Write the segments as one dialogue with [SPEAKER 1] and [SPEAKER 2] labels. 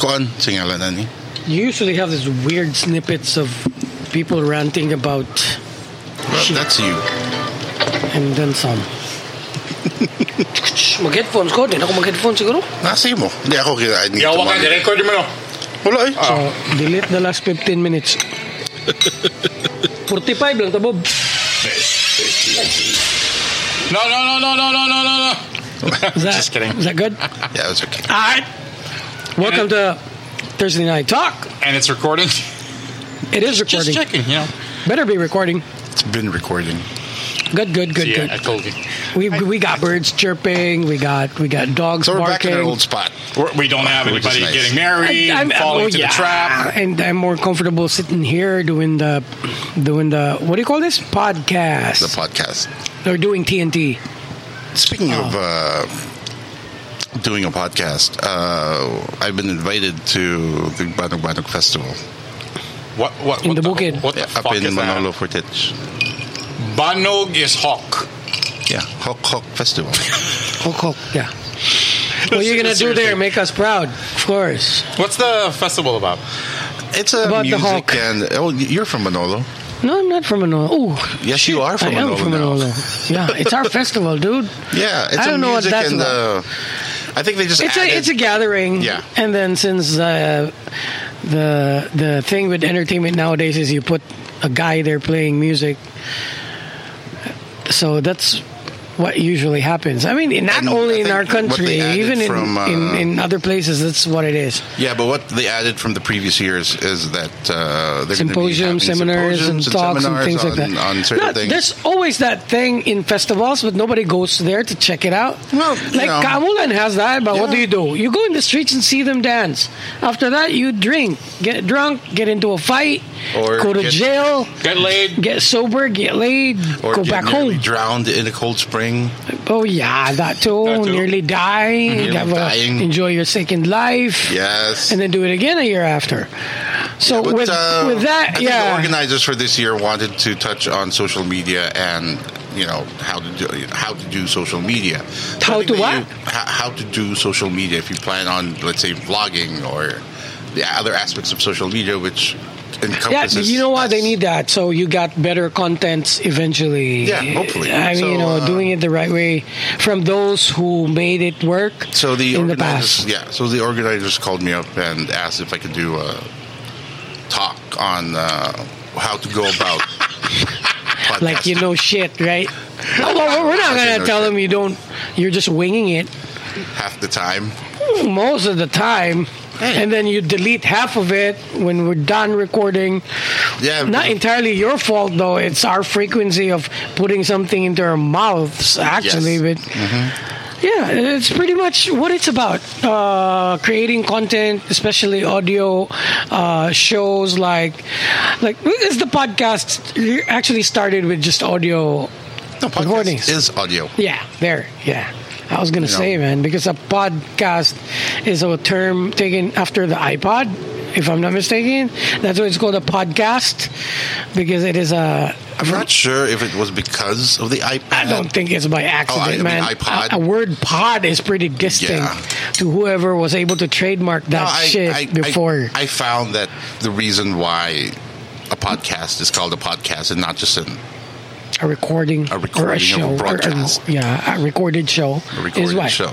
[SPEAKER 1] kuan singalan ani.
[SPEAKER 2] You usually have these weird snippets of people ranting about
[SPEAKER 1] Well,
[SPEAKER 2] shit
[SPEAKER 1] that's you.
[SPEAKER 2] and then some. mag-headphones ko. Di na ako mag-headphones siguro.
[SPEAKER 1] Nasi Ah, mo. Hindi ako kaya I need to
[SPEAKER 3] Yawa ka, Ah.
[SPEAKER 1] manage.
[SPEAKER 3] record mo no.
[SPEAKER 1] Wala eh.
[SPEAKER 2] So, delete the last 15 minutes. 45 lang tabob.
[SPEAKER 3] No, no, no, no, no, no, no, no, no.
[SPEAKER 2] Is that,
[SPEAKER 3] Just kidding.
[SPEAKER 2] Is that good?
[SPEAKER 1] Yeah, it's okay.
[SPEAKER 2] All right. Welcome to Thursday Night Talk.
[SPEAKER 3] And it's recording.
[SPEAKER 2] It is
[SPEAKER 3] Just
[SPEAKER 2] recording.
[SPEAKER 3] checking, you know.
[SPEAKER 2] Better be recording.
[SPEAKER 1] It's been recording.
[SPEAKER 2] Good, good, good,
[SPEAKER 3] See,
[SPEAKER 2] good.
[SPEAKER 3] I, I told you.
[SPEAKER 2] We, we got birds chirping. We got we got dogs
[SPEAKER 1] So we're back
[SPEAKER 2] barking.
[SPEAKER 1] in our old spot.
[SPEAKER 3] We're, we do not have
[SPEAKER 1] Which is
[SPEAKER 3] anybody
[SPEAKER 1] nice.
[SPEAKER 3] getting married,
[SPEAKER 2] I'm- I'm-
[SPEAKER 3] falling
[SPEAKER 2] oh,
[SPEAKER 3] to
[SPEAKER 2] yeah.
[SPEAKER 3] the trap.
[SPEAKER 2] and I'm more comfortable sitting here doing the doing the what do you call this podcast?
[SPEAKER 1] The podcast.
[SPEAKER 2] They're doing TNT.
[SPEAKER 1] Speaking
[SPEAKER 2] Oh.
[SPEAKER 1] of uh, doing a podcast, uh, I've been invited to the Banug Banug Festival
[SPEAKER 3] What, what, what
[SPEAKER 2] In the Bukid.
[SPEAKER 3] What the
[SPEAKER 1] Yeah,
[SPEAKER 3] fuck
[SPEAKER 1] up in
[SPEAKER 3] is
[SPEAKER 1] Manolo
[SPEAKER 3] that?
[SPEAKER 1] Fortich.
[SPEAKER 3] Banog is hawk.
[SPEAKER 1] Yeah, Hok Hok Festival.
[SPEAKER 2] Hulk, Hulk, yeah. What you gonna do
[SPEAKER 3] Seriously.
[SPEAKER 2] there? Make us proud, of course.
[SPEAKER 3] What's the festival about?
[SPEAKER 1] It's a
[SPEAKER 2] About the
[SPEAKER 1] music
[SPEAKER 2] Hawk.
[SPEAKER 1] and oh, you're from Manolo.
[SPEAKER 2] No, I'm not from Manolo. Oh,
[SPEAKER 1] Yes, you are from
[SPEAKER 2] I
[SPEAKER 1] Manolo.
[SPEAKER 2] am from
[SPEAKER 1] now.
[SPEAKER 2] Manolo. yeah, it's our festival, dude.
[SPEAKER 1] Yeah, it's
[SPEAKER 2] I
[SPEAKER 1] a
[SPEAKER 2] don't know what
[SPEAKER 1] music
[SPEAKER 2] that's
[SPEAKER 1] and
[SPEAKER 2] about.
[SPEAKER 1] uh, I think they just
[SPEAKER 2] It's
[SPEAKER 1] added,
[SPEAKER 2] a it's a gathering.
[SPEAKER 1] Yeah.
[SPEAKER 2] And then since uh, the the thing with entertainment nowadays is you put a guy there playing music, so that's what usually happens. I mean, not
[SPEAKER 1] And I
[SPEAKER 2] only in
[SPEAKER 1] think
[SPEAKER 2] our
[SPEAKER 1] what
[SPEAKER 2] country,
[SPEAKER 1] they added
[SPEAKER 2] even in,
[SPEAKER 1] from, uh,
[SPEAKER 2] in in other places, that's what it is.
[SPEAKER 1] yeah, but what they added from the previous years is that uh, they're gonna be having
[SPEAKER 2] Symposiums, seminars,
[SPEAKER 1] symposiums
[SPEAKER 2] and talks and
[SPEAKER 1] seminars
[SPEAKER 2] things like that.
[SPEAKER 1] on- on certain
[SPEAKER 2] No,
[SPEAKER 1] things.
[SPEAKER 2] There's always that thing in festivals, but nobody goes there to check it out.
[SPEAKER 1] Well, you
[SPEAKER 2] like
[SPEAKER 1] know.
[SPEAKER 2] Kamulan has that, but what
[SPEAKER 1] Yeah.
[SPEAKER 2] do you do? You go in the streets and see them dance. After that, you drink, get drunk, get into a fight,
[SPEAKER 1] Or
[SPEAKER 2] go to
[SPEAKER 1] get-
[SPEAKER 2] jail,
[SPEAKER 3] Get laid.
[SPEAKER 2] get sober, get laid,
[SPEAKER 1] or
[SPEAKER 2] go
[SPEAKER 1] get
[SPEAKER 2] back
[SPEAKER 1] nearly
[SPEAKER 2] home.
[SPEAKER 1] drowned in a cold spring.
[SPEAKER 2] Oh yeah, that too.
[SPEAKER 3] That too.
[SPEAKER 2] Nearly die, have a-
[SPEAKER 1] dying.
[SPEAKER 2] enjoy your second life,
[SPEAKER 1] Yes.
[SPEAKER 2] and then do it again a year after. So
[SPEAKER 1] But,
[SPEAKER 2] with
[SPEAKER 1] uh,
[SPEAKER 2] with
[SPEAKER 1] I
[SPEAKER 2] that,
[SPEAKER 1] think
[SPEAKER 2] yeah.
[SPEAKER 1] The organizers for this year wanted to touch on social media and you know how to do how to do social media. So I
[SPEAKER 2] How
[SPEAKER 1] think
[SPEAKER 2] to
[SPEAKER 1] that
[SPEAKER 2] what?
[SPEAKER 1] you- ho- how to do social media if you plan on let's say vlogging or the other aspects of social media which
[SPEAKER 2] Yeah,
[SPEAKER 1] encompasses.
[SPEAKER 2] you know what? They need that. So you got better contents eventually.
[SPEAKER 1] Yeah, hopefully.
[SPEAKER 2] I mean,
[SPEAKER 1] So,
[SPEAKER 2] you know,
[SPEAKER 1] uh,
[SPEAKER 2] doing it the right way from those who made it work
[SPEAKER 1] So the
[SPEAKER 2] in the
[SPEAKER 1] organizers,
[SPEAKER 2] past.
[SPEAKER 1] yeah. So the organizers called me up and asked if I could do a talk on uh, how to go about.
[SPEAKER 2] Like, you
[SPEAKER 1] podcasting.
[SPEAKER 2] know shit, right? Oh, well, we're not
[SPEAKER 1] Like you
[SPEAKER 2] going
[SPEAKER 1] know
[SPEAKER 2] to tell
[SPEAKER 1] shit.
[SPEAKER 2] them you don't, you're just winging it
[SPEAKER 1] half the time.
[SPEAKER 2] most of the time.
[SPEAKER 1] Hey.
[SPEAKER 2] And then you delete half of it when we're done recording.
[SPEAKER 1] Yeah,
[SPEAKER 2] Not
[SPEAKER 1] because-
[SPEAKER 2] entirely your fault, though. It's our frequency of putting something into our mouths, actually.
[SPEAKER 1] Yes. Mm-hmm.
[SPEAKER 2] But yeah, it's pretty much what it's about. Uh, creating content, especially audio uh, shows, like like it's the podcast it actually started with just audio
[SPEAKER 1] No, podcast
[SPEAKER 2] recordings.
[SPEAKER 1] is audio.
[SPEAKER 2] Yeah, there. Yeah. I was going to
[SPEAKER 1] You
[SPEAKER 2] say,
[SPEAKER 1] know.
[SPEAKER 2] man, because a podcast is a term taken after the iPod, if I'm not mistaken. That's why it's called a podcast because it is a.
[SPEAKER 1] I'm not sure if it was because of the iPad.
[SPEAKER 2] I don't think it's by accident,
[SPEAKER 1] Oh, I mean,
[SPEAKER 2] man.
[SPEAKER 1] iPod.
[SPEAKER 2] A, a word pod is pretty distinct
[SPEAKER 1] Yeah.
[SPEAKER 2] to whoever was able to trademark that
[SPEAKER 1] No, I-
[SPEAKER 2] shit
[SPEAKER 1] I- I-
[SPEAKER 2] before.
[SPEAKER 1] I, found that the reason why a podcast is called a podcast and not just an
[SPEAKER 2] a recording,
[SPEAKER 1] A recording
[SPEAKER 2] or
[SPEAKER 1] of
[SPEAKER 2] a
[SPEAKER 1] a
[SPEAKER 2] show, or a-
[SPEAKER 1] broadcast.
[SPEAKER 2] yeah, a recorded show
[SPEAKER 1] a
[SPEAKER 2] is
[SPEAKER 1] recorded
[SPEAKER 2] why.
[SPEAKER 1] show.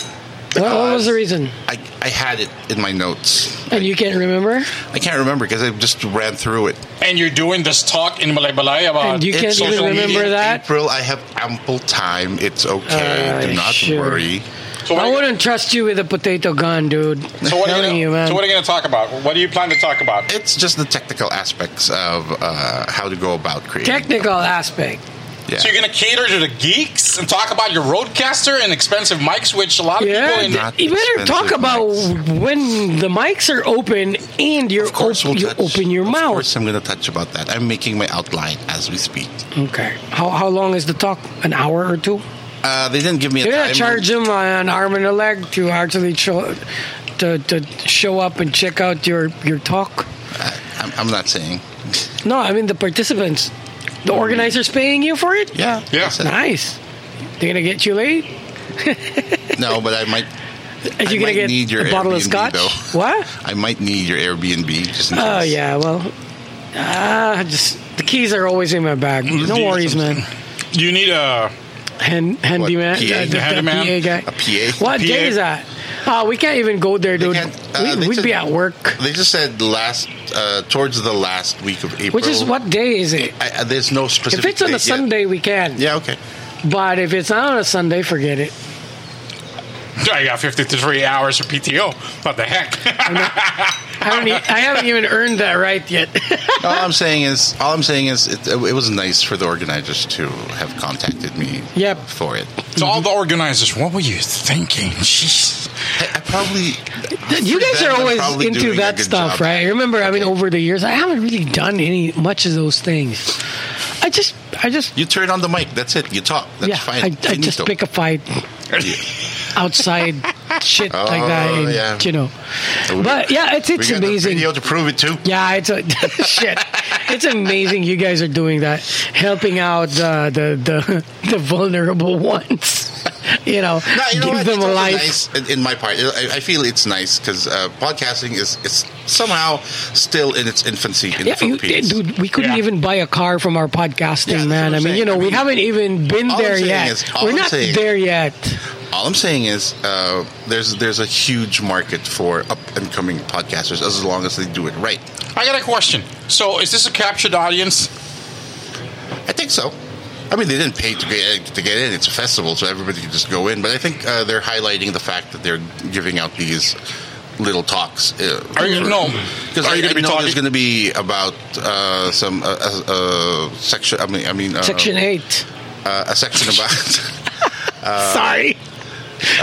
[SPEAKER 2] What, what was
[SPEAKER 1] Because-
[SPEAKER 2] the reason?
[SPEAKER 1] I, I had it in my notes.
[SPEAKER 2] And you can't remember?
[SPEAKER 1] I can't remember because I just ran through it.
[SPEAKER 3] And you're doing this talk in Malay Balay about
[SPEAKER 2] And you can't
[SPEAKER 1] It's
[SPEAKER 2] even
[SPEAKER 3] social
[SPEAKER 2] remember
[SPEAKER 3] media.
[SPEAKER 1] in
[SPEAKER 2] that?
[SPEAKER 1] April, I have ample time. It's okay.
[SPEAKER 2] Uh,
[SPEAKER 1] Do not
[SPEAKER 2] sure.
[SPEAKER 1] worry.
[SPEAKER 3] So what,
[SPEAKER 2] I
[SPEAKER 3] are you-
[SPEAKER 2] wouldn't trust you with a potato gun, dude.
[SPEAKER 3] so what, are
[SPEAKER 2] Telling
[SPEAKER 3] you
[SPEAKER 2] you,
[SPEAKER 3] gonna,
[SPEAKER 2] man.
[SPEAKER 3] so what are you going to talk about? What do you plan to talk about?
[SPEAKER 1] It's just the technical aspects of uh, how to go about creating.
[SPEAKER 2] Technical aspect.
[SPEAKER 1] Yeah.
[SPEAKER 3] So you're going to cater to the geeks and talk about your roadcaster and expensive mics, which a lot of
[SPEAKER 2] Yeah,
[SPEAKER 3] people in
[SPEAKER 1] Not
[SPEAKER 2] you better
[SPEAKER 1] expensive
[SPEAKER 2] talk about when the mics are open and you're
[SPEAKER 1] Of course,
[SPEAKER 2] op-
[SPEAKER 1] we'll
[SPEAKER 2] you
[SPEAKER 1] touch-
[SPEAKER 2] open your
[SPEAKER 1] of
[SPEAKER 2] mouth.
[SPEAKER 1] course, I'm going to touch about that. I'm making my outline as we speak.
[SPEAKER 2] Okay. How how long is the talk? An hour or two?
[SPEAKER 1] Uh, they didn't give me a
[SPEAKER 2] You're gonna
[SPEAKER 1] time.
[SPEAKER 2] charge them an arm and a leg to actually show, to, to show up and check out your your
[SPEAKER 1] I,
[SPEAKER 2] talk.
[SPEAKER 1] Uh, I'm, I'm not saying.
[SPEAKER 2] No, I mean the participants, the organizers paying you for it.
[SPEAKER 1] Yeah.
[SPEAKER 3] Mm-hmm. Yeah.
[SPEAKER 1] I said-
[SPEAKER 2] Nice. They're gonna get you late.
[SPEAKER 1] no, but I might
[SPEAKER 2] Are
[SPEAKER 1] I
[SPEAKER 2] you gonna
[SPEAKER 1] might
[SPEAKER 2] get
[SPEAKER 1] need your
[SPEAKER 2] a bottle of
[SPEAKER 1] Airbnb,
[SPEAKER 2] scotch?
[SPEAKER 1] though.
[SPEAKER 2] What?
[SPEAKER 1] I might need your Airbnb just in case.
[SPEAKER 2] Oh yeah, well, uh, just the keys are always in my bag. No
[SPEAKER 3] Yeah,
[SPEAKER 2] worries, man.
[SPEAKER 3] You need a.
[SPEAKER 2] Hand, handyman,
[SPEAKER 1] PA?
[SPEAKER 2] uh, the- the
[SPEAKER 3] Handyman?
[SPEAKER 2] PA guy.
[SPEAKER 1] A PA?
[SPEAKER 2] What
[SPEAKER 3] PA?
[SPEAKER 2] day is that? Uh, we can't even go there, dude.
[SPEAKER 1] can't- uh,
[SPEAKER 2] we,
[SPEAKER 1] they
[SPEAKER 2] we'd
[SPEAKER 1] said-
[SPEAKER 2] be at work.
[SPEAKER 1] They just said last uh, towards the last week of April.
[SPEAKER 2] Which is what day is it?
[SPEAKER 1] I, I- there's no
[SPEAKER 2] If
[SPEAKER 1] specific.
[SPEAKER 2] it's on
[SPEAKER 1] date
[SPEAKER 2] a
[SPEAKER 1] yet.
[SPEAKER 2] Sunday, we can.
[SPEAKER 1] Yeah. Okay.
[SPEAKER 2] But if it's not on a Sunday, forget it.
[SPEAKER 3] I got 53 hours of PTO. What the heck?
[SPEAKER 2] I don't. e- I haven't even earned that right yet.
[SPEAKER 1] all I'm saying is, all I'm saying is, it, it was nice for the organizers to have contacted me.
[SPEAKER 2] Yep.
[SPEAKER 1] For it,
[SPEAKER 3] to all the organizers, what were you thinking? Jeez.
[SPEAKER 1] I, I probably.
[SPEAKER 2] you
[SPEAKER 1] for
[SPEAKER 2] guys
[SPEAKER 1] them,
[SPEAKER 2] are
[SPEAKER 1] I'm
[SPEAKER 2] always
[SPEAKER 1] probably doing
[SPEAKER 2] into
[SPEAKER 1] a
[SPEAKER 2] that
[SPEAKER 1] good
[SPEAKER 2] stuff,
[SPEAKER 1] job.
[SPEAKER 2] right? Remember, I mean, over the years, I haven't really done any much of those things. I just, I just,
[SPEAKER 1] You turn on the mic. That's it. You talk. That's
[SPEAKER 2] yeah,
[SPEAKER 1] fine.
[SPEAKER 2] I, I just
[SPEAKER 1] Finito.
[SPEAKER 2] pick a fight outside shit like that,
[SPEAKER 1] Oh,
[SPEAKER 2] and,
[SPEAKER 1] yeah.
[SPEAKER 2] you know.
[SPEAKER 1] We-
[SPEAKER 2] But yeah, it's it's
[SPEAKER 1] we got
[SPEAKER 2] amazing.
[SPEAKER 1] The video to prove it too.
[SPEAKER 2] Yeah, it's a, shit. It's amazing you guys are doing that, helping out uh, the the the vulnerable ones. You know,
[SPEAKER 1] No, you know
[SPEAKER 2] give
[SPEAKER 1] what?
[SPEAKER 2] them
[SPEAKER 1] It's
[SPEAKER 2] a
[SPEAKER 1] also
[SPEAKER 2] life.
[SPEAKER 1] Nice in- in my part, I, I feel it's nice because uh, podcasting is it's somehow still in its infancy in
[SPEAKER 2] Yeah,
[SPEAKER 1] the
[SPEAKER 2] you,
[SPEAKER 1] Philippines.
[SPEAKER 2] dude, we couldn't
[SPEAKER 3] Yeah.
[SPEAKER 2] even buy a car from our podcasting,
[SPEAKER 1] Yeah, that's
[SPEAKER 2] man.
[SPEAKER 1] what I'm
[SPEAKER 2] I mean,
[SPEAKER 1] saying.
[SPEAKER 2] you know,
[SPEAKER 1] I
[SPEAKER 2] we
[SPEAKER 1] mean,
[SPEAKER 2] haven't even been
[SPEAKER 1] all
[SPEAKER 2] there
[SPEAKER 1] I'm saying
[SPEAKER 2] yet.
[SPEAKER 1] is- all
[SPEAKER 2] We're
[SPEAKER 1] I'm
[SPEAKER 2] not
[SPEAKER 1] saying-
[SPEAKER 2] there yet.
[SPEAKER 1] All I'm saying is uh, there's there's a huge market for up and coming podcasters as long as they do it right.
[SPEAKER 3] I got a question. So, is this a captured audience?
[SPEAKER 1] I think so. I mean, they didn't pay to get to get in. It's a festival, so everybody can just go in. But I think uh, they're highlighting the fact that they're giving out these little talks. Uh,
[SPEAKER 3] Are you- no.
[SPEAKER 1] Because
[SPEAKER 3] Are you
[SPEAKER 1] I,
[SPEAKER 3] gonna
[SPEAKER 1] I
[SPEAKER 3] be
[SPEAKER 1] know
[SPEAKER 3] talking-
[SPEAKER 1] there's going to be about uh, some uh, uh, uh, section. I mean, I mean, uh,
[SPEAKER 2] Section eight.
[SPEAKER 1] uh, a section about
[SPEAKER 2] Sorry.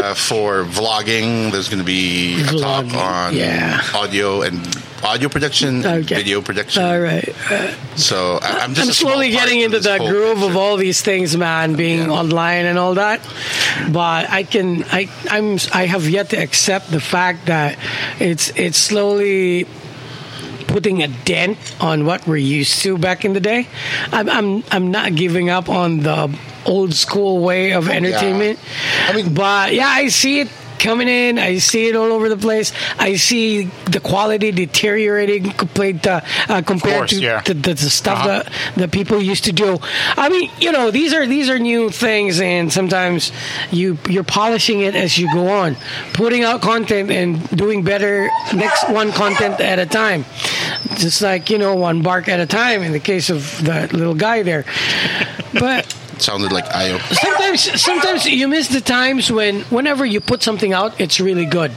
[SPEAKER 1] uh, for vlogging. There's going to be a
[SPEAKER 2] Vlogging,
[SPEAKER 1] talk on
[SPEAKER 2] yeah.
[SPEAKER 1] audio and audio production, and
[SPEAKER 2] Okay.
[SPEAKER 1] video production.
[SPEAKER 2] All right.
[SPEAKER 1] So I, I'm just
[SPEAKER 2] I'm
[SPEAKER 1] a small
[SPEAKER 2] slowly
[SPEAKER 1] part
[SPEAKER 2] getting
[SPEAKER 1] of
[SPEAKER 2] into
[SPEAKER 1] this
[SPEAKER 2] the
[SPEAKER 1] whole
[SPEAKER 2] groove of
[SPEAKER 1] picture.
[SPEAKER 2] all these things, man, being
[SPEAKER 1] Yeah.
[SPEAKER 2] online and all that. But I can, I, I'm, I have yet to accept the fact that it's, it's slowly putting a dent on what we're used to back in the day. I'm, I'm, I'm not giving up on the old school way of entertainment.
[SPEAKER 1] I mean-
[SPEAKER 2] but yeah, I see it. Coming in, I see it all over the place. I see the quality deteriorating complete, uh, uh, compared
[SPEAKER 3] course,
[SPEAKER 2] to
[SPEAKER 3] yeah.
[SPEAKER 2] the, the, the stuff
[SPEAKER 3] Uh-huh.
[SPEAKER 2] that that people used to do. I mean, you know, these are these are new things, and sometimes you you're polishing it as you go on, putting out content and doing better next one content at a time, just like you know one bark at a time in the case of that little guy there. But
[SPEAKER 1] sounded like Io.
[SPEAKER 2] sometimes sometimes you miss the times when whenever you put something out it's really good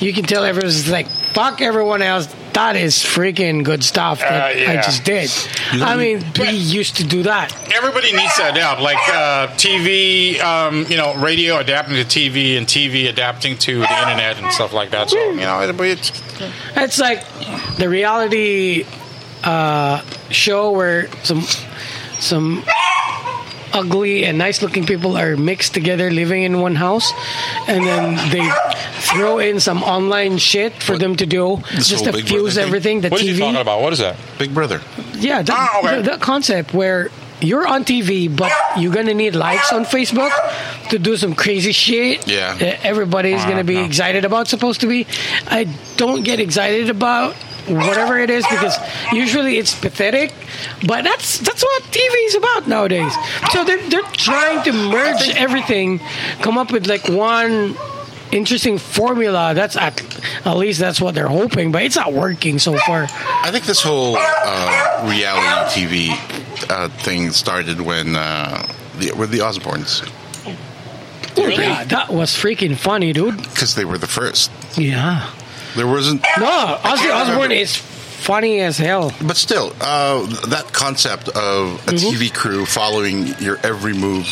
[SPEAKER 2] you can tell everyone's like fuck everyone else that is freaking good stuff that
[SPEAKER 3] Uh, yeah.
[SPEAKER 2] i just did i mean we used to do that
[SPEAKER 3] Everybody needs to adapt, like uh, TV, um, you know, radio adapting to TV and TV adapting to the internet and stuff like that. So, you know, it, it's,
[SPEAKER 2] It's like the reality uh, show where some some ugly and nice looking people are mixed together living in one house and then they throw in some online shit for them to do
[SPEAKER 1] This
[SPEAKER 2] just
[SPEAKER 1] whole
[SPEAKER 2] to
[SPEAKER 1] Big
[SPEAKER 2] fuse
[SPEAKER 1] Brother thing?
[SPEAKER 2] everything the
[SPEAKER 3] what are
[SPEAKER 2] tv
[SPEAKER 3] you talking about? What is that?
[SPEAKER 1] Big Brother.
[SPEAKER 2] yeah that,
[SPEAKER 3] Ah, okay.
[SPEAKER 2] that- that concept where you're on tv but you're gonna need likes on facebook to do some crazy shit
[SPEAKER 1] Yeah.
[SPEAKER 2] that everybody's
[SPEAKER 3] Ah,
[SPEAKER 2] gonna be
[SPEAKER 3] no.
[SPEAKER 2] excited about supposed to be i don't get excited about whatever it is because usually it's pathetic but that's that's what tv is about nowadays so they're, they're trying to merge everything come up with like one interesting formula that's at, at least that's what they're hoping but it's not working so far
[SPEAKER 1] I think this whole uh, reality TV uh, thing started when uh, the, with the Osbournes
[SPEAKER 2] Yeah, that was freaking funny, dude.
[SPEAKER 1] because they were the first.
[SPEAKER 2] Yeah.
[SPEAKER 1] There wasn't,
[SPEAKER 2] No, Ozzy Osbourne
[SPEAKER 1] remember.
[SPEAKER 2] is funny as hell.
[SPEAKER 1] but still, uh, that concept of a
[SPEAKER 2] Mm-hmm.
[SPEAKER 1] TV crew following your every move.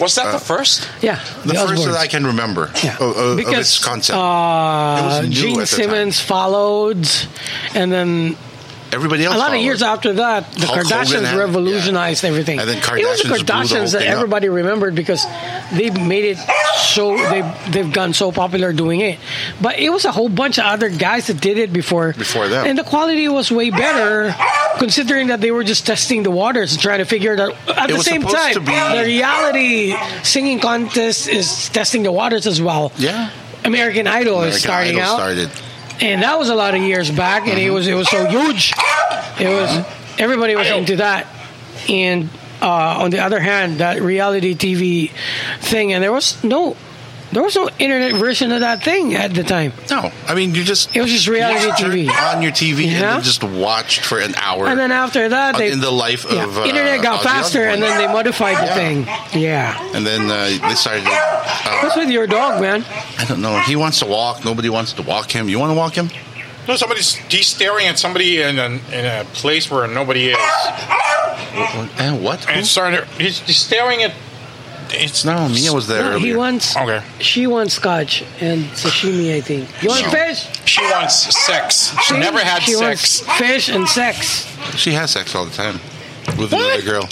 [SPEAKER 3] Was that the first?
[SPEAKER 2] Yeah,
[SPEAKER 1] The, first
[SPEAKER 2] Osbournes.
[SPEAKER 1] that I can remember
[SPEAKER 2] Yeah.
[SPEAKER 1] of, of, of
[SPEAKER 2] Because,
[SPEAKER 1] its concept.
[SPEAKER 2] Uh,
[SPEAKER 1] It was new at
[SPEAKER 2] Gene
[SPEAKER 1] the
[SPEAKER 2] Simmons followed, and then
[SPEAKER 1] Everybody else.
[SPEAKER 2] a lot of
[SPEAKER 1] followed.
[SPEAKER 2] years after that, the
[SPEAKER 1] Hulk Hogan
[SPEAKER 2] Kardashians
[SPEAKER 1] had-
[SPEAKER 2] revolutionized
[SPEAKER 1] yeah.
[SPEAKER 2] everything.
[SPEAKER 1] And then
[SPEAKER 2] it was
[SPEAKER 1] Kardashians
[SPEAKER 2] the
[SPEAKER 1] blew the whole
[SPEAKER 2] Kardashians that
[SPEAKER 1] thing up.
[SPEAKER 2] everybody remembered because they made it so they they've gone so popular doing it. But it was a whole bunch of other guys that did it before
[SPEAKER 1] Before them.
[SPEAKER 2] and the quality was way better. Considering that they were just testing the waters and trying to figure it out. At
[SPEAKER 1] It
[SPEAKER 2] the
[SPEAKER 1] was
[SPEAKER 2] same
[SPEAKER 1] supposed
[SPEAKER 2] time,
[SPEAKER 1] to be-
[SPEAKER 2] the reality singing contest is testing the waters as well.
[SPEAKER 1] Yeah.
[SPEAKER 2] American Idol is
[SPEAKER 1] American
[SPEAKER 2] starting
[SPEAKER 1] Idol
[SPEAKER 2] out,
[SPEAKER 1] started.
[SPEAKER 2] and that was a lot of years back, and
[SPEAKER 1] Mm-hmm.
[SPEAKER 2] it was it was so huge. It was everybody was into that, and uh, on the other hand, that reality TV thing, and there was no there was no internet version of that thing at the time.
[SPEAKER 1] No, I mean you just
[SPEAKER 2] It was just reality
[SPEAKER 1] you turned
[SPEAKER 2] TV.
[SPEAKER 1] on your TV and
[SPEAKER 2] Yeah.
[SPEAKER 1] then just watched for an hour.
[SPEAKER 2] And then after that, they
[SPEAKER 1] in the life
[SPEAKER 2] yeah,
[SPEAKER 1] of uh,
[SPEAKER 2] internet got
[SPEAKER 1] Ozzy
[SPEAKER 2] faster,
[SPEAKER 1] Osbourne.
[SPEAKER 2] and then they modified the
[SPEAKER 1] Yeah.
[SPEAKER 2] thing. Yeah,
[SPEAKER 1] and then uh, they started. Uh,
[SPEAKER 2] what's with your dog, man?
[SPEAKER 1] I don't know. He wants to walk. Nobody wants to walk him. You want to walk him?
[SPEAKER 3] No, somebody's he's staring at somebody in a, in a place where nobody is,
[SPEAKER 1] And Eh, what?
[SPEAKER 3] and it's starting. To, he's, he's staring at. It's
[SPEAKER 1] No, Mia was there.
[SPEAKER 2] No, he
[SPEAKER 1] earlier.
[SPEAKER 2] wants
[SPEAKER 3] Okay.
[SPEAKER 2] She wants scotch and sashimi, I think. You want
[SPEAKER 1] No.
[SPEAKER 2] fish?
[SPEAKER 3] She wants sex. She never had
[SPEAKER 2] she
[SPEAKER 3] sex.
[SPEAKER 2] Wants fish and sex.
[SPEAKER 1] She has sex all the time with
[SPEAKER 3] What?
[SPEAKER 1] another girl.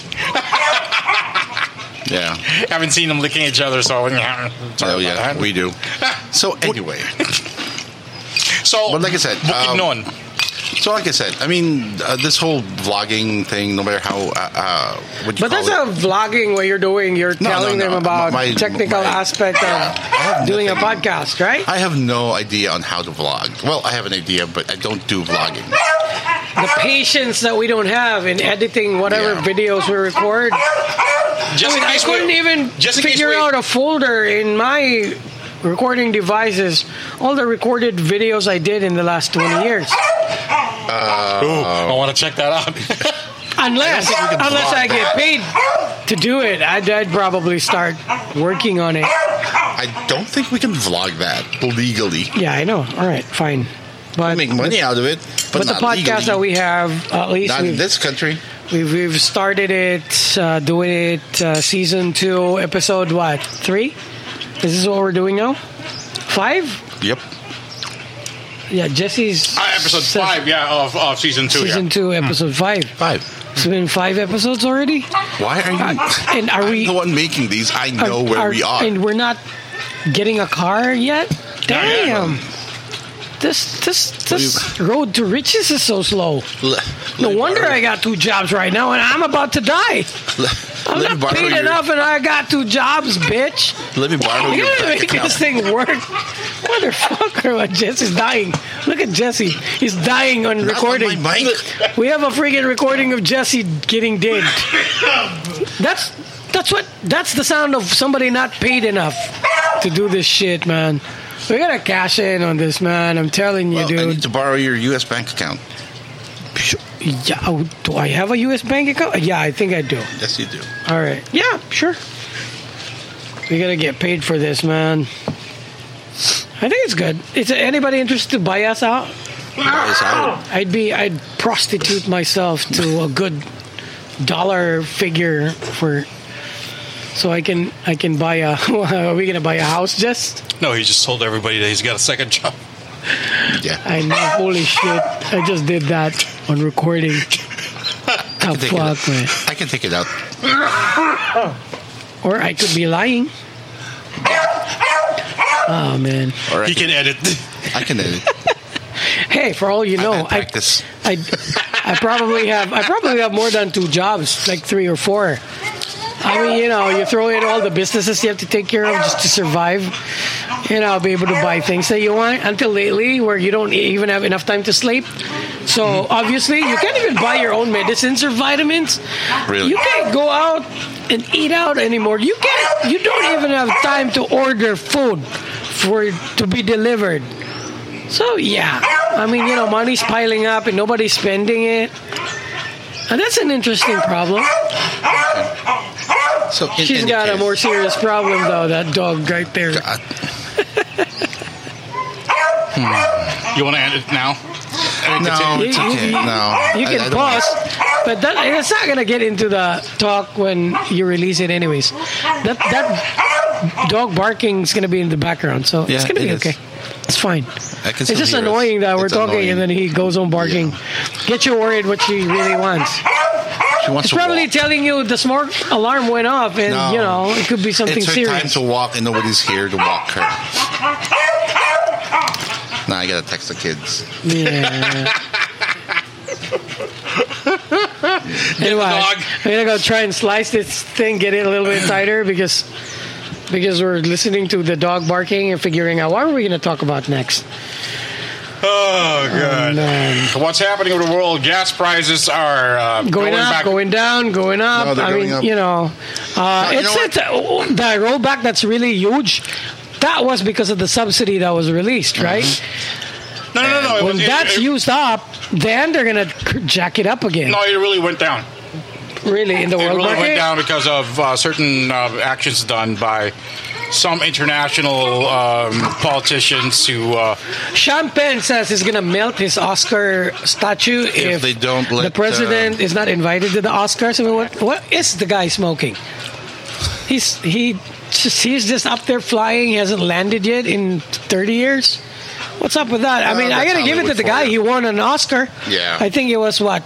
[SPEAKER 1] yeah.
[SPEAKER 3] Haven't seen them licking each other, so yeah. Sorry
[SPEAKER 1] oh
[SPEAKER 3] about
[SPEAKER 1] yeah,
[SPEAKER 3] that.
[SPEAKER 1] we do. So anyway,
[SPEAKER 3] So,
[SPEAKER 1] But like I said,
[SPEAKER 3] Bukid
[SPEAKER 1] um,
[SPEAKER 3] Noon.
[SPEAKER 1] so like I said, I mean, uh, this whole vlogging thing, no matter how, uh, uh, what you
[SPEAKER 2] But
[SPEAKER 1] call
[SPEAKER 2] that's
[SPEAKER 1] it,
[SPEAKER 2] not vlogging what you're doing. You're
[SPEAKER 1] No,
[SPEAKER 2] telling
[SPEAKER 1] no, no.
[SPEAKER 2] them about
[SPEAKER 1] My- my-
[SPEAKER 2] technical
[SPEAKER 1] my-
[SPEAKER 2] aspect
[SPEAKER 1] have
[SPEAKER 2] of doing a
[SPEAKER 1] nothing.
[SPEAKER 2] podcast, right?
[SPEAKER 1] I have no idea on how to vlog. Well, I have an idea, but I don't do vlogging.
[SPEAKER 2] the patience that we don't have in editing whatever
[SPEAKER 1] Yeah.
[SPEAKER 2] videos we record. I
[SPEAKER 3] Just
[SPEAKER 2] mean,
[SPEAKER 3] in
[SPEAKER 2] I
[SPEAKER 3] case
[SPEAKER 2] couldn't
[SPEAKER 3] we-
[SPEAKER 2] even
[SPEAKER 3] just in case
[SPEAKER 2] figure
[SPEAKER 3] we-
[SPEAKER 2] out a folder in my recording devices. All the recorded videos I did in the last 20 years.
[SPEAKER 3] Ooh, I want to check that out.
[SPEAKER 2] Unless,
[SPEAKER 1] I don't think we can
[SPEAKER 2] unless
[SPEAKER 1] block
[SPEAKER 2] I get paid to do it, I'd, I'd probably start working on it.
[SPEAKER 1] I don't think we can vlog that legally.
[SPEAKER 2] Yeah, I know. All right, fine. But
[SPEAKER 1] Make money out of it, but,
[SPEAKER 2] But the
[SPEAKER 1] not
[SPEAKER 2] podcast
[SPEAKER 1] legally.
[SPEAKER 2] that we have, at least
[SPEAKER 1] not in
[SPEAKER 2] we've,
[SPEAKER 1] this country.
[SPEAKER 2] we've, we've started it, uh, doing it, uh, season two, episode what, three? Is this what we're doing now? Five?
[SPEAKER 1] Yep.
[SPEAKER 2] Yeah, Jesse's.
[SPEAKER 3] Uh, episode
[SPEAKER 2] says-
[SPEAKER 3] five, yeah, of, of season two.
[SPEAKER 2] Season
[SPEAKER 3] yeah.
[SPEAKER 2] two, episode five.
[SPEAKER 1] Five.
[SPEAKER 2] It's been five episodes already?
[SPEAKER 1] Why are you?
[SPEAKER 2] And are we.
[SPEAKER 1] the one making these. I know where we are.
[SPEAKER 2] And we're not getting a car yet.
[SPEAKER 3] Not yet.
[SPEAKER 2] Damn. This this this road to riches is so slow.
[SPEAKER 1] Le-
[SPEAKER 2] No
[SPEAKER 1] let me
[SPEAKER 2] wonder
[SPEAKER 1] borrow-
[SPEAKER 2] I got two jobs right now, and I'm about to die.
[SPEAKER 1] le- let
[SPEAKER 2] I'm
[SPEAKER 1] me
[SPEAKER 2] not
[SPEAKER 1] borrow
[SPEAKER 2] paid
[SPEAKER 1] your-
[SPEAKER 2] enough, and I got two jobs, bitch.
[SPEAKER 1] Let me borrow
[SPEAKER 2] You
[SPEAKER 1] your
[SPEAKER 2] gotta
[SPEAKER 1] bank
[SPEAKER 2] make
[SPEAKER 1] account.
[SPEAKER 2] this thing work, motherfucker. my Jesse's dying. Look at Jesse. He's dying on
[SPEAKER 1] Not on
[SPEAKER 2] recording.
[SPEAKER 1] my mic.
[SPEAKER 2] We have a freaking recording of Jesse getting dinged. That's that's what that's the sound of somebody not paid enough to do this shit, man. We gotta cash in on this, man. I'm telling you,
[SPEAKER 1] Well, I need
[SPEAKER 2] dude.
[SPEAKER 1] to borrow your U.S. bank account.
[SPEAKER 2] Yeah, oh, do I have a U.S. bank account? Yeah, I think I do.
[SPEAKER 1] Yes, you do.
[SPEAKER 2] All right. Yeah, sure. We gotta get paid for this, man. I think it's good. Is there anybody interested to buy us out?
[SPEAKER 1] Yes, I would.
[SPEAKER 2] I'd be I'd prostitute myself to a good dollar figure for so I can I can buy a are we gonna buy a house just
[SPEAKER 3] No, he just told everybody that he's got a second job.
[SPEAKER 1] Yeah.
[SPEAKER 2] I know holy shit I just did that on recording the
[SPEAKER 1] take it out.
[SPEAKER 2] fuck man
[SPEAKER 1] I can take it out.
[SPEAKER 2] or I could be lying oh man
[SPEAKER 1] All right.
[SPEAKER 3] He can edit.
[SPEAKER 1] I can edit.
[SPEAKER 2] hey for all you know
[SPEAKER 1] I
[SPEAKER 2] I
[SPEAKER 1] practice.
[SPEAKER 2] I, I probably have I probably have more than two jobs, like three or four. I mean, you know, you throw in all the businesses you have to take care of just to survive. You know, be able to buy things that you want. Until lately, where you don't even have enough time to sleep. So obviously, you can't even buy your own medicines or vitamins.
[SPEAKER 1] Really?
[SPEAKER 2] You can't go out and eat out anymore. You can't. You don't even have time to order food for it to be delivered. So yeah, I mean you know money's piling up and nobody's spending it. And that's an interesting problem.
[SPEAKER 1] So in
[SPEAKER 2] She's
[SPEAKER 1] any
[SPEAKER 2] got a
[SPEAKER 1] case- uh,
[SPEAKER 2] more serious problem though. That dog right there.
[SPEAKER 1] God.
[SPEAKER 3] You want to edit now? And
[SPEAKER 1] No,
[SPEAKER 3] continue?
[SPEAKER 1] it's
[SPEAKER 2] You- you-
[SPEAKER 1] okay. No,
[SPEAKER 2] You
[SPEAKER 1] I- I
[SPEAKER 2] can
[SPEAKER 1] don't wanna-
[SPEAKER 2] pause, but that, it's not gonna get into the talk when you release it, anyways. That that dog barking is gonna be in the background, so it's
[SPEAKER 1] Yeah,
[SPEAKER 2] gonna be
[SPEAKER 1] it is.
[SPEAKER 2] okay. It's fine.
[SPEAKER 1] I can
[SPEAKER 2] It's
[SPEAKER 1] still
[SPEAKER 2] just
[SPEAKER 1] hear us.
[SPEAKER 2] annoying that we're
[SPEAKER 1] It's
[SPEAKER 2] talking
[SPEAKER 1] annoying.
[SPEAKER 2] and then he goes on barking. Get you worried what she really wants.
[SPEAKER 1] She wants
[SPEAKER 2] It's
[SPEAKER 1] to
[SPEAKER 2] probably
[SPEAKER 1] walk.
[SPEAKER 2] telling you the smart alarm went off, and
[SPEAKER 1] No.
[SPEAKER 2] you know it could be something
[SPEAKER 1] it's her time
[SPEAKER 2] serious.
[SPEAKER 1] to walk, and nobody's here to walk her. Now I gotta text the kids.
[SPEAKER 2] Yeah. anyway,
[SPEAKER 3] dog.
[SPEAKER 2] I'm gonna go try and slice this thing, get it a little bit tighter because because we're listening to the dog barking and figuring out what are we going to talk about next.
[SPEAKER 3] Oh,
[SPEAKER 2] Um,
[SPEAKER 3] God.
[SPEAKER 2] man.
[SPEAKER 3] What's happening with the world? Gas prices are uh,
[SPEAKER 2] Going, up,
[SPEAKER 3] back.
[SPEAKER 2] going down, going
[SPEAKER 1] No,
[SPEAKER 2] up.
[SPEAKER 1] they're
[SPEAKER 2] I
[SPEAKER 1] going
[SPEAKER 2] mean,
[SPEAKER 1] up.
[SPEAKER 2] you know, uh,
[SPEAKER 1] you
[SPEAKER 2] it's
[SPEAKER 1] know
[SPEAKER 2] it's oh, the rollback that's really huge. That was because of the subsidy that was
[SPEAKER 3] Mm-hmm.
[SPEAKER 2] released, right?
[SPEAKER 3] no, no, no, no. it
[SPEAKER 2] When
[SPEAKER 3] was- it-
[SPEAKER 2] that's
[SPEAKER 3] it-
[SPEAKER 2] used up, then they're going to jack it up again.
[SPEAKER 3] No, it really went down.
[SPEAKER 2] Really, in the
[SPEAKER 3] It
[SPEAKER 2] world
[SPEAKER 3] really
[SPEAKER 2] market?
[SPEAKER 3] went down because of uh, certain uh, actions done by some international um, politicians who. Uh,
[SPEAKER 2] Sean Penn says he's gonna melt his Oscar statue if,
[SPEAKER 1] they don't
[SPEAKER 2] the
[SPEAKER 1] let, um,
[SPEAKER 2] president is not invited to the Oscars. I mean, what what is the guy smoking? He's he just, he's just up there flying. He hasn't landed yet in thirty years. What's up with that? I
[SPEAKER 1] Uh,
[SPEAKER 2] mean, I
[SPEAKER 1] that's
[SPEAKER 2] gotta give it to
[SPEAKER 1] Hollywood
[SPEAKER 2] the
[SPEAKER 1] for
[SPEAKER 2] guy.
[SPEAKER 1] you.
[SPEAKER 2] He won an Oscar.
[SPEAKER 1] Yeah.
[SPEAKER 2] I think it was what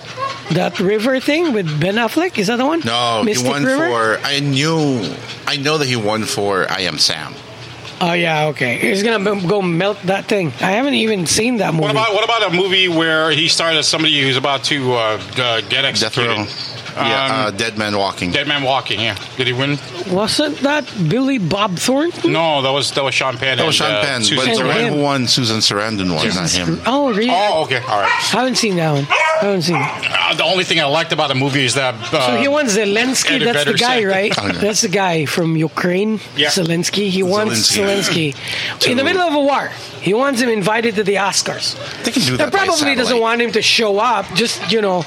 [SPEAKER 2] that River thing with Ben Affleck. Is that the one?
[SPEAKER 1] No,
[SPEAKER 2] Mystic
[SPEAKER 1] he won
[SPEAKER 2] River?
[SPEAKER 1] for. I knew. I know that he won for I Am Sam.
[SPEAKER 2] Oh yeah, okay. He's gonna m- go melt that thing. I haven't even seen that movie.
[SPEAKER 3] what about what about a movie where he starred as somebody who's about to uh, uh, get
[SPEAKER 1] Death Row.
[SPEAKER 3] executed?
[SPEAKER 1] yeah,
[SPEAKER 3] Um,
[SPEAKER 1] uh, Dead Man Walking.
[SPEAKER 3] Dead Man Walking. Yeah, did he win?
[SPEAKER 2] Wasn't that Billy Bob Thornton?
[SPEAKER 3] No, that was that was Sean Penn.
[SPEAKER 1] that was
[SPEAKER 3] and,
[SPEAKER 1] Sean
[SPEAKER 3] uh,
[SPEAKER 1] Penn,
[SPEAKER 3] Susan
[SPEAKER 1] but the
[SPEAKER 2] And
[SPEAKER 3] Sarandon.
[SPEAKER 1] one
[SPEAKER 2] him.
[SPEAKER 1] who won Susan Sarandon won, not him.
[SPEAKER 2] Oh, really?
[SPEAKER 3] Oh, okay, all right.
[SPEAKER 2] Haven't seen that one. Haven't seen it.
[SPEAKER 3] Uh, the only thing I liked about the movie is that. Uh,
[SPEAKER 2] So he won Zelensky.
[SPEAKER 3] Eddie
[SPEAKER 2] That's the
[SPEAKER 3] Vedder
[SPEAKER 2] guy,
[SPEAKER 3] said-
[SPEAKER 2] right?
[SPEAKER 1] Oh, no.
[SPEAKER 2] That's the guy from Ukraine.
[SPEAKER 3] Yeah.
[SPEAKER 2] Zelensky. He wants
[SPEAKER 1] Zelensky.
[SPEAKER 2] Zelensky. in the middle of a war. He wants him invited to the Oscars.
[SPEAKER 1] They can do
[SPEAKER 2] He
[SPEAKER 1] that. by
[SPEAKER 2] probably doesn't
[SPEAKER 1] satellite.
[SPEAKER 2] want him to show up. Just you know,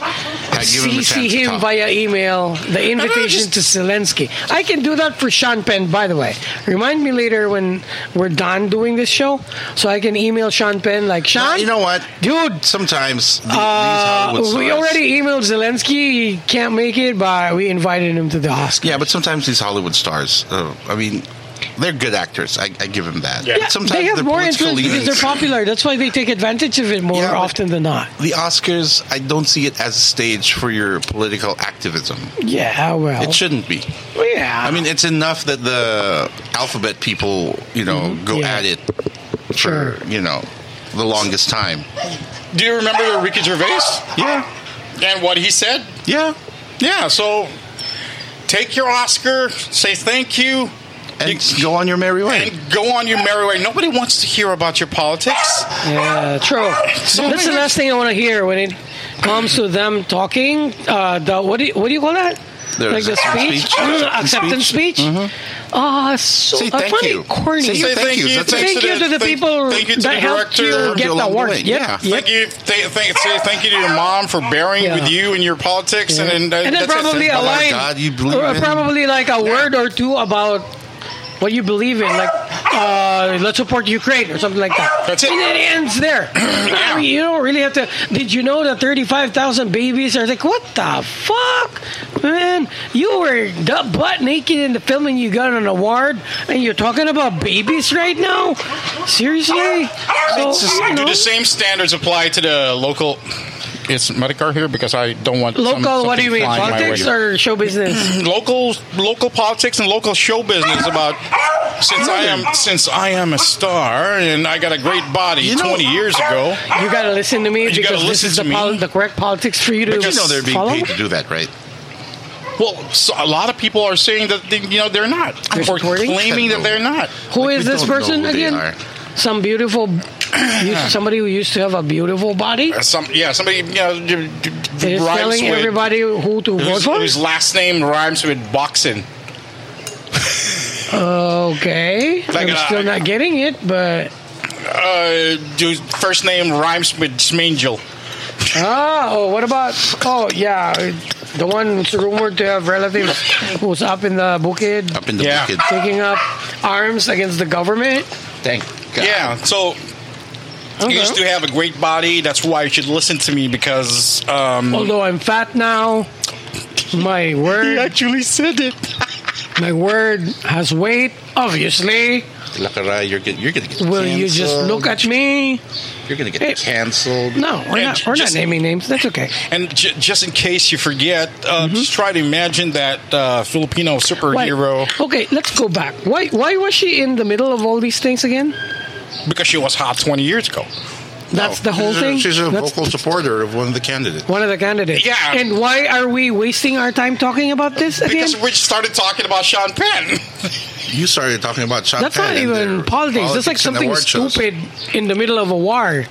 [SPEAKER 1] give him a
[SPEAKER 2] CC
[SPEAKER 1] chance to
[SPEAKER 2] him,
[SPEAKER 1] talk.
[SPEAKER 2] via email the invitation to Zelensky. I can do that for Sean Penn, by the way. Remind me later when we're done doing this show, so I can email Sean Penn like Sean.
[SPEAKER 1] Uh, you know what?
[SPEAKER 2] dude?
[SPEAKER 1] Sometimes the,
[SPEAKER 2] Uh,
[SPEAKER 1] these Hollywood
[SPEAKER 2] we
[SPEAKER 1] stars-
[SPEAKER 2] already emailed Zelensky. He can't make it, but we invited him to the Oscars.
[SPEAKER 1] Yeah, but sometimes these Hollywood stars. Uh, I mean, they're good actors. I, I give them that.
[SPEAKER 3] Yeah. Yeah,
[SPEAKER 1] But sometimes
[SPEAKER 2] they have
[SPEAKER 1] their
[SPEAKER 2] more
[SPEAKER 1] political
[SPEAKER 2] influence because they're
[SPEAKER 1] leanings-
[SPEAKER 2] popular. That's why they take advantage of it more
[SPEAKER 1] Yeah, but-
[SPEAKER 2] often than not.
[SPEAKER 1] The Oscars, I don't see it as a stage for your political activism.
[SPEAKER 2] Yeah, well,
[SPEAKER 1] It shouldn't be.
[SPEAKER 2] yeah.
[SPEAKER 1] I mean, it's enough that the alphabet people, you know, go
[SPEAKER 2] Mm-hmm. Yeah.
[SPEAKER 1] at it for,
[SPEAKER 2] Sure.
[SPEAKER 1] you know, the longest time.
[SPEAKER 3] do you remember Ricky Gervais
[SPEAKER 1] Yeah.
[SPEAKER 3] and what he said?
[SPEAKER 1] Yeah.
[SPEAKER 3] Yeah, so take your Oscar, say thank you,
[SPEAKER 1] And
[SPEAKER 3] you-
[SPEAKER 1] go on your merry way.
[SPEAKER 3] and go on your merry way. Nobody wants to hear about your politics.
[SPEAKER 2] Yeah, true. That's the last thing I want to hear when it comes to them talking. Uh, the what do you, what do you call that?
[SPEAKER 1] The
[SPEAKER 2] like the
[SPEAKER 1] acceptance
[SPEAKER 2] speech,
[SPEAKER 1] speech.
[SPEAKER 2] Mm,
[SPEAKER 1] Acceptance
[SPEAKER 2] acceptance speech. Ah, so
[SPEAKER 1] Say
[SPEAKER 2] uh,
[SPEAKER 1] thank
[SPEAKER 2] funny,
[SPEAKER 1] you.
[SPEAKER 2] corny.
[SPEAKER 1] Say
[SPEAKER 3] Say
[SPEAKER 1] thank you. That's
[SPEAKER 3] thanks
[SPEAKER 2] Thank you to the
[SPEAKER 3] thank-
[SPEAKER 2] people
[SPEAKER 3] Thank you to
[SPEAKER 2] that
[SPEAKER 3] the
[SPEAKER 2] helped
[SPEAKER 3] director.
[SPEAKER 2] you
[SPEAKER 1] helped you
[SPEAKER 2] get the
[SPEAKER 1] along the
[SPEAKER 2] award.
[SPEAKER 1] way,
[SPEAKER 2] Yep,
[SPEAKER 1] yeah.
[SPEAKER 2] yep.
[SPEAKER 3] Thank you, th- th- say thank you to your mom for bearing
[SPEAKER 2] Yeah.
[SPEAKER 3] with you and your politics, and,
[SPEAKER 2] and,
[SPEAKER 3] then that-
[SPEAKER 2] then
[SPEAKER 3] that's it.
[SPEAKER 2] probably
[SPEAKER 1] Oh
[SPEAKER 2] a
[SPEAKER 1] my
[SPEAKER 2] line,
[SPEAKER 1] God, you believe
[SPEAKER 2] or
[SPEAKER 1] in-
[SPEAKER 2] probably like a word or two about what you believe in, like uh, let's support Ukraine or something like that.
[SPEAKER 3] That's it.
[SPEAKER 2] And it ends there. I mean, you don't really have to. Did you know that thirty-five thousand babies are like what the fuck, man? You were du- butt naked in the film and you got an award, and you're talking about babies right now? Seriously? So,
[SPEAKER 1] It's just-
[SPEAKER 2] you
[SPEAKER 3] Do
[SPEAKER 2] know.
[SPEAKER 3] the same standards apply to the local? It's Medicare here because I don't want some-
[SPEAKER 2] Local, what do you
[SPEAKER 3] something
[SPEAKER 2] mean?
[SPEAKER 3] flying my
[SPEAKER 2] Politics
[SPEAKER 3] way.
[SPEAKER 2] or show business?
[SPEAKER 3] local local politics and local show business about since I am since I am a star and I got a great body
[SPEAKER 1] You know-
[SPEAKER 3] 20 years ago.
[SPEAKER 2] You gotta listen to me
[SPEAKER 3] You gotta
[SPEAKER 2] because this
[SPEAKER 3] listen
[SPEAKER 2] is
[SPEAKER 3] to
[SPEAKER 2] the,
[SPEAKER 3] me.
[SPEAKER 2] pol- the correct politics for you to
[SPEAKER 1] But you know they're being
[SPEAKER 2] follow.
[SPEAKER 1] paid to do that, right?
[SPEAKER 3] Well, so a lot of people are saying that they, you know they're not
[SPEAKER 2] They're
[SPEAKER 3] or
[SPEAKER 2] supporting?
[SPEAKER 3] claiming that they're not.
[SPEAKER 2] Who
[SPEAKER 1] Like,
[SPEAKER 2] is
[SPEAKER 1] we
[SPEAKER 2] this
[SPEAKER 1] don't know
[SPEAKER 2] person
[SPEAKER 1] who they
[SPEAKER 2] again?
[SPEAKER 1] are.
[SPEAKER 2] Some beautiful, used, somebody who used to have a beautiful body.
[SPEAKER 3] Uh, Some yeah, somebody you know d- d-
[SPEAKER 2] They're
[SPEAKER 3] rhymes
[SPEAKER 2] telling
[SPEAKER 3] with-
[SPEAKER 2] everybody who to vote
[SPEAKER 3] whose,
[SPEAKER 2] for.
[SPEAKER 3] whose last name rhymes with boxing.
[SPEAKER 2] okay,
[SPEAKER 3] Like,
[SPEAKER 2] I'm
[SPEAKER 3] uh,
[SPEAKER 2] still not getting it, but
[SPEAKER 3] Uh, whose first name rhymes with Smangel.
[SPEAKER 2] ah, oh, what about? Oh yeah, the one who's rumored to have relatives who's up in the bukid
[SPEAKER 1] Up in the
[SPEAKER 3] Yeah.
[SPEAKER 1] wicked.
[SPEAKER 2] taking up arms against the government.
[SPEAKER 1] Thank God.
[SPEAKER 3] Yeah, so
[SPEAKER 2] Okay.
[SPEAKER 3] you used to have a great body. That's why you should listen to me because um,
[SPEAKER 2] Although I'm fat now, my word.
[SPEAKER 3] actually said it.
[SPEAKER 2] My word has weight, obviously.
[SPEAKER 1] Lakarai, you're gonna, you're gonna get
[SPEAKER 2] Will you just
[SPEAKER 1] canceled.
[SPEAKER 2] look at me?
[SPEAKER 1] You're gonna get
[SPEAKER 2] Hey.
[SPEAKER 1] canceled.
[SPEAKER 2] No, we're
[SPEAKER 3] Yeah,
[SPEAKER 2] not, we're
[SPEAKER 3] just-
[SPEAKER 2] not naming names. That's okay.
[SPEAKER 3] And j- just in case you forget, uh, just try to imagine that uh, Filipino
[SPEAKER 2] Mm-hmm. Wait.
[SPEAKER 3] superhero
[SPEAKER 2] Okay, let's go back. Why why was she in the middle of all these things again?
[SPEAKER 3] because she was hot 20 years ago.
[SPEAKER 2] That's the whole
[SPEAKER 1] She's a-
[SPEAKER 2] thing.
[SPEAKER 1] She's a
[SPEAKER 2] That's
[SPEAKER 1] vocal supporter of one of the candidates.
[SPEAKER 2] one of the candidates.
[SPEAKER 3] Yeah.
[SPEAKER 2] And why are we wasting our time talking about this again?
[SPEAKER 3] Because we started talking about Sean Penn.
[SPEAKER 1] you started talking about Sean
[SPEAKER 2] That's
[SPEAKER 1] Penn
[SPEAKER 2] not
[SPEAKER 1] and their
[SPEAKER 2] even politics. That's like
[SPEAKER 1] and
[SPEAKER 2] something
[SPEAKER 1] award shows.
[SPEAKER 2] stupid in the middle of a war.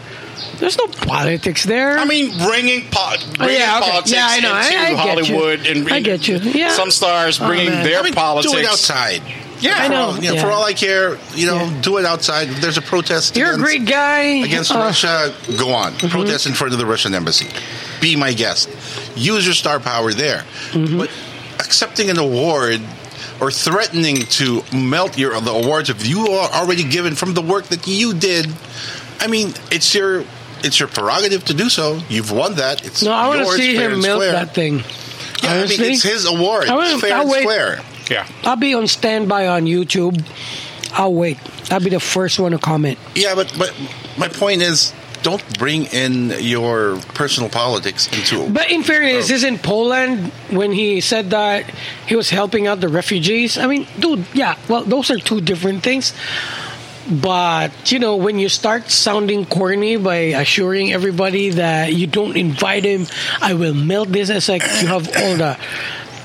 [SPEAKER 2] There's no politics there.
[SPEAKER 3] I mean, bringing, po-
[SPEAKER 2] Oh,
[SPEAKER 3] bringing
[SPEAKER 2] yeah, okay.
[SPEAKER 3] politics
[SPEAKER 2] Yeah, I know. I-
[SPEAKER 3] into
[SPEAKER 2] I get you.
[SPEAKER 3] Hollywood and
[SPEAKER 2] I get you. Yeah.
[SPEAKER 3] some stars
[SPEAKER 2] Oh,
[SPEAKER 3] bringing
[SPEAKER 2] man.
[SPEAKER 3] their
[SPEAKER 2] I
[SPEAKER 1] mean,
[SPEAKER 3] politics.
[SPEAKER 1] Do it outside.
[SPEAKER 3] Yeah.
[SPEAKER 1] for
[SPEAKER 2] I know.
[SPEAKER 1] all- you know,
[SPEAKER 2] Yeah.
[SPEAKER 1] For all I care, you know,
[SPEAKER 2] Yeah.
[SPEAKER 1] do it outside. If There's a protest.
[SPEAKER 2] You're a
[SPEAKER 1] against,
[SPEAKER 2] great guy.
[SPEAKER 1] against
[SPEAKER 2] Uh,
[SPEAKER 1] Russia. Go on,
[SPEAKER 2] Mm-hmm.
[SPEAKER 1] protest in front of the Russian embassy. Be my guest. Use your star power there.
[SPEAKER 2] Mm-hmm.
[SPEAKER 1] But accepting an award or threatening to melt your the awards if you are already given from the work that you did. I mean, it's your it's your prerogative to do so. You've won that. It's
[SPEAKER 2] No, I want to
[SPEAKER 1] yours,
[SPEAKER 2] see
[SPEAKER 1] fair
[SPEAKER 2] him
[SPEAKER 1] and
[SPEAKER 2] milk
[SPEAKER 1] square.
[SPEAKER 2] that thing.
[SPEAKER 1] Yeah,
[SPEAKER 2] Honestly,
[SPEAKER 1] I mean, it's his award.
[SPEAKER 2] I
[SPEAKER 1] It's
[SPEAKER 2] won't-
[SPEAKER 1] fair
[SPEAKER 2] I'll
[SPEAKER 1] and
[SPEAKER 2] wait.
[SPEAKER 1] square.
[SPEAKER 3] Yeah.
[SPEAKER 2] I'll be on standby on YouTube. I'll wait. I'll be the first one to comment.
[SPEAKER 1] Yeah, but but my point is, don't bring in your personal politics into.
[SPEAKER 2] But in fairness,
[SPEAKER 3] Oh.
[SPEAKER 2] isn't Poland when he said that he was helping out the refugees? I mean, dude, yeah. Well, those are two different things. But you know, when you start sounding corny by assuring everybody that you don't invite him, I will melt this. It's like you have all the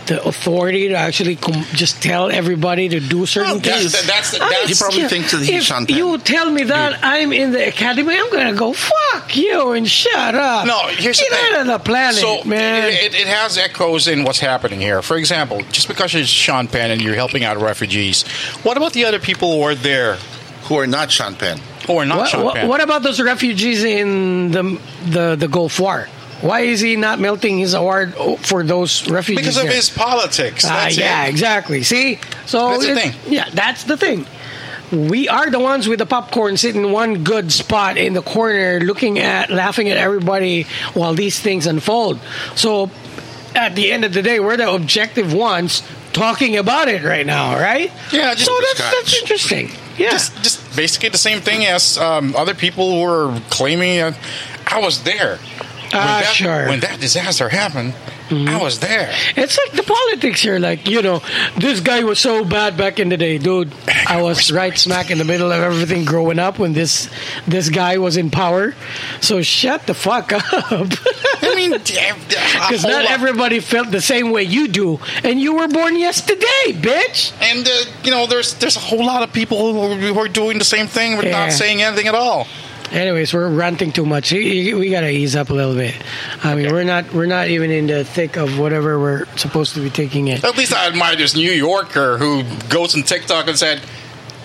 [SPEAKER 2] the authority to actually com- just tell everybody to do certain
[SPEAKER 1] Okay.
[SPEAKER 2] things.
[SPEAKER 3] That's, that's,
[SPEAKER 2] I mean,
[SPEAKER 1] He
[SPEAKER 3] that's,
[SPEAKER 1] probably
[SPEAKER 2] yeah,
[SPEAKER 1] thinks that he's
[SPEAKER 2] if
[SPEAKER 1] Sean Penn.
[SPEAKER 2] you tell me that I'm in the academy, I'm gonna go fuck you and shut up.
[SPEAKER 3] No, here's
[SPEAKER 2] get
[SPEAKER 3] the thing.
[SPEAKER 2] out of the planet,
[SPEAKER 3] so
[SPEAKER 2] man.
[SPEAKER 3] It, it has echoes in what's happening here. For example, just because you're Sean Penn and you're helping out refugees, what about the other people who are there
[SPEAKER 1] who are not Sean Penn.
[SPEAKER 3] who are not
[SPEAKER 2] what,
[SPEAKER 3] Sean
[SPEAKER 2] what,
[SPEAKER 3] Penn?
[SPEAKER 2] what about those refugees in the the the Gulf War? Why is he not melting his award for those refugees?
[SPEAKER 3] because of
[SPEAKER 2] there?
[SPEAKER 3] his politics.
[SPEAKER 2] Ah,
[SPEAKER 3] That's
[SPEAKER 2] yeah,
[SPEAKER 3] it.
[SPEAKER 2] exactly. See, so
[SPEAKER 3] That's the
[SPEAKER 2] it-
[SPEAKER 3] thing.
[SPEAKER 2] Yeah, that's the thing. We are the ones with the popcorn sitting in one good spot in the corner, looking at, laughing at everybody while these things unfold. So, at the end of the day, we're the objective ones talking about it right now, right?
[SPEAKER 3] Yeah, just-
[SPEAKER 2] so that's, that's
[SPEAKER 1] Scotch.
[SPEAKER 2] interesting. Yeah,
[SPEAKER 3] Just, just basically the same thing as um, other people who are claiming uh, I was there. When
[SPEAKER 2] Ah,
[SPEAKER 3] that-
[SPEAKER 2] sure. Mm-hmm.
[SPEAKER 3] When that disaster happened, I was there.
[SPEAKER 2] It's like the politics here. Like, you know, this guy was so bad back in the day, dude. I was right smack in the middle of everything growing up when this this guy was in power. So shut the fuck up.
[SPEAKER 3] I mean, eh, because
[SPEAKER 2] Because not everybody felt the same way you do. And you were born yesterday, bitch.
[SPEAKER 3] And uh, you know, there's there's a whole lot of people who are, who are doing the same thing, but
[SPEAKER 2] Yeah.
[SPEAKER 3] not saying anything at all.
[SPEAKER 2] Anyways, we're ranting too much. We we gotta ease up a little bit. I mean, we're not we're not even in the thick of whatever we're supposed to be taking in.
[SPEAKER 3] At least I admire this New Yorker who goes on TikTok and said,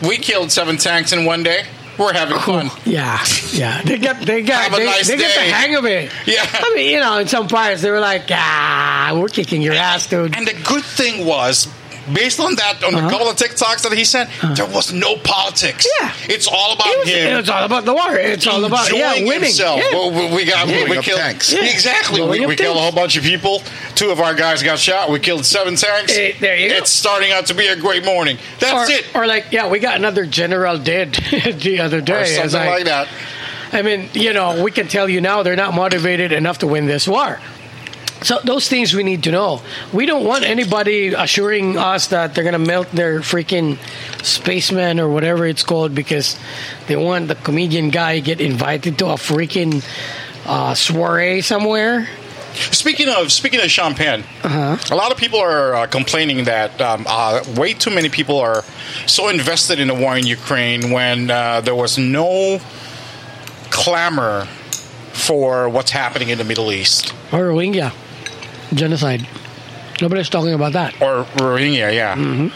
[SPEAKER 3] "We killed seven tanks in one day. We're having fun."
[SPEAKER 2] Yeah, yeah. They get they got
[SPEAKER 3] Have a
[SPEAKER 2] they,
[SPEAKER 3] nice
[SPEAKER 2] they get the
[SPEAKER 3] day.
[SPEAKER 2] hang of it.
[SPEAKER 3] Yeah.
[SPEAKER 2] I mean, you know, in some parts they were like, ah, we're kicking your ass, dude.
[SPEAKER 3] And the good thing was, based on that, on
[SPEAKER 2] Uh-huh.
[SPEAKER 3] a couple of TikToks that he sent, there was no politics.
[SPEAKER 2] Yeah.
[SPEAKER 3] it's all about
[SPEAKER 2] It was, uh,
[SPEAKER 3] him.
[SPEAKER 2] It's all about the war. It's all about yeah,
[SPEAKER 3] enjoying
[SPEAKER 2] winning.
[SPEAKER 3] himself.
[SPEAKER 2] Yeah.
[SPEAKER 3] Well, we- we got
[SPEAKER 1] Blowing
[SPEAKER 3] we
[SPEAKER 1] up
[SPEAKER 3] killed
[SPEAKER 1] tanks.
[SPEAKER 2] Yeah.
[SPEAKER 3] exactly.
[SPEAKER 2] Blowing
[SPEAKER 3] We,
[SPEAKER 2] up
[SPEAKER 3] we killed a
[SPEAKER 2] tanks.
[SPEAKER 3] whole bunch of people. Two of our guys got shot. We killed seven tanks.
[SPEAKER 2] Eh, there you go.
[SPEAKER 3] it's starting out to be a great morning.
[SPEAKER 2] or,
[SPEAKER 3] That's it.
[SPEAKER 2] or like, yeah, we got another general dead the other day.
[SPEAKER 3] Or
[SPEAKER 2] It's
[SPEAKER 3] something like, that.
[SPEAKER 2] I mean, you know, we can tell you now they're not motivated enough to win this war. So those things we need to know. We don't want anybody assuring us that they're going to melt their freaking spaceman or whatever it's called because they want the comedian guy get invited to a freaking uh, soiree somewhere.
[SPEAKER 3] Speaking of speaking of champagne,
[SPEAKER 2] Uh-huh.
[SPEAKER 3] a lot of people are uh, complaining that um, uh, way too many people are so invested in the war in Ukraine when uh, there was no clamor for what's happening in the Middle East.
[SPEAKER 2] Or Rohingya genocide. Nobody's talking about that.
[SPEAKER 3] or Rohingya, yeah.
[SPEAKER 2] Mm-hmm.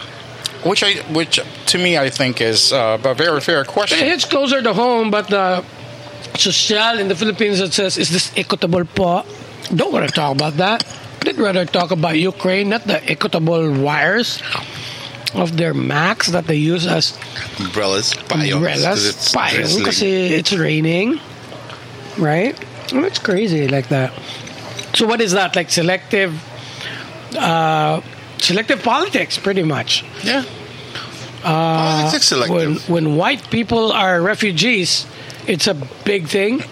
[SPEAKER 3] Which I, which to me, I think is uh, a very fair
[SPEAKER 2] It
[SPEAKER 3] question.
[SPEAKER 2] hits closer to home, but the social in the Philippines that says, is this equitable po? Don't want to talk about that. They'd rather talk about Ukraine, not the equitable wires of their max that they use as
[SPEAKER 1] Umbrellas, bios,
[SPEAKER 2] umbrellas.
[SPEAKER 1] oh, It's
[SPEAKER 2] Payong
[SPEAKER 1] drizzling.
[SPEAKER 2] kasi it's raining, right? Well, It's crazy like that. So what is that? Like selective, uh, selective politics, pretty much.
[SPEAKER 1] yeah. Uh, Politics selective.
[SPEAKER 2] when when white people are refugees, it's a big thing,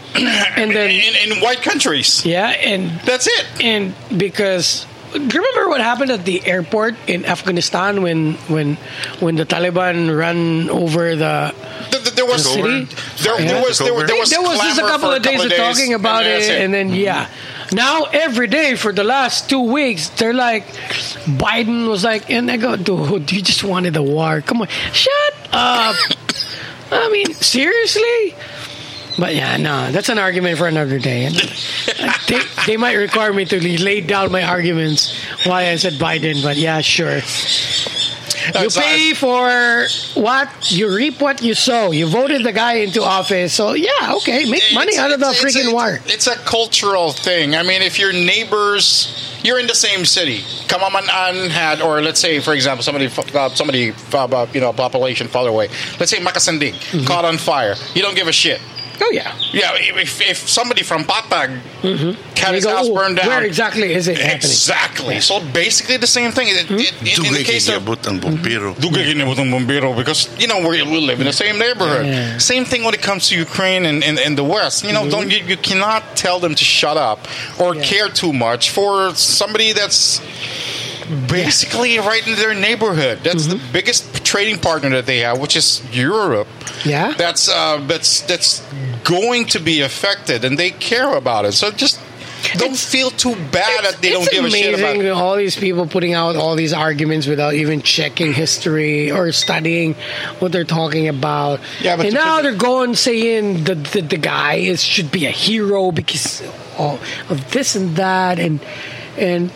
[SPEAKER 2] and then
[SPEAKER 3] in, in white countries,
[SPEAKER 2] yeah, and
[SPEAKER 3] that's it.
[SPEAKER 2] and because do you remember what happened at the airport in Afghanistan when when when the Taliban ran over the
[SPEAKER 3] Th- th- There was
[SPEAKER 2] The city?
[SPEAKER 3] there, there was there, were- there was
[SPEAKER 2] there was just a
[SPEAKER 3] clamor
[SPEAKER 2] couple
[SPEAKER 3] for
[SPEAKER 2] of days
[SPEAKER 3] couple
[SPEAKER 2] of talking about
[SPEAKER 3] and
[SPEAKER 2] it,
[SPEAKER 3] that's Mm-hmm.
[SPEAKER 2] and then yeah, Now every day for the last two weeks, they're like, Biden was like, and I go, dude, you just wanted a war. Come on, shut up. I mean, seriously. But yeah, no, that's an argument for another day. they, they might require me to lay down my arguments why I said Biden, but yeah, sure. You
[SPEAKER 3] That's-
[SPEAKER 2] pay for what you reap, what you sow. You voted the guy into office, so yeah, okay, make money
[SPEAKER 3] It's-
[SPEAKER 2] out of the
[SPEAKER 3] it's- it's
[SPEAKER 2] freaking
[SPEAKER 3] a-
[SPEAKER 2] war.
[SPEAKER 3] It's a cultural thing. I mean, if your neighbors, you're in the same city. Kamamanan had, or let's say, for example, somebody, uh, somebody, uh, you know, population far away. Let's say Makasindig
[SPEAKER 2] Mm-hmm.
[SPEAKER 3] caught on fire. You don't give a shit.
[SPEAKER 2] Oh yeah,
[SPEAKER 3] Yeah, if, if somebody from Patag had
[SPEAKER 2] They
[SPEAKER 3] his
[SPEAKER 2] go,
[SPEAKER 3] house
[SPEAKER 2] "Oh,
[SPEAKER 3] burned down,
[SPEAKER 2] Where exactly is it happening?
[SPEAKER 3] Exactly. So basically the same thing. It- it- in- in the case of
[SPEAKER 1] Dugay ang
[SPEAKER 2] Mm-hmm.
[SPEAKER 1] bumpiro.
[SPEAKER 3] Dugaginibot ng Bombero because you know we, we live in the same neighborhood.
[SPEAKER 2] Yeah. Mm-hmm.
[SPEAKER 3] Same thing when it comes to Ukraine and, and, and the West. You know, don't you, you cannot tell them to shut up or
[SPEAKER 2] Yeah.
[SPEAKER 3] care too much for somebody that's basically right in their neighborhood. That's
[SPEAKER 2] Mm-hmm.
[SPEAKER 3] the biggest trading partner that they have, which is Europe.
[SPEAKER 2] Yeah.
[SPEAKER 3] that's uh, that's that's going to be affected, and they care about it. So just. Don't feel too bad that they don't
[SPEAKER 2] it's
[SPEAKER 3] give a
[SPEAKER 2] amazing
[SPEAKER 3] shit about
[SPEAKER 2] that all these people putting out all these arguments without even checking history or studying what they're talking about.
[SPEAKER 3] Yeah, but
[SPEAKER 2] and
[SPEAKER 3] to
[SPEAKER 2] now
[SPEAKER 3] put-
[SPEAKER 2] they're going saying that the, the guy is should be a hero because all of this and that and and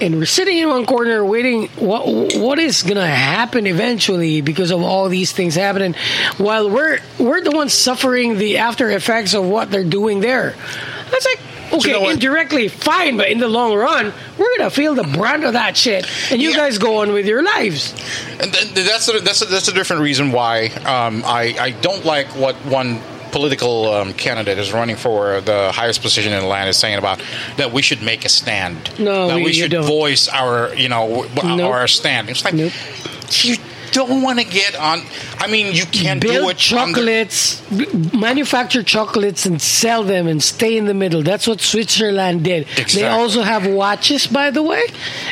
[SPEAKER 2] and we're sitting in one corner waiting what what is gonna happen eventually because of all these things happening while we're we're the ones suffering the after effects of what they're doing there that's like okay
[SPEAKER 3] know what?
[SPEAKER 2] indirectly fine but in the long run we're gonna feel the brunt of that shit and you
[SPEAKER 3] Yeah.
[SPEAKER 2] guys go on with your lives
[SPEAKER 3] and th- th- that's a, that's a, that's a different reason why um, I I don't like what one political um, candidate is running for the highest position in the land is saying about that we should make a stand.
[SPEAKER 2] No,
[SPEAKER 3] that
[SPEAKER 2] we-
[SPEAKER 3] we
[SPEAKER 2] you
[SPEAKER 3] should
[SPEAKER 2] don't.
[SPEAKER 3] voice our you know w-
[SPEAKER 2] Nope.
[SPEAKER 3] our stand. It's like
[SPEAKER 2] Nope.
[SPEAKER 3] you don't want to get on. I mean, you can't do
[SPEAKER 2] build
[SPEAKER 3] it. on the-
[SPEAKER 2] chocolates b- manufacture chocolates and sell them and stay in the middle that's what switzerland did
[SPEAKER 3] Exactly.
[SPEAKER 2] they also have watches by the way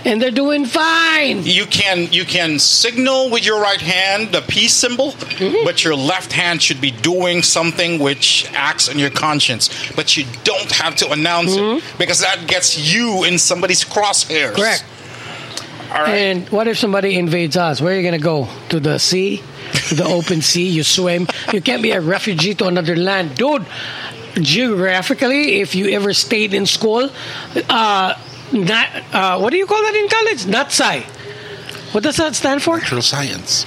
[SPEAKER 2] and they're doing fine
[SPEAKER 3] you can you can signal with your right hand the peace symbol,
[SPEAKER 2] Mm-hmm.
[SPEAKER 3] but your left hand should be doing something which acts on your conscience. But you don't have to announce it because that gets you in somebody's crosshairs.
[SPEAKER 2] Mm-hmm. Correct.
[SPEAKER 3] All right.
[SPEAKER 2] And what if somebody invades us? Where are you going to go? To the sea? To the open sea? You swim? You can't be a refugee to another land. Dude, geographically, if you ever stayed in school, uh, not, uh, what do you call that in college? Natsai. What does that stand for?
[SPEAKER 1] Natural science.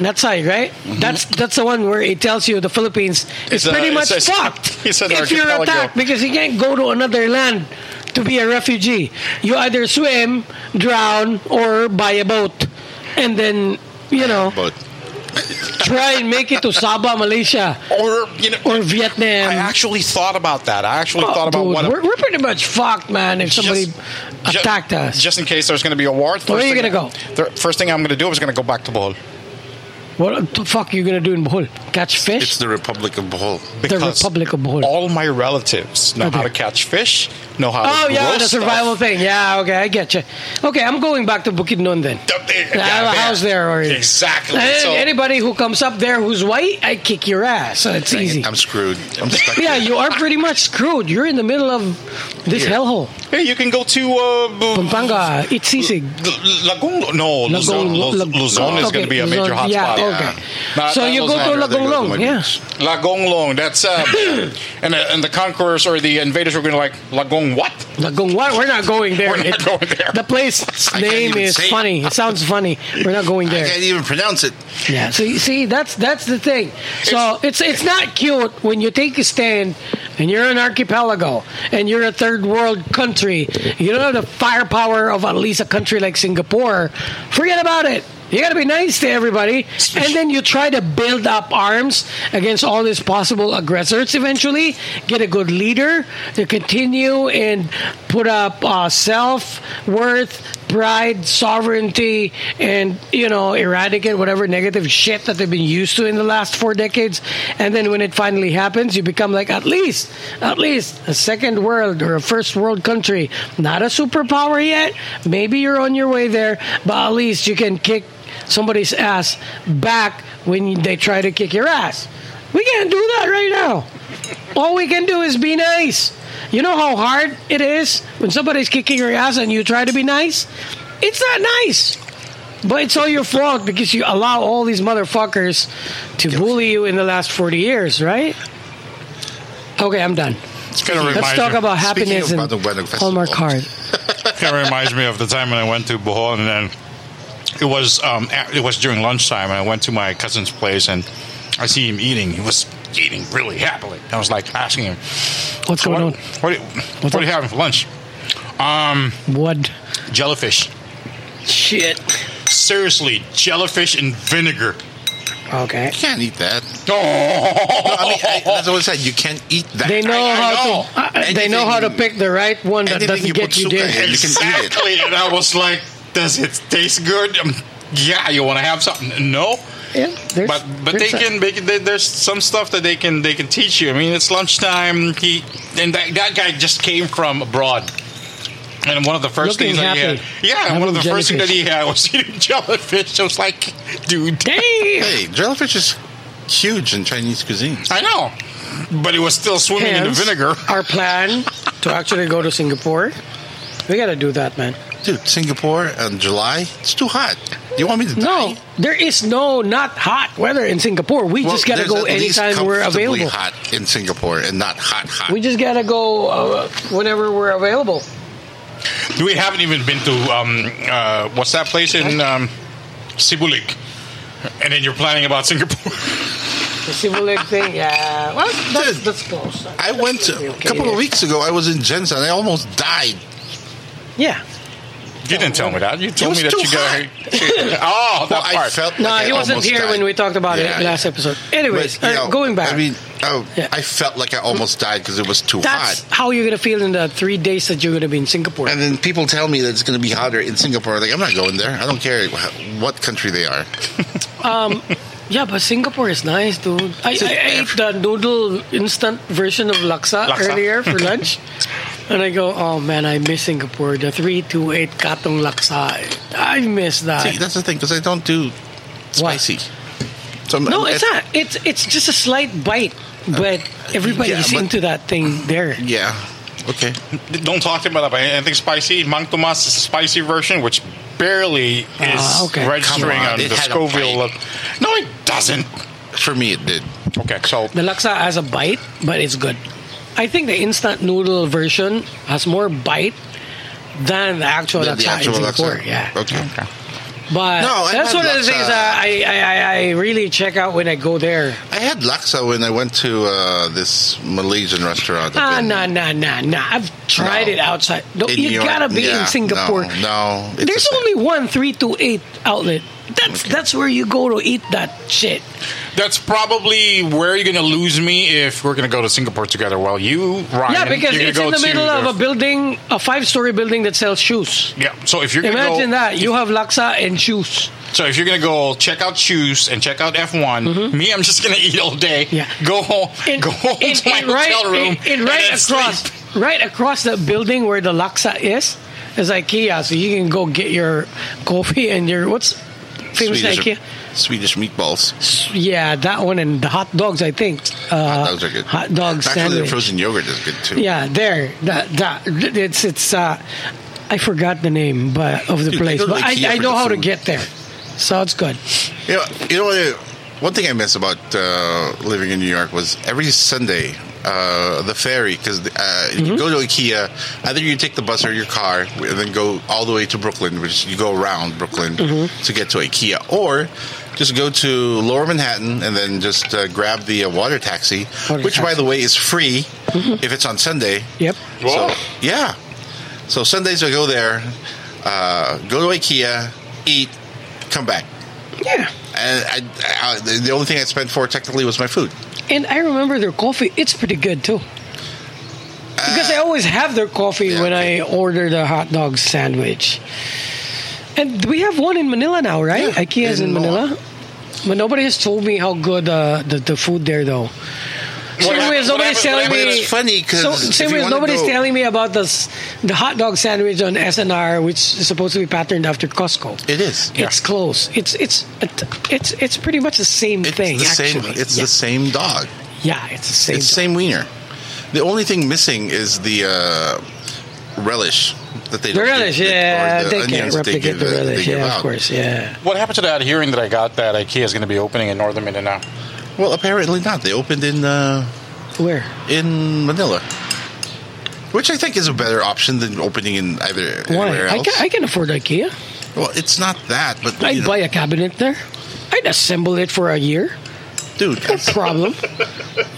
[SPEAKER 2] Natsai, right? That's that's the one where it tells you the Philippines is
[SPEAKER 3] Mm-hmm. It's a-
[SPEAKER 2] pretty much
[SPEAKER 3] it's a-
[SPEAKER 2] fucked
[SPEAKER 3] it's an
[SPEAKER 2] if you're
[SPEAKER 3] archipelago.
[SPEAKER 2] attacked because you can't go to another land to be a refugee. You either swim, drown, or buy a boat, and then you know
[SPEAKER 1] But
[SPEAKER 2] try and make it to Sabah, Malaysia,
[SPEAKER 3] Or you know,
[SPEAKER 2] or Vietnam.
[SPEAKER 3] I actually thought about that. I actually
[SPEAKER 2] Oh,
[SPEAKER 3] thought about
[SPEAKER 2] dude,
[SPEAKER 3] what.
[SPEAKER 2] we're, we're pretty much fucked, man. If somebody
[SPEAKER 3] ju-
[SPEAKER 2] attacked us,
[SPEAKER 3] Just in case there's going to be a war.
[SPEAKER 2] Where are you
[SPEAKER 3] thing-
[SPEAKER 2] gonna
[SPEAKER 3] the first thing I'm going to do is going to go back to Bohol.
[SPEAKER 2] what the fuck are you gonna do in Bohol? Catch
[SPEAKER 1] it's
[SPEAKER 2] fish?
[SPEAKER 1] the Republic of Bohol.
[SPEAKER 2] The
[SPEAKER 3] because
[SPEAKER 2] Republic of Bohol.
[SPEAKER 3] All my relatives know how
[SPEAKER 2] Okay.
[SPEAKER 3] to catch fish, know how to
[SPEAKER 2] Oh yeah,
[SPEAKER 3] grow
[SPEAKER 2] the
[SPEAKER 3] stuff.
[SPEAKER 2] survival thing. Yeah, okay, I get you. Okay, I'm going back to Bukidnon then.
[SPEAKER 3] Up there,
[SPEAKER 2] I have
[SPEAKER 3] yeah,
[SPEAKER 2] a house there already.
[SPEAKER 3] Exactly.
[SPEAKER 2] And
[SPEAKER 3] So-
[SPEAKER 2] anybody who comes up there who's white, I kick your ass. So it's easy.
[SPEAKER 1] I'm screwed. I'm stuck.
[SPEAKER 2] Yeah,
[SPEAKER 1] here.
[SPEAKER 2] you are pretty much screwed. You're in the middle of this
[SPEAKER 1] Here.
[SPEAKER 2] hellhole,
[SPEAKER 3] Hey, you can go to uh, bu-
[SPEAKER 2] Pampanga, Itzisig.
[SPEAKER 3] L- Lagong. No, Luzon.
[SPEAKER 2] Lagong-
[SPEAKER 3] Luz-
[SPEAKER 2] Lag-
[SPEAKER 3] Luzon is going to
[SPEAKER 2] okay,
[SPEAKER 3] be a major
[SPEAKER 2] Luzon,
[SPEAKER 3] hotspot.
[SPEAKER 2] yeah, okay. So you go to
[SPEAKER 1] I'd rather go to my
[SPEAKER 2] Lagonglong, yeah.
[SPEAKER 1] beach.
[SPEAKER 3] Lagonglong. That's uh, and the- and the conquerors or the invaders were going to like Lagong. What?
[SPEAKER 2] Lagong, what? We're not going there.
[SPEAKER 3] We're not
[SPEAKER 2] It-
[SPEAKER 3] going there.
[SPEAKER 2] The place's
[SPEAKER 1] I can't
[SPEAKER 2] name
[SPEAKER 1] even
[SPEAKER 2] is
[SPEAKER 1] say it.
[SPEAKER 2] funny. It sounds funny. We're not going
[SPEAKER 1] I
[SPEAKER 2] there.
[SPEAKER 1] can't even pronounce it.
[SPEAKER 2] Yeah. So you see, that's that's the thing. So it's it's not cute when you take a stand and you're an archipelago and you're a third world country. You don't have the firepower of at least a country like Singapore. Forget about it. You gotta be nice to everybody, and then you try to build up arms against all these possible aggressors. Eventually, get a good leader to continue and put up uh, self worth pride, sovereignty, and you know, eradicate whatever negative shit that they've been used to in the last four decades. And then when it finally happens, you become like at least, at least a second world or a first world country, not a superpower yet. Maybe you're on your way there, but at least you can kick somebody's ass back when they try to kick your ass. We can't do that right now. All we can do is be nice. You know how hard it is when somebody's kicking your ass and you try to be nice? It's not nice. But it's all your fault because you allow all these motherfuckers to bully you in the last 40 years, right? Okay, I'm done.
[SPEAKER 3] It's kind of
[SPEAKER 2] Let's
[SPEAKER 3] reminds
[SPEAKER 2] talk
[SPEAKER 3] me,
[SPEAKER 2] about
[SPEAKER 1] Speaking
[SPEAKER 2] happiness
[SPEAKER 1] about the wedding
[SPEAKER 2] and Hallmark
[SPEAKER 1] festival.
[SPEAKER 2] card.
[SPEAKER 3] kind of reminds me of the time when I went to Bohol and then it was um, a- it was during lunchtime and I went to my cousin's place and I see him eating. He was eating really happily. I was like asking him,
[SPEAKER 2] What's going
[SPEAKER 3] "What?
[SPEAKER 2] on?
[SPEAKER 3] What, do you- what are you having for lunch?
[SPEAKER 2] What?
[SPEAKER 3] Jellyfish.
[SPEAKER 2] Shit.
[SPEAKER 3] Seriously, jellyfish and vinegar.
[SPEAKER 2] Okay.
[SPEAKER 1] You can't eat that.
[SPEAKER 3] Oh,
[SPEAKER 1] I mean, I, that's what I said. You can't eat that.
[SPEAKER 2] They know
[SPEAKER 3] I
[SPEAKER 2] how
[SPEAKER 3] know.
[SPEAKER 2] to. Uh, they know
[SPEAKER 1] Anything-
[SPEAKER 2] how to pick the right one that
[SPEAKER 1] anything
[SPEAKER 2] doesn't
[SPEAKER 1] you
[SPEAKER 2] get
[SPEAKER 1] put
[SPEAKER 2] you
[SPEAKER 1] suka
[SPEAKER 2] there.
[SPEAKER 1] in. You can eat it.
[SPEAKER 3] exactly. And I was like, does it taste good? Um, yeah, you want to have something? No.
[SPEAKER 2] Yeah, there's-
[SPEAKER 3] but but
[SPEAKER 2] there's
[SPEAKER 3] they
[SPEAKER 2] a-
[SPEAKER 3] can, they can they, there's some stuff that they can they can teach you. I mean, it's lunchtime. He and that, that guy just came from abroad. And one of the first
[SPEAKER 2] Looking
[SPEAKER 3] things that he had,
[SPEAKER 2] happy.
[SPEAKER 3] yeah, and one of the
[SPEAKER 2] Having
[SPEAKER 3] first things that
[SPEAKER 2] jellyfish.
[SPEAKER 3] he had was eating jellyfish. I was like, dude,
[SPEAKER 2] Damn.
[SPEAKER 1] Hey, jellyfish is huge in Chinese cuisine.
[SPEAKER 3] I know, but it was still swimming in the
[SPEAKER 2] Hence,
[SPEAKER 3] vinegar.
[SPEAKER 2] Our plan to actually go to Singapore. We gotta do that, man.
[SPEAKER 1] Dude, Singapore in July, it's too hot. You want me to
[SPEAKER 2] No,
[SPEAKER 1] die?
[SPEAKER 2] there is no not hot weather in Singapore. We
[SPEAKER 1] Well,
[SPEAKER 2] just gotta
[SPEAKER 1] there's
[SPEAKER 2] go
[SPEAKER 1] at least
[SPEAKER 2] anytime we're
[SPEAKER 1] comfortably
[SPEAKER 2] available.
[SPEAKER 1] hot in Singapore and not hot, hot.
[SPEAKER 2] We just gotta go uh, whenever we're available.
[SPEAKER 3] We haven't even been to um, uh, what's that place in um, Sibulik, and then you're planning about Singapore.
[SPEAKER 2] The civil leg thing, yeah. Well, that's,
[SPEAKER 1] Dude,
[SPEAKER 2] that's close.
[SPEAKER 1] I went to, a
[SPEAKER 2] Okay,
[SPEAKER 1] couple
[SPEAKER 2] yeah.
[SPEAKER 1] of weeks ago, I was in Jensen. I almost died.
[SPEAKER 2] Yeah.
[SPEAKER 3] you didn't tell me that. You told
[SPEAKER 1] was
[SPEAKER 3] me that
[SPEAKER 1] too
[SPEAKER 3] you got. oh, that
[SPEAKER 1] Well,
[SPEAKER 3] part.
[SPEAKER 1] I felt
[SPEAKER 2] No,
[SPEAKER 1] like I
[SPEAKER 2] he wasn't
[SPEAKER 1] almost
[SPEAKER 2] here
[SPEAKER 1] died.
[SPEAKER 2] when we talked about
[SPEAKER 1] Yeah,
[SPEAKER 2] it last
[SPEAKER 1] yeah.
[SPEAKER 2] episode. Anyways,
[SPEAKER 1] But, you
[SPEAKER 2] uh,
[SPEAKER 1] know,
[SPEAKER 2] going back.
[SPEAKER 1] I mean, oh,
[SPEAKER 2] Yeah.
[SPEAKER 1] I felt like I almost died because it was too
[SPEAKER 2] That's
[SPEAKER 1] hot.
[SPEAKER 2] how you're gonna feel in the three days that you're gonna be in Singapore.
[SPEAKER 1] And then people tell me that it's going to be hotter in Singapore. Like, I'm not going there. I don't care what country they are.
[SPEAKER 2] yeah, but Singapore is nice, dude. I, I ate the noodle instant version of laksa,
[SPEAKER 3] Laksa.
[SPEAKER 2] earlier for lunch, and I go, "Oh man, I miss Singapore. The three two eight katong laksa. I miss that."
[SPEAKER 1] See, that's the thing because I don't do
[SPEAKER 2] Why?
[SPEAKER 1] spicy. So I'm-
[SPEAKER 2] no,
[SPEAKER 1] I'm-
[SPEAKER 2] it's not. It's it's just a slight bite, but everybody's
[SPEAKER 1] Uh, yeah, but-
[SPEAKER 2] into that thing there.
[SPEAKER 1] Yeah. Okay.
[SPEAKER 3] Don't talk to me about anything spicy. Mang Tomas is a spicy version, which barely is
[SPEAKER 2] Ah, okay.
[SPEAKER 3] registering
[SPEAKER 1] Come on,
[SPEAKER 3] on,
[SPEAKER 1] it
[SPEAKER 3] the
[SPEAKER 1] had a
[SPEAKER 3] Scoville.
[SPEAKER 1] bite.
[SPEAKER 3] Of, no, it doesn't.
[SPEAKER 1] For me, it did.
[SPEAKER 3] Okay, so
[SPEAKER 2] The laksa has a bite, but it's good. I think the instant noodle version has more bite than the actual
[SPEAKER 1] The-
[SPEAKER 2] laksa
[SPEAKER 1] the actual
[SPEAKER 2] Oh, in Singapore.
[SPEAKER 1] laksa.
[SPEAKER 2] Yeah.
[SPEAKER 1] Okay.
[SPEAKER 2] But
[SPEAKER 1] No, I
[SPEAKER 2] that's
[SPEAKER 1] had
[SPEAKER 2] one of the things
[SPEAKER 1] laksa.
[SPEAKER 2] that I, I, I, I really check out when I go there.
[SPEAKER 1] I had laksa when I went to uh, this Malaysian restaurant. up
[SPEAKER 2] Ah,
[SPEAKER 1] in-
[SPEAKER 2] nah, nah, nah, nah. I've tried
[SPEAKER 1] No.
[SPEAKER 2] it outside. No,
[SPEAKER 1] in New
[SPEAKER 2] Oh, you
[SPEAKER 1] York.
[SPEAKER 2] gotta be
[SPEAKER 1] Yeah,
[SPEAKER 2] in Singapore.
[SPEAKER 1] No, no, it's
[SPEAKER 2] There's
[SPEAKER 1] the same.
[SPEAKER 2] only one 328 outlet. That's that's where you go to eat that shit.
[SPEAKER 3] that's probably where you're gonna lose me if we're gonna go to Singapore together. Well, you, Ryan,
[SPEAKER 2] yeah, because
[SPEAKER 3] you're
[SPEAKER 2] it's
[SPEAKER 3] gonna
[SPEAKER 2] in
[SPEAKER 3] go
[SPEAKER 2] the middle
[SPEAKER 3] to
[SPEAKER 2] of a building, a five story building that sells shoes.
[SPEAKER 3] Yeah, so if you're gonna
[SPEAKER 2] Imagine
[SPEAKER 3] go,
[SPEAKER 2] that. You have laksa and shoes.
[SPEAKER 3] So if you're gonna go check out shoes and check out F1, me, I'm just gonna eat all day.
[SPEAKER 2] Mm-hmm. Yeah.
[SPEAKER 3] Go home. go home to my hotel room.
[SPEAKER 2] in- in right
[SPEAKER 3] and then
[SPEAKER 2] across,
[SPEAKER 3] sleep.
[SPEAKER 2] right across the building where the laksa is, is IKEA. So you can go get your coffee and your what's famous
[SPEAKER 1] Swedish,
[SPEAKER 2] IKEA.
[SPEAKER 1] Swedish meatballs.
[SPEAKER 2] Yeah, that one and the hot dogs. I think uh,
[SPEAKER 1] hot dogs are good.
[SPEAKER 2] Hot dog
[SPEAKER 1] Actually, the
[SPEAKER 2] sandwich.
[SPEAKER 1] frozen yogurt is good too.
[SPEAKER 2] Yeah, there. That that it's it's. Uh, I forgot the name, but of the
[SPEAKER 1] Dude,
[SPEAKER 2] place,
[SPEAKER 1] they go to
[SPEAKER 2] but I,
[SPEAKER 1] IKEA
[SPEAKER 2] I
[SPEAKER 1] for
[SPEAKER 2] know
[SPEAKER 1] the
[SPEAKER 2] how to
[SPEAKER 1] food.
[SPEAKER 2] get there. Sounds good.
[SPEAKER 1] You know, you know what I- one thing I miss about uh, living in New York was every Sunday, uh, the ferry, because uh, if
[SPEAKER 2] Mm-hmm.
[SPEAKER 1] you go to IKEA, either you take the bus or your car, and then go all the way to Brooklyn, which you go around Brooklyn
[SPEAKER 2] Mm-hmm.
[SPEAKER 1] to get to IKEA, or just go to Lower Manhattan and then just uh, grab the uh, water taxi,
[SPEAKER 2] Water
[SPEAKER 1] which, by
[SPEAKER 2] taxi. Mm-hmm.
[SPEAKER 1] the way, is free if it's on Sunday.
[SPEAKER 2] Yep.
[SPEAKER 1] So, yeah. So Sundays I go there, uh, go to IKEA, eat, come back.
[SPEAKER 2] Yeah.
[SPEAKER 1] And I, I, the the only thing I spent for technically was my food.
[SPEAKER 2] And I remember their coffee. It's pretty good too. Because I always have their coffee
[SPEAKER 1] Yeah,
[SPEAKER 2] when
[SPEAKER 1] okay.
[SPEAKER 2] I order the hot dog sandwich. And we have one in Manila now, right?
[SPEAKER 1] Yeah,
[SPEAKER 2] IKEA's in,
[SPEAKER 1] in
[SPEAKER 2] Manila.
[SPEAKER 1] Manila.
[SPEAKER 2] But nobody has told me how good uh, the, the food there, though. Same
[SPEAKER 3] hap-
[SPEAKER 2] way as
[SPEAKER 3] what
[SPEAKER 2] nobody's
[SPEAKER 3] happened- what
[SPEAKER 2] telling me.
[SPEAKER 3] happened-
[SPEAKER 1] it's funny 'cause
[SPEAKER 2] so,
[SPEAKER 1] if
[SPEAKER 2] same
[SPEAKER 1] you
[SPEAKER 2] way as
[SPEAKER 1] wanna
[SPEAKER 2] nobody's
[SPEAKER 1] go-
[SPEAKER 2] telling me about this, the hot dog sandwich on SNR, which is supposed to be patterned after Costco.
[SPEAKER 1] It is.
[SPEAKER 2] It's close. It's it's it's it's pretty much the same
[SPEAKER 1] It's
[SPEAKER 2] thing.
[SPEAKER 1] the
[SPEAKER 2] actually,
[SPEAKER 1] same. It's
[SPEAKER 2] yeah.
[SPEAKER 1] the same dog.
[SPEAKER 2] Yeah, it's the same.
[SPEAKER 1] It's the same wiener. The only thing missing is the uh, relish that they
[SPEAKER 2] The
[SPEAKER 1] don't give-
[SPEAKER 2] relish,
[SPEAKER 1] that- or
[SPEAKER 2] yeah,
[SPEAKER 1] the
[SPEAKER 2] they
[SPEAKER 1] onions that
[SPEAKER 2] can't
[SPEAKER 1] they
[SPEAKER 2] replicate
[SPEAKER 1] give-
[SPEAKER 2] the
[SPEAKER 1] that they
[SPEAKER 2] relish.
[SPEAKER 1] give
[SPEAKER 2] Yeah,
[SPEAKER 1] out.
[SPEAKER 2] of course, yeah.
[SPEAKER 3] What happened to that hearing that I got that IKEA is going to be opening in Northern Mindanao?
[SPEAKER 1] Well, apparently not. They opened in uh,
[SPEAKER 2] Where?
[SPEAKER 1] in Manila, which I think is a better option than opening in either
[SPEAKER 2] Why?
[SPEAKER 1] anywhere
[SPEAKER 2] I
[SPEAKER 1] else.
[SPEAKER 2] can, I can afford IKEA.
[SPEAKER 1] well, it's not that, but you
[SPEAKER 2] I'd
[SPEAKER 1] know,
[SPEAKER 2] buy a cabinet there. I'd assemble it for a year.
[SPEAKER 1] dude,
[SPEAKER 2] No problem.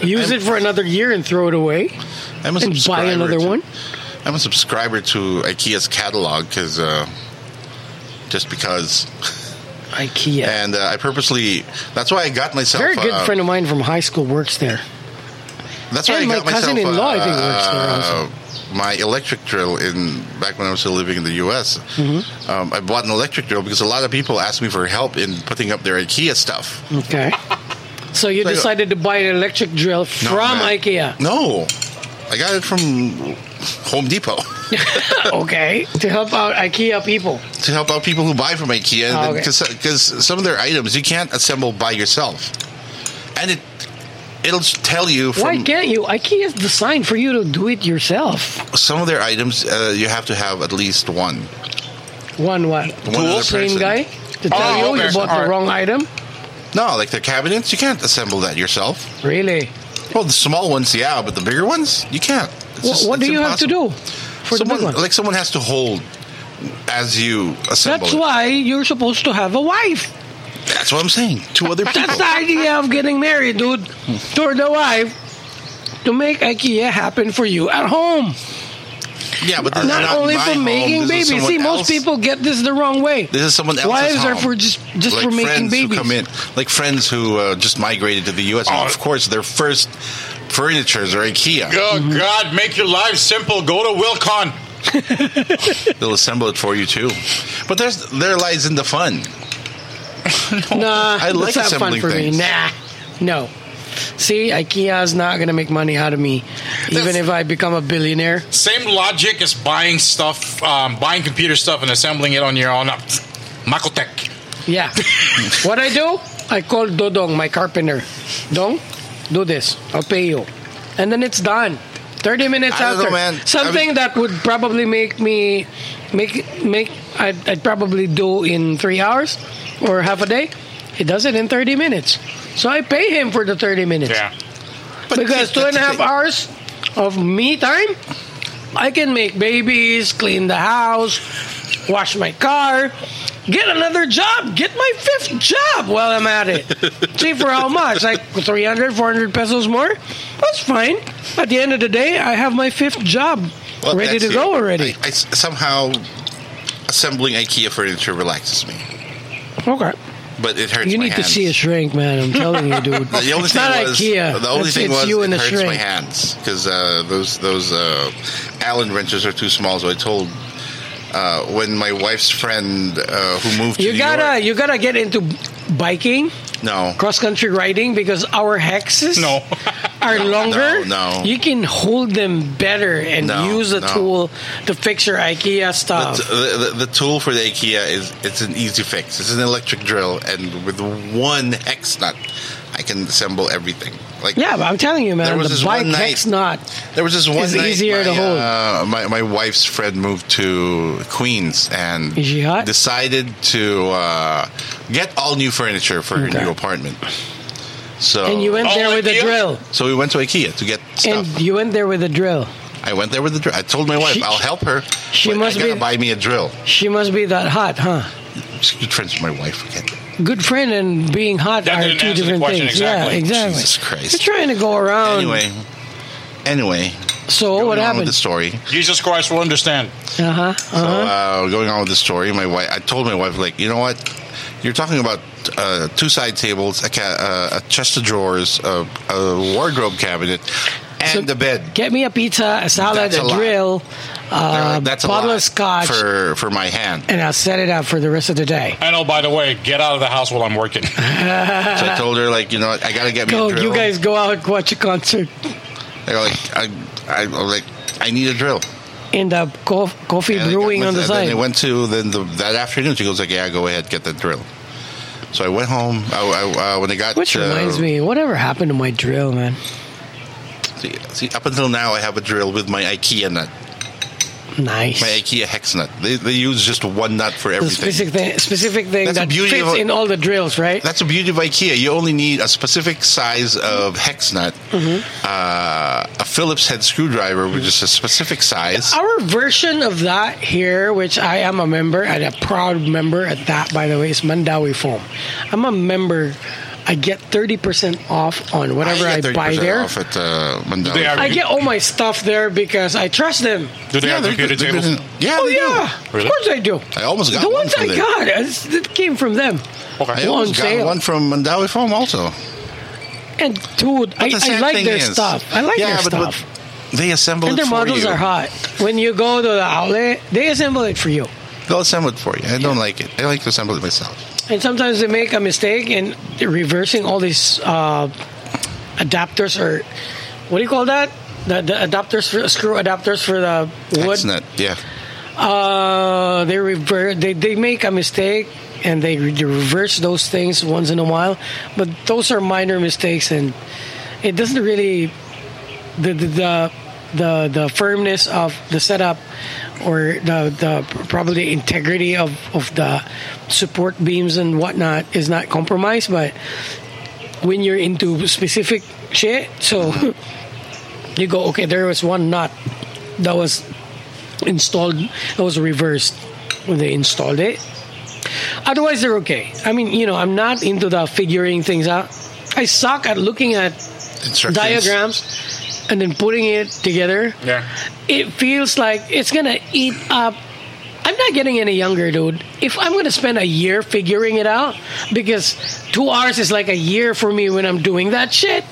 [SPEAKER 2] Use it for another year and throw it away.
[SPEAKER 1] I'm a
[SPEAKER 2] And buy
[SPEAKER 1] subscriber
[SPEAKER 2] another
[SPEAKER 1] to-
[SPEAKER 2] one?
[SPEAKER 1] I'm a subscriber to IKEA's catalog because uh, just because,
[SPEAKER 2] IKEA.
[SPEAKER 1] and uh, I purposely. That's why I got myself.
[SPEAKER 2] Very good
[SPEAKER 1] uh,
[SPEAKER 2] friend of mine from high school works there.
[SPEAKER 1] That's why
[SPEAKER 2] and
[SPEAKER 1] I
[SPEAKER 2] my
[SPEAKER 1] got myself.
[SPEAKER 2] cousin-in-law, I think,
[SPEAKER 1] uh,
[SPEAKER 2] works there also.
[SPEAKER 1] My electric drill in back when I was still living in the U.S.
[SPEAKER 2] Mm-hmm.
[SPEAKER 1] Um, I bought an electric drill because a lot of people asked me for help in putting up their IKEA stuff.
[SPEAKER 2] Okay. So you
[SPEAKER 1] So I go-
[SPEAKER 2] decided to buy an electric drill
[SPEAKER 1] No,
[SPEAKER 2] from
[SPEAKER 1] man.
[SPEAKER 2] IKEA.
[SPEAKER 1] No, I got it from Home Depot
[SPEAKER 2] okay. To help out IKEA people.
[SPEAKER 1] to help out people who buy from
[SPEAKER 2] Oh,
[SPEAKER 1] IKEA
[SPEAKER 2] okay.
[SPEAKER 1] because some of their items you can't assemble by yourself, and it it'll tell you from
[SPEAKER 2] Why can't you? IKEA is designed for you to do it yourself.
[SPEAKER 1] some of their items uh, you have to have at least one.
[SPEAKER 2] One what?
[SPEAKER 1] other person.
[SPEAKER 2] Same guy to tell
[SPEAKER 3] Oh,
[SPEAKER 2] you
[SPEAKER 3] okay.
[SPEAKER 2] you bought
[SPEAKER 3] All right.
[SPEAKER 2] the wrong item.
[SPEAKER 1] No, like their cabinets, you can't assemble that yourself.
[SPEAKER 2] Really?
[SPEAKER 1] Well, the small ones, yeah, but the bigger ones, you can't. It's
[SPEAKER 2] Wha-
[SPEAKER 1] just-
[SPEAKER 2] what do
[SPEAKER 1] it's
[SPEAKER 2] you
[SPEAKER 1] impossible.
[SPEAKER 2] have to do for
[SPEAKER 1] someone,
[SPEAKER 2] the big one?
[SPEAKER 1] Like someone has to hold as you assemble.
[SPEAKER 2] That's
[SPEAKER 1] it.
[SPEAKER 2] why you're supposed to have a wife.
[SPEAKER 1] That's what I'm saying. Two other people.
[SPEAKER 2] That's the idea of getting married, dude. Toward the wife to make IKEA happen for you at home.
[SPEAKER 1] yeah, but this is
[SPEAKER 2] not, only
[SPEAKER 1] my
[SPEAKER 2] for
[SPEAKER 1] home, this
[SPEAKER 2] making
[SPEAKER 1] is
[SPEAKER 2] babies.
[SPEAKER 1] someone
[SPEAKER 2] See, most
[SPEAKER 1] else-
[SPEAKER 2] people get this the wrong way.
[SPEAKER 1] This is someone else's
[SPEAKER 2] Wives are
[SPEAKER 1] home.
[SPEAKER 2] for just just
[SPEAKER 1] like
[SPEAKER 2] for making
[SPEAKER 1] friends
[SPEAKER 2] babies.
[SPEAKER 1] Who come in, like friends who uh, just migrated to the U.S. and
[SPEAKER 4] Oh.
[SPEAKER 1] of course, their first furnitures are IKEA.
[SPEAKER 4] Oh
[SPEAKER 2] Mm-hmm.
[SPEAKER 4] God, make your life simple. Go to Wilcon.
[SPEAKER 1] They'll assemble it for you too. But there's there lies in the fun.
[SPEAKER 2] Nah,
[SPEAKER 1] I like
[SPEAKER 2] that's not fun
[SPEAKER 1] assembling
[SPEAKER 2] for
[SPEAKER 1] things.
[SPEAKER 2] me. Nah, no. See, IKEA's not gonna make money out of me, even if I become a billionaire.
[SPEAKER 4] Same logic as buying stuff, um, buying computer stuff, and assembling it on your own. Uh, Macotech.
[SPEAKER 2] Yeah. what I do? I call Dodong, my carpenter. Dong, do this. I'll pay you. And then it's done. 30 minutes
[SPEAKER 1] I don't
[SPEAKER 2] after.
[SPEAKER 1] know, man. I
[SPEAKER 2] Something
[SPEAKER 1] mean-
[SPEAKER 2] that would probably make me make make I'd, I'd probably do in 3 hours or half a day. He does it in 30 minutes. So I pay him for the 30 minutes.
[SPEAKER 4] Yeah.
[SPEAKER 1] But that's
[SPEAKER 2] because two and
[SPEAKER 1] the
[SPEAKER 2] a half
[SPEAKER 1] thing.
[SPEAKER 2] hours of me time, I can make babies, clean the house, wash my car, get another job, get my fifth job while I'm at it. See for how much? Like 300, 400 pesos more? That's fine. At the end of the day, I have my fifth job
[SPEAKER 1] Well,
[SPEAKER 2] ready to
[SPEAKER 1] that's
[SPEAKER 2] go
[SPEAKER 1] it.
[SPEAKER 2] already.
[SPEAKER 1] I- I s- somehow assembling IKEA furniture relaxes me,
[SPEAKER 2] okay.
[SPEAKER 1] but it hurts.
[SPEAKER 2] You
[SPEAKER 1] my
[SPEAKER 2] need to
[SPEAKER 1] hands.
[SPEAKER 2] see a shrink, man. I'm telling you, dude.
[SPEAKER 1] The only
[SPEAKER 2] it's
[SPEAKER 1] thing
[SPEAKER 2] not
[SPEAKER 1] was,
[SPEAKER 2] IKEA.
[SPEAKER 1] The only
[SPEAKER 2] it's,
[SPEAKER 1] thing
[SPEAKER 2] it's
[SPEAKER 1] was
[SPEAKER 2] you
[SPEAKER 1] it
[SPEAKER 2] and a
[SPEAKER 1] hurts my
[SPEAKER 2] shrink.
[SPEAKER 1] hands because uh, those those uh, Allen wrenches are too small. So I told uh, when my wife's friend uh, who moved to
[SPEAKER 2] You
[SPEAKER 1] New
[SPEAKER 2] gotta,
[SPEAKER 1] York,
[SPEAKER 2] you gotta get into biking.
[SPEAKER 1] no
[SPEAKER 2] cross country riding because our hexes
[SPEAKER 4] No.
[SPEAKER 2] are
[SPEAKER 1] no,
[SPEAKER 2] longer.
[SPEAKER 1] no.
[SPEAKER 2] You can hold them better and
[SPEAKER 1] No,
[SPEAKER 2] use the
[SPEAKER 1] no. uh,
[SPEAKER 2] tool to fix your IKEA stuff.
[SPEAKER 1] The, the, the tool for the IKEA is it's an easy fix. It's an electric drill, and with one hex nut, I can assemble everything. Like
[SPEAKER 2] yeah, but I'm telling you,
[SPEAKER 1] There
[SPEAKER 2] man,
[SPEAKER 1] was
[SPEAKER 2] the
[SPEAKER 1] this
[SPEAKER 2] bike
[SPEAKER 1] one night-
[SPEAKER 2] hex not.
[SPEAKER 1] There was this one
[SPEAKER 2] It's
[SPEAKER 1] night
[SPEAKER 2] easier
[SPEAKER 1] my,
[SPEAKER 2] to hold.
[SPEAKER 1] Uh, my my wife's friend moved to Queens and
[SPEAKER 2] Is she hot?
[SPEAKER 1] decided to uh, get all new furniture for her
[SPEAKER 2] Okay.
[SPEAKER 1] new apartment. So
[SPEAKER 2] And you went
[SPEAKER 4] Oh,
[SPEAKER 2] there with a
[SPEAKER 4] IKEA?
[SPEAKER 2] drill.
[SPEAKER 1] So we went to IKEA to get stuff.
[SPEAKER 2] And you went there with a drill.
[SPEAKER 1] I went there with the drill. I told my wife
[SPEAKER 2] She-
[SPEAKER 1] I'll help her.
[SPEAKER 2] she
[SPEAKER 1] but
[SPEAKER 2] must
[SPEAKER 1] I gotta
[SPEAKER 2] be-
[SPEAKER 1] buy me a drill.
[SPEAKER 2] She must be that hot, huh?
[SPEAKER 1] She's good friends with my wife again.
[SPEAKER 2] Good friend and being hot
[SPEAKER 4] That
[SPEAKER 2] are
[SPEAKER 4] didn't answer
[SPEAKER 2] two
[SPEAKER 4] the
[SPEAKER 2] different
[SPEAKER 4] question
[SPEAKER 2] things.
[SPEAKER 4] exactly.
[SPEAKER 2] Yeah, exactly.
[SPEAKER 1] Jesus Christ.
[SPEAKER 2] You're trying to go around.
[SPEAKER 1] Anyway, anyway,
[SPEAKER 2] so Oh, what
[SPEAKER 1] going on with
[SPEAKER 2] happened?
[SPEAKER 1] the story?
[SPEAKER 4] Jesus Christ will understand.
[SPEAKER 2] Uh huh. Uh
[SPEAKER 1] So,
[SPEAKER 2] huh.
[SPEAKER 1] uh, going on with the story, my wife, I told my wife, like, you know what? You're talking about uh, two side tables, a, ca- uh, a chest of drawers, a, a wardrobe cabinet, and
[SPEAKER 2] So-
[SPEAKER 1] a bed.
[SPEAKER 2] Get me a pizza, a salad,
[SPEAKER 1] That's a
[SPEAKER 2] a,
[SPEAKER 1] lot.
[SPEAKER 2] drill,
[SPEAKER 1] They're
[SPEAKER 2] uh,
[SPEAKER 1] like, That's a
[SPEAKER 2] bottle
[SPEAKER 1] lot
[SPEAKER 2] of scotch,
[SPEAKER 1] for for my hand.
[SPEAKER 2] and I'll set it up for the rest of the day.
[SPEAKER 4] And oh, by the way, get out of the house while I'm working.
[SPEAKER 1] so I told her, like, you know what? I gotta get me
[SPEAKER 2] Uh-huh. Go,
[SPEAKER 1] a drill.
[SPEAKER 2] you guys go out watch a concert
[SPEAKER 1] They're like, I, I, I'm like, I need a drill.
[SPEAKER 2] in the co- coffee
[SPEAKER 1] And I
[SPEAKER 2] brewing
[SPEAKER 1] went-
[SPEAKER 2] on the
[SPEAKER 1] and Then
[SPEAKER 2] side.
[SPEAKER 1] they went to then the, that afternoon. She goes like, yeah, go ahead, get that drill. So I went home. I, I, uh, when I got
[SPEAKER 2] Which
[SPEAKER 1] uh,
[SPEAKER 2] reminds me, whatever happened to my drill, man?
[SPEAKER 1] See, see, up until now, I have a drill with my IKEA nut,
[SPEAKER 2] Nice.
[SPEAKER 1] my IKEA hex nut. They, they use just one nut for
[SPEAKER 2] the
[SPEAKER 1] everything.
[SPEAKER 2] specific thing, specific thing
[SPEAKER 1] That's the
[SPEAKER 2] that
[SPEAKER 1] beauty
[SPEAKER 2] fits
[SPEAKER 1] of a-
[SPEAKER 2] in all the drills, right?
[SPEAKER 1] That's the beauty of IKEA. You only need a specific size of hex nut,
[SPEAKER 2] Mm-hmm.
[SPEAKER 1] uh, a Phillips head screwdriver, which is a specific size.
[SPEAKER 2] Our version of that here, which I am a member and a proud member at that, by the way, is Mandawi Foam. I'm a member. I get 30% off on whatever I,
[SPEAKER 1] get 30%
[SPEAKER 2] buy there.
[SPEAKER 1] off at uh, Mandela.
[SPEAKER 3] They are-
[SPEAKER 2] I get all my stuff there because I trust them.
[SPEAKER 3] Do they
[SPEAKER 1] Yeah,
[SPEAKER 3] have
[SPEAKER 1] they're-
[SPEAKER 3] computer
[SPEAKER 1] they're-
[SPEAKER 3] tables?
[SPEAKER 1] Yeah,
[SPEAKER 2] Oh,
[SPEAKER 1] they do.
[SPEAKER 2] yeah.
[SPEAKER 3] Really?
[SPEAKER 2] Of course I do.
[SPEAKER 1] I almost got
[SPEAKER 2] The
[SPEAKER 1] one
[SPEAKER 2] ones
[SPEAKER 1] from
[SPEAKER 2] I
[SPEAKER 1] there.
[SPEAKER 2] got, it's- it came from them.
[SPEAKER 1] I
[SPEAKER 2] Well,
[SPEAKER 3] Okay.
[SPEAKER 2] on
[SPEAKER 1] almost got
[SPEAKER 2] sale.
[SPEAKER 1] one from Mandawi Foam also.
[SPEAKER 2] And dude, I,
[SPEAKER 1] But the
[SPEAKER 2] I
[SPEAKER 1] sad
[SPEAKER 2] like
[SPEAKER 1] thing
[SPEAKER 2] their
[SPEAKER 1] is-
[SPEAKER 2] stuff. I like
[SPEAKER 1] Yeah,
[SPEAKER 2] their
[SPEAKER 1] but- but
[SPEAKER 2] stuff.
[SPEAKER 1] They assemble
[SPEAKER 2] and
[SPEAKER 1] it
[SPEAKER 2] their
[SPEAKER 1] for
[SPEAKER 2] models
[SPEAKER 1] you.
[SPEAKER 2] are hot. When you go to the outlet, they assemble it for you.
[SPEAKER 1] They'll assemble it for you. I don't like it. I like to assemble it myself.
[SPEAKER 2] And sometimes they make a mistake in reversing all these uh, adapters or what do you call that? The, the adapters for screw adapters for the wood.
[SPEAKER 1] Hex nut, yeah.
[SPEAKER 2] Uh, they rever- they they make a mistake and they, re- they reverse those things once in a while, but those are minor mistakes and it doesn't really the the the, the, the firmness of the setup or the, the probably integrity of, of the support beams and whatnot is not compromised, but when you're into specific shit, so you go okay. There was one nut that was installed it was reversed when they installed it otherwise they're okay i mean you know i'm not into the figuring things out i suck at looking at
[SPEAKER 1] Instructions.
[SPEAKER 2] diagrams and then putting it together
[SPEAKER 5] Yeah.
[SPEAKER 2] it feels like it's gonna eat up i'm not getting any younger dude if i'm gonna spend a year figuring it out because two hours is like a year for me when i'm doing that shit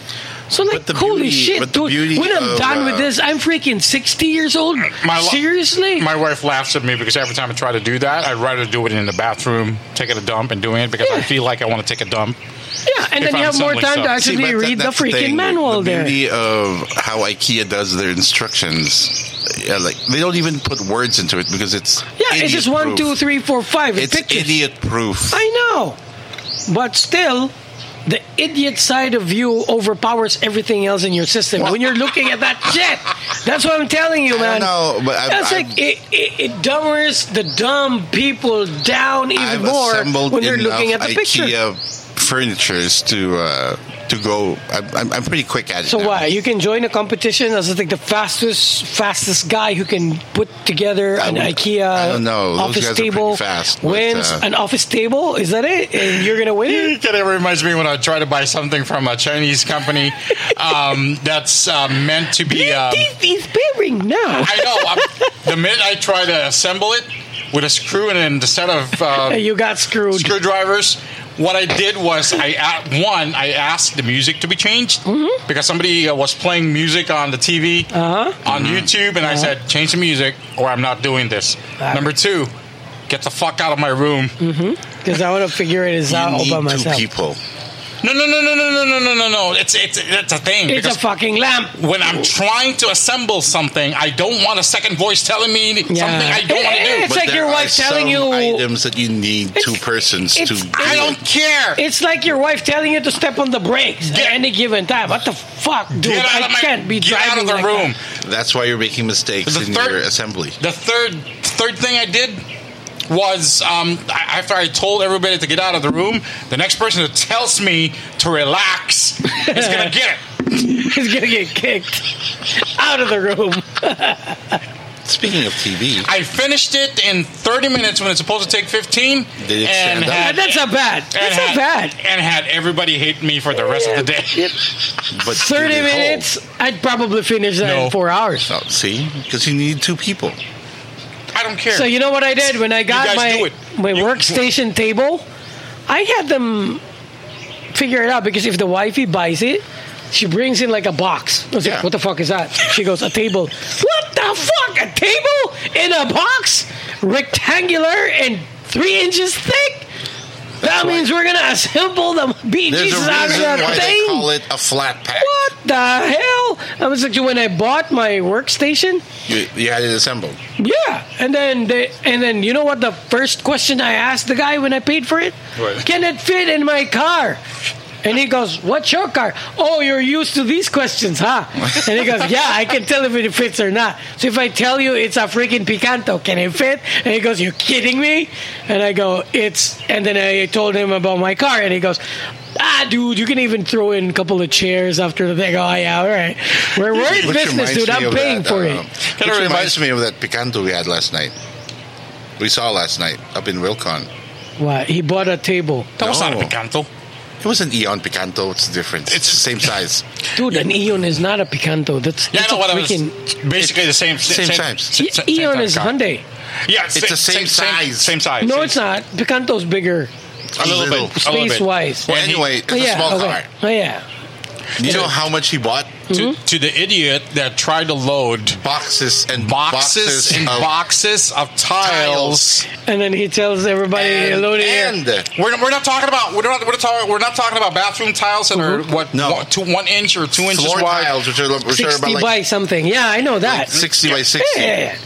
[SPEAKER 2] so like
[SPEAKER 1] But the
[SPEAKER 2] holy
[SPEAKER 1] beauty-
[SPEAKER 2] shit
[SPEAKER 1] but the
[SPEAKER 2] dude
[SPEAKER 1] beauty
[SPEAKER 2] when i'm
[SPEAKER 1] of,
[SPEAKER 2] done with
[SPEAKER 1] uh,
[SPEAKER 2] this i'm freaking 60 years old
[SPEAKER 3] My lo-
[SPEAKER 2] seriously
[SPEAKER 3] My wife laughs at me because every time I try to do that, I'd rather do it in the bathroom, taking a dump, and doing it because I
[SPEAKER 2] Yeah.
[SPEAKER 3] feel like I want to take a dump.
[SPEAKER 2] Yeah, and
[SPEAKER 3] If
[SPEAKER 2] then you
[SPEAKER 3] I'm
[SPEAKER 2] have more
[SPEAKER 3] suddenly
[SPEAKER 2] time
[SPEAKER 3] stuck.
[SPEAKER 2] to
[SPEAKER 1] See,
[SPEAKER 2] actually
[SPEAKER 1] but that-
[SPEAKER 2] read the
[SPEAKER 1] that's the
[SPEAKER 2] freaking
[SPEAKER 1] thing.
[SPEAKER 2] manual
[SPEAKER 1] the
[SPEAKER 2] there.
[SPEAKER 1] beauty of how IKEA does their instructions. Yeah, like they don't even put words into it because it's
[SPEAKER 2] yeah, it's just one,
[SPEAKER 1] idiot-proof.
[SPEAKER 2] two, three, four, five.
[SPEAKER 1] It's
[SPEAKER 2] pictures.
[SPEAKER 1] idiot proof.
[SPEAKER 2] I know, but still, the idiot side of you overpowers everything else in your system when you're looking at that shit. That's what I'm telling you,
[SPEAKER 1] don't
[SPEAKER 2] man.
[SPEAKER 1] know, but I've-
[SPEAKER 2] that's
[SPEAKER 1] I've-
[SPEAKER 2] like it, it, it dumbers the dumb people down even
[SPEAKER 1] I've
[SPEAKER 2] more
[SPEAKER 1] assembled
[SPEAKER 2] when they're
[SPEAKER 1] enough
[SPEAKER 2] looking at the picture.
[SPEAKER 1] IKEA furnitures to uh, to go. I'm, I'm, I'm pretty quick at it.
[SPEAKER 2] So
[SPEAKER 1] now.
[SPEAKER 2] what? You can join a competition as I think the fastest, fastest guy who can put together an
[SPEAKER 1] would-
[SPEAKER 2] IKEA
[SPEAKER 1] I don't know. Those
[SPEAKER 2] office
[SPEAKER 1] guys are pretty
[SPEAKER 2] table
[SPEAKER 1] fast, but,
[SPEAKER 2] wins
[SPEAKER 1] uh,
[SPEAKER 2] an office table. Is that it? And you're gonna win it?
[SPEAKER 3] It kind of reminds me when I try to buy something from a Chinese company um, that's uh, meant to be. Um,
[SPEAKER 2] is bearing now.
[SPEAKER 3] I know. I'm, the minute I try to assemble it with a screw and a set of uh,
[SPEAKER 2] you got screwed.
[SPEAKER 3] screwdrivers. What I did was I a- one I asked the music to be changed
[SPEAKER 2] Mm-hmm.
[SPEAKER 3] because somebody uh, was playing music on the TV
[SPEAKER 2] Uh-huh.
[SPEAKER 3] on
[SPEAKER 2] Mm-hmm.
[SPEAKER 3] YouTube, and I said change the music or I'm not doing this.
[SPEAKER 2] Right.
[SPEAKER 3] Number two, get the fuck out of my room.
[SPEAKER 2] Mm. Because I want to figure it is
[SPEAKER 1] You
[SPEAKER 2] out all
[SPEAKER 1] need
[SPEAKER 2] by
[SPEAKER 1] two
[SPEAKER 2] myself.
[SPEAKER 1] people.
[SPEAKER 3] No, no, no, no, no, no, no, no, no, no. It's it's it's a thing.
[SPEAKER 2] It's a
[SPEAKER 3] because
[SPEAKER 2] fucking lamp.
[SPEAKER 3] when I'm trying to assemble something, I don't want a second voice telling me something I don't want to do.
[SPEAKER 2] It's
[SPEAKER 1] But
[SPEAKER 2] like
[SPEAKER 1] there
[SPEAKER 2] your
[SPEAKER 1] are
[SPEAKER 2] wife telling
[SPEAKER 1] some
[SPEAKER 2] you-
[SPEAKER 1] items that you need two
[SPEAKER 2] It's-
[SPEAKER 1] persons to.
[SPEAKER 2] it's-
[SPEAKER 1] do
[SPEAKER 3] I
[SPEAKER 1] it.
[SPEAKER 3] don't care.
[SPEAKER 2] It's like your wife telling you to step on the brakes
[SPEAKER 3] Get-
[SPEAKER 2] at any given time. What the fuck, dude?
[SPEAKER 3] get out
[SPEAKER 2] I
[SPEAKER 3] of my
[SPEAKER 2] can't be
[SPEAKER 3] get out
[SPEAKER 2] driving
[SPEAKER 3] of the
[SPEAKER 2] like that.
[SPEAKER 3] room.
[SPEAKER 1] That's why you're making mistakes
[SPEAKER 3] The
[SPEAKER 1] in
[SPEAKER 3] third-
[SPEAKER 1] your assembly.
[SPEAKER 3] The third third thing I did was um, I- after I told everybody to get out of the room, the next person that tells me to relax is gonna get it.
[SPEAKER 2] He's gonna get kicked out of the room.
[SPEAKER 1] Speaking of TV,
[SPEAKER 2] Uh,
[SPEAKER 3] I finished it in 30 minutes when it's supposed to take 15.
[SPEAKER 1] Did it stand up?
[SPEAKER 2] Yeah, that's not bad. That's
[SPEAKER 3] and
[SPEAKER 2] not bad.
[SPEAKER 3] had- And had everybody hate me for the rest of the day.
[SPEAKER 1] but
[SPEAKER 2] 30
[SPEAKER 1] did it hold?
[SPEAKER 2] minutes, I'd probably finish that
[SPEAKER 3] No.
[SPEAKER 2] in four hours.
[SPEAKER 1] Oh, see, because you need two people.
[SPEAKER 3] I don't care.
[SPEAKER 2] So you know what I did when I got
[SPEAKER 3] guys do
[SPEAKER 2] my
[SPEAKER 3] it.
[SPEAKER 2] my
[SPEAKER 3] You-
[SPEAKER 2] workstation table? I had them figure it out because if the wifey buys it, she brings in like a box. I was
[SPEAKER 1] Yeah.
[SPEAKER 2] like, "What the fuck is that?" She goes, "A table." What the fuck? A table in a box, rectangular and three inches thick. that
[SPEAKER 1] why-
[SPEAKER 2] means we're gonna assemble the beat
[SPEAKER 1] There's
[SPEAKER 2] Jesus
[SPEAKER 1] a
[SPEAKER 2] out of
[SPEAKER 1] reason
[SPEAKER 2] that
[SPEAKER 1] why
[SPEAKER 2] thing.
[SPEAKER 1] they call it a flat pack.
[SPEAKER 2] what the hell? I was like, when I bought my workstation,
[SPEAKER 1] You, you had it assembled.
[SPEAKER 2] yeah, and then they, and then you know what? The first question I asked the guy when I paid for it,
[SPEAKER 3] What?
[SPEAKER 2] can it fit in my car? And he goes, What's your car? Oh, you're used to these questions, huh? And he goes, Yeah, I can tell if it fits or not. So if I tell you it's a freaking Picanto, can it fit? And he goes, You're kidding me? And I go, It's. And then I told him about my car, and he goes, Ah, dude, you can even throw in a couple of chairs after the thing. Oh, yeah, all right. We're, we're in
[SPEAKER 1] Which
[SPEAKER 2] business,
[SPEAKER 1] reminds
[SPEAKER 2] dude.
[SPEAKER 1] me
[SPEAKER 2] I'm
[SPEAKER 1] of
[SPEAKER 2] paying
[SPEAKER 1] that, um,
[SPEAKER 2] for it.
[SPEAKER 1] Which
[SPEAKER 6] I remind-
[SPEAKER 1] reminds me of that picanto we had last night. We saw last night up in Wilcon.
[SPEAKER 2] What? He bought a table.
[SPEAKER 3] That was not a
[SPEAKER 1] No.
[SPEAKER 3] picanto.
[SPEAKER 1] It was an Eon Picanto. What's the difference? It's the same size.
[SPEAKER 2] Dude, an Eon is not a Picanto. That's,
[SPEAKER 3] Yeah, I
[SPEAKER 2] that's
[SPEAKER 3] know
[SPEAKER 2] a
[SPEAKER 3] what I was.
[SPEAKER 2] freaking. E-
[SPEAKER 3] Basically the same.
[SPEAKER 1] Same size.
[SPEAKER 3] sa- sa- same
[SPEAKER 2] Eon
[SPEAKER 3] type
[SPEAKER 2] is
[SPEAKER 3] car.
[SPEAKER 2] Hyundai.
[SPEAKER 3] Yeah,
[SPEAKER 1] It's the same size.
[SPEAKER 3] Same size.
[SPEAKER 2] No,
[SPEAKER 3] same-
[SPEAKER 2] it's not. Picanto's bigger
[SPEAKER 1] A
[SPEAKER 3] A little,
[SPEAKER 1] little.
[SPEAKER 3] bit. A little bit.
[SPEAKER 2] space-wise.
[SPEAKER 1] Well,
[SPEAKER 3] And he-
[SPEAKER 1] anyway, it's
[SPEAKER 2] Oh,
[SPEAKER 1] a small
[SPEAKER 2] okay.
[SPEAKER 1] car.
[SPEAKER 2] Oh, yeah.
[SPEAKER 1] You know how much he bought?
[SPEAKER 3] to,
[SPEAKER 2] Hmm?
[SPEAKER 3] to the idiot that tried to load
[SPEAKER 1] Boxes and
[SPEAKER 3] boxes, and
[SPEAKER 1] of-
[SPEAKER 3] boxes of tiles.
[SPEAKER 2] And then he tells everybody,
[SPEAKER 1] And,
[SPEAKER 2] hello there.
[SPEAKER 1] and
[SPEAKER 3] We're, we're not talking about we're not we're, talking, we're not talking about bathroom tiles that are
[SPEAKER 2] Mm-hmm.
[SPEAKER 3] what
[SPEAKER 1] No.
[SPEAKER 3] one, two, one inch or two inches
[SPEAKER 1] floor
[SPEAKER 3] wide.
[SPEAKER 1] tiles, which are, which are
[SPEAKER 2] 60
[SPEAKER 1] about like
[SPEAKER 2] by something. Yeah, I know that.
[SPEAKER 1] 60 by 60
[SPEAKER 2] Yeah, yeah, yeah.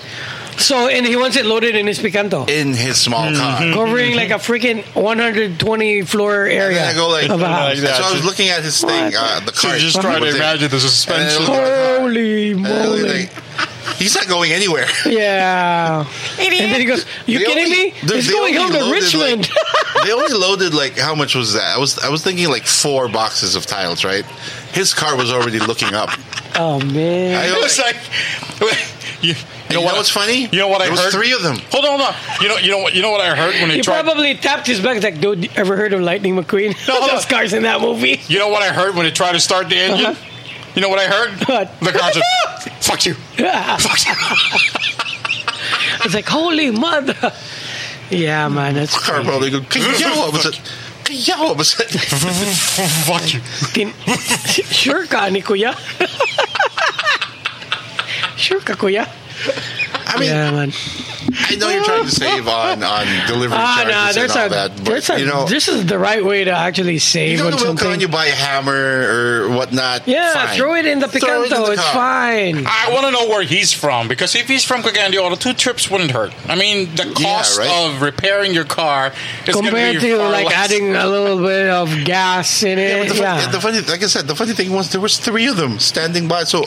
[SPEAKER 2] So, and he wants it loaded in his Picanto.
[SPEAKER 1] in his small car.
[SPEAKER 2] Covering like a freaking 120 floor
[SPEAKER 1] Mm-hmm. And
[SPEAKER 2] area
[SPEAKER 1] then I go like,
[SPEAKER 2] of a house.
[SPEAKER 1] so I was looking at his thing, uh, the
[SPEAKER 3] So
[SPEAKER 1] car.
[SPEAKER 3] just try to imagine the suspension.
[SPEAKER 2] Holy moly!
[SPEAKER 1] He's not going anywhere.
[SPEAKER 2] Yeah. And then he goes, "You
[SPEAKER 1] They
[SPEAKER 2] kidding
[SPEAKER 1] only-
[SPEAKER 2] me?
[SPEAKER 1] they-
[SPEAKER 2] He's
[SPEAKER 1] they
[SPEAKER 2] going home
[SPEAKER 1] only
[SPEAKER 2] to
[SPEAKER 1] loaded,
[SPEAKER 2] Richmond."
[SPEAKER 1] like- they only loaded like how much was that? I was I was thinking like four boxes of tiles, right? His car was already looking up.
[SPEAKER 2] oh man!
[SPEAKER 1] I
[SPEAKER 3] It was
[SPEAKER 1] was like,
[SPEAKER 3] like you, you
[SPEAKER 1] you know,
[SPEAKER 3] what
[SPEAKER 1] what's funny?
[SPEAKER 3] You know what I
[SPEAKER 1] there was
[SPEAKER 3] heard?
[SPEAKER 1] Three of them.
[SPEAKER 3] Hold on, hold on. You know you know what you know what I heard when he
[SPEAKER 2] He
[SPEAKER 3] tried.
[SPEAKER 2] probably tapped his back like, "Dude, you ever heard of Lightning McQueen?
[SPEAKER 3] No, hold
[SPEAKER 2] Those
[SPEAKER 3] on.
[SPEAKER 2] cars in that movie."
[SPEAKER 3] you know what I heard when he tried to start the engine. You know what I heard?
[SPEAKER 2] Uh-huh. What?
[SPEAKER 3] The car said, "Fuck you."
[SPEAKER 2] it's like, "Holy mother!" Yeah, man, that's
[SPEAKER 1] Car probably go. Kaya what was it? Kaya what was it?
[SPEAKER 3] Fuck you.
[SPEAKER 2] fucking sure ka ni kuya. sure ka kuya.
[SPEAKER 1] I mean,
[SPEAKER 2] Yeah, man.
[SPEAKER 1] I know you're trying to save on on delivery
[SPEAKER 2] Ah,
[SPEAKER 1] charges
[SPEAKER 2] no,
[SPEAKER 1] and
[SPEAKER 2] there's
[SPEAKER 1] all
[SPEAKER 2] a,
[SPEAKER 1] that, but
[SPEAKER 2] there's a,
[SPEAKER 1] you know.
[SPEAKER 2] this is the right way to actually save
[SPEAKER 1] you go
[SPEAKER 2] on
[SPEAKER 1] to Wilcon,
[SPEAKER 2] something.
[SPEAKER 1] you buy a hammer or whatnot.
[SPEAKER 2] yeah,
[SPEAKER 1] fine.
[SPEAKER 2] throw it in the
[SPEAKER 1] Throw
[SPEAKER 2] picanto.
[SPEAKER 1] it in the
[SPEAKER 2] it's
[SPEAKER 1] car.
[SPEAKER 2] fine.
[SPEAKER 3] I want to know where he's from because if he's from Kagandio, the two trips wouldn't hurt. I mean, the cost
[SPEAKER 1] right.
[SPEAKER 3] of repairing your car is gonna
[SPEAKER 2] Compared
[SPEAKER 3] be
[SPEAKER 2] to
[SPEAKER 3] far
[SPEAKER 2] like
[SPEAKER 3] less.
[SPEAKER 2] adding a little bit of gas in
[SPEAKER 1] Yeah, but
[SPEAKER 2] it.
[SPEAKER 1] the,
[SPEAKER 2] Yeah,
[SPEAKER 1] Funny, the funny, like I said, the funny thing was there was three of them standing by. So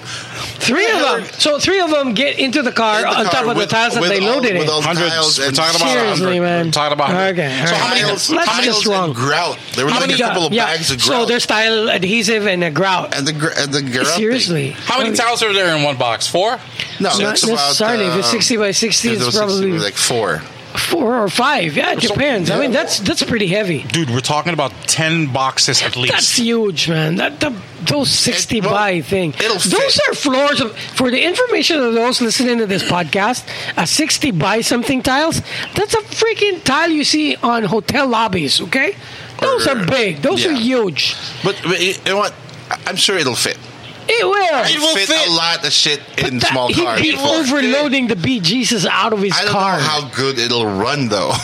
[SPEAKER 2] three of them. So three of them get into the car
[SPEAKER 1] In the
[SPEAKER 2] on
[SPEAKER 1] car
[SPEAKER 2] top of
[SPEAKER 1] with-
[SPEAKER 2] the tiles that
[SPEAKER 1] with
[SPEAKER 2] they
[SPEAKER 1] all-
[SPEAKER 2] loaded
[SPEAKER 1] with all
[SPEAKER 2] it.
[SPEAKER 1] the tiles
[SPEAKER 3] Hundreds. We're
[SPEAKER 1] and
[SPEAKER 3] talking about
[SPEAKER 1] tiles-
[SPEAKER 2] Seriously,
[SPEAKER 3] hundred.
[SPEAKER 2] man.
[SPEAKER 3] We're talking about hundred.
[SPEAKER 2] Okay, all
[SPEAKER 3] So how
[SPEAKER 2] right.
[SPEAKER 3] many?
[SPEAKER 1] tiles,
[SPEAKER 2] Let's
[SPEAKER 1] tiles
[SPEAKER 2] just wrong.
[SPEAKER 1] and grout. There was
[SPEAKER 3] How
[SPEAKER 1] like
[SPEAKER 3] many
[SPEAKER 1] a couple of
[SPEAKER 2] yeah.
[SPEAKER 1] bags of grout.
[SPEAKER 2] So there's tile adhesive and a grout.
[SPEAKER 1] and the gr- and the grout. thing.
[SPEAKER 2] Seriously,
[SPEAKER 3] How many tiles are there in one box? Four.
[SPEAKER 1] No,
[SPEAKER 2] Not
[SPEAKER 1] it's about,
[SPEAKER 2] necessarily. If it's
[SPEAKER 1] um,
[SPEAKER 2] 60 by 60,
[SPEAKER 1] if
[SPEAKER 2] it's
[SPEAKER 1] it was 60,
[SPEAKER 2] probably-
[SPEAKER 1] like four.
[SPEAKER 2] Four or five? Yeah, it depends. I mean, that's that's pretty heavy.
[SPEAKER 3] Dude, we're talking about ten boxes at least.
[SPEAKER 2] That's huge, man. That, that those sixty
[SPEAKER 1] It- well,
[SPEAKER 2] by thing.
[SPEAKER 1] it'll
[SPEAKER 2] those
[SPEAKER 1] fit.
[SPEAKER 2] are floors of. For the information of those listening to this podcast, a sixty by something tiles. That's a freaking tile you see on hotel lobbies. Okay, those
[SPEAKER 1] Or-
[SPEAKER 2] are big. Those are
[SPEAKER 1] yeah.
[SPEAKER 2] huge.
[SPEAKER 1] But, but you know what? I- I'm sure it'll fit.
[SPEAKER 2] It will.
[SPEAKER 1] It
[SPEAKER 3] will
[SPEAKER 1] will fit,
[SPEAKER 3] fit.
[SPEAKER 1] a lot of shit in
[SPEAKER 2] That-
[SPEAKER 1] small
[SPEAKER 2] he'd
[SPEAKER 1] cars.
[SPEAKER 2] be
[SPEAKER 1] before.
[SPEAKER 2] overloading the bee Jesus out of his
[SPEAKER 1] I don't
[SPEAKER 2] car.
[SPEAKER 1] know how good it'll run though.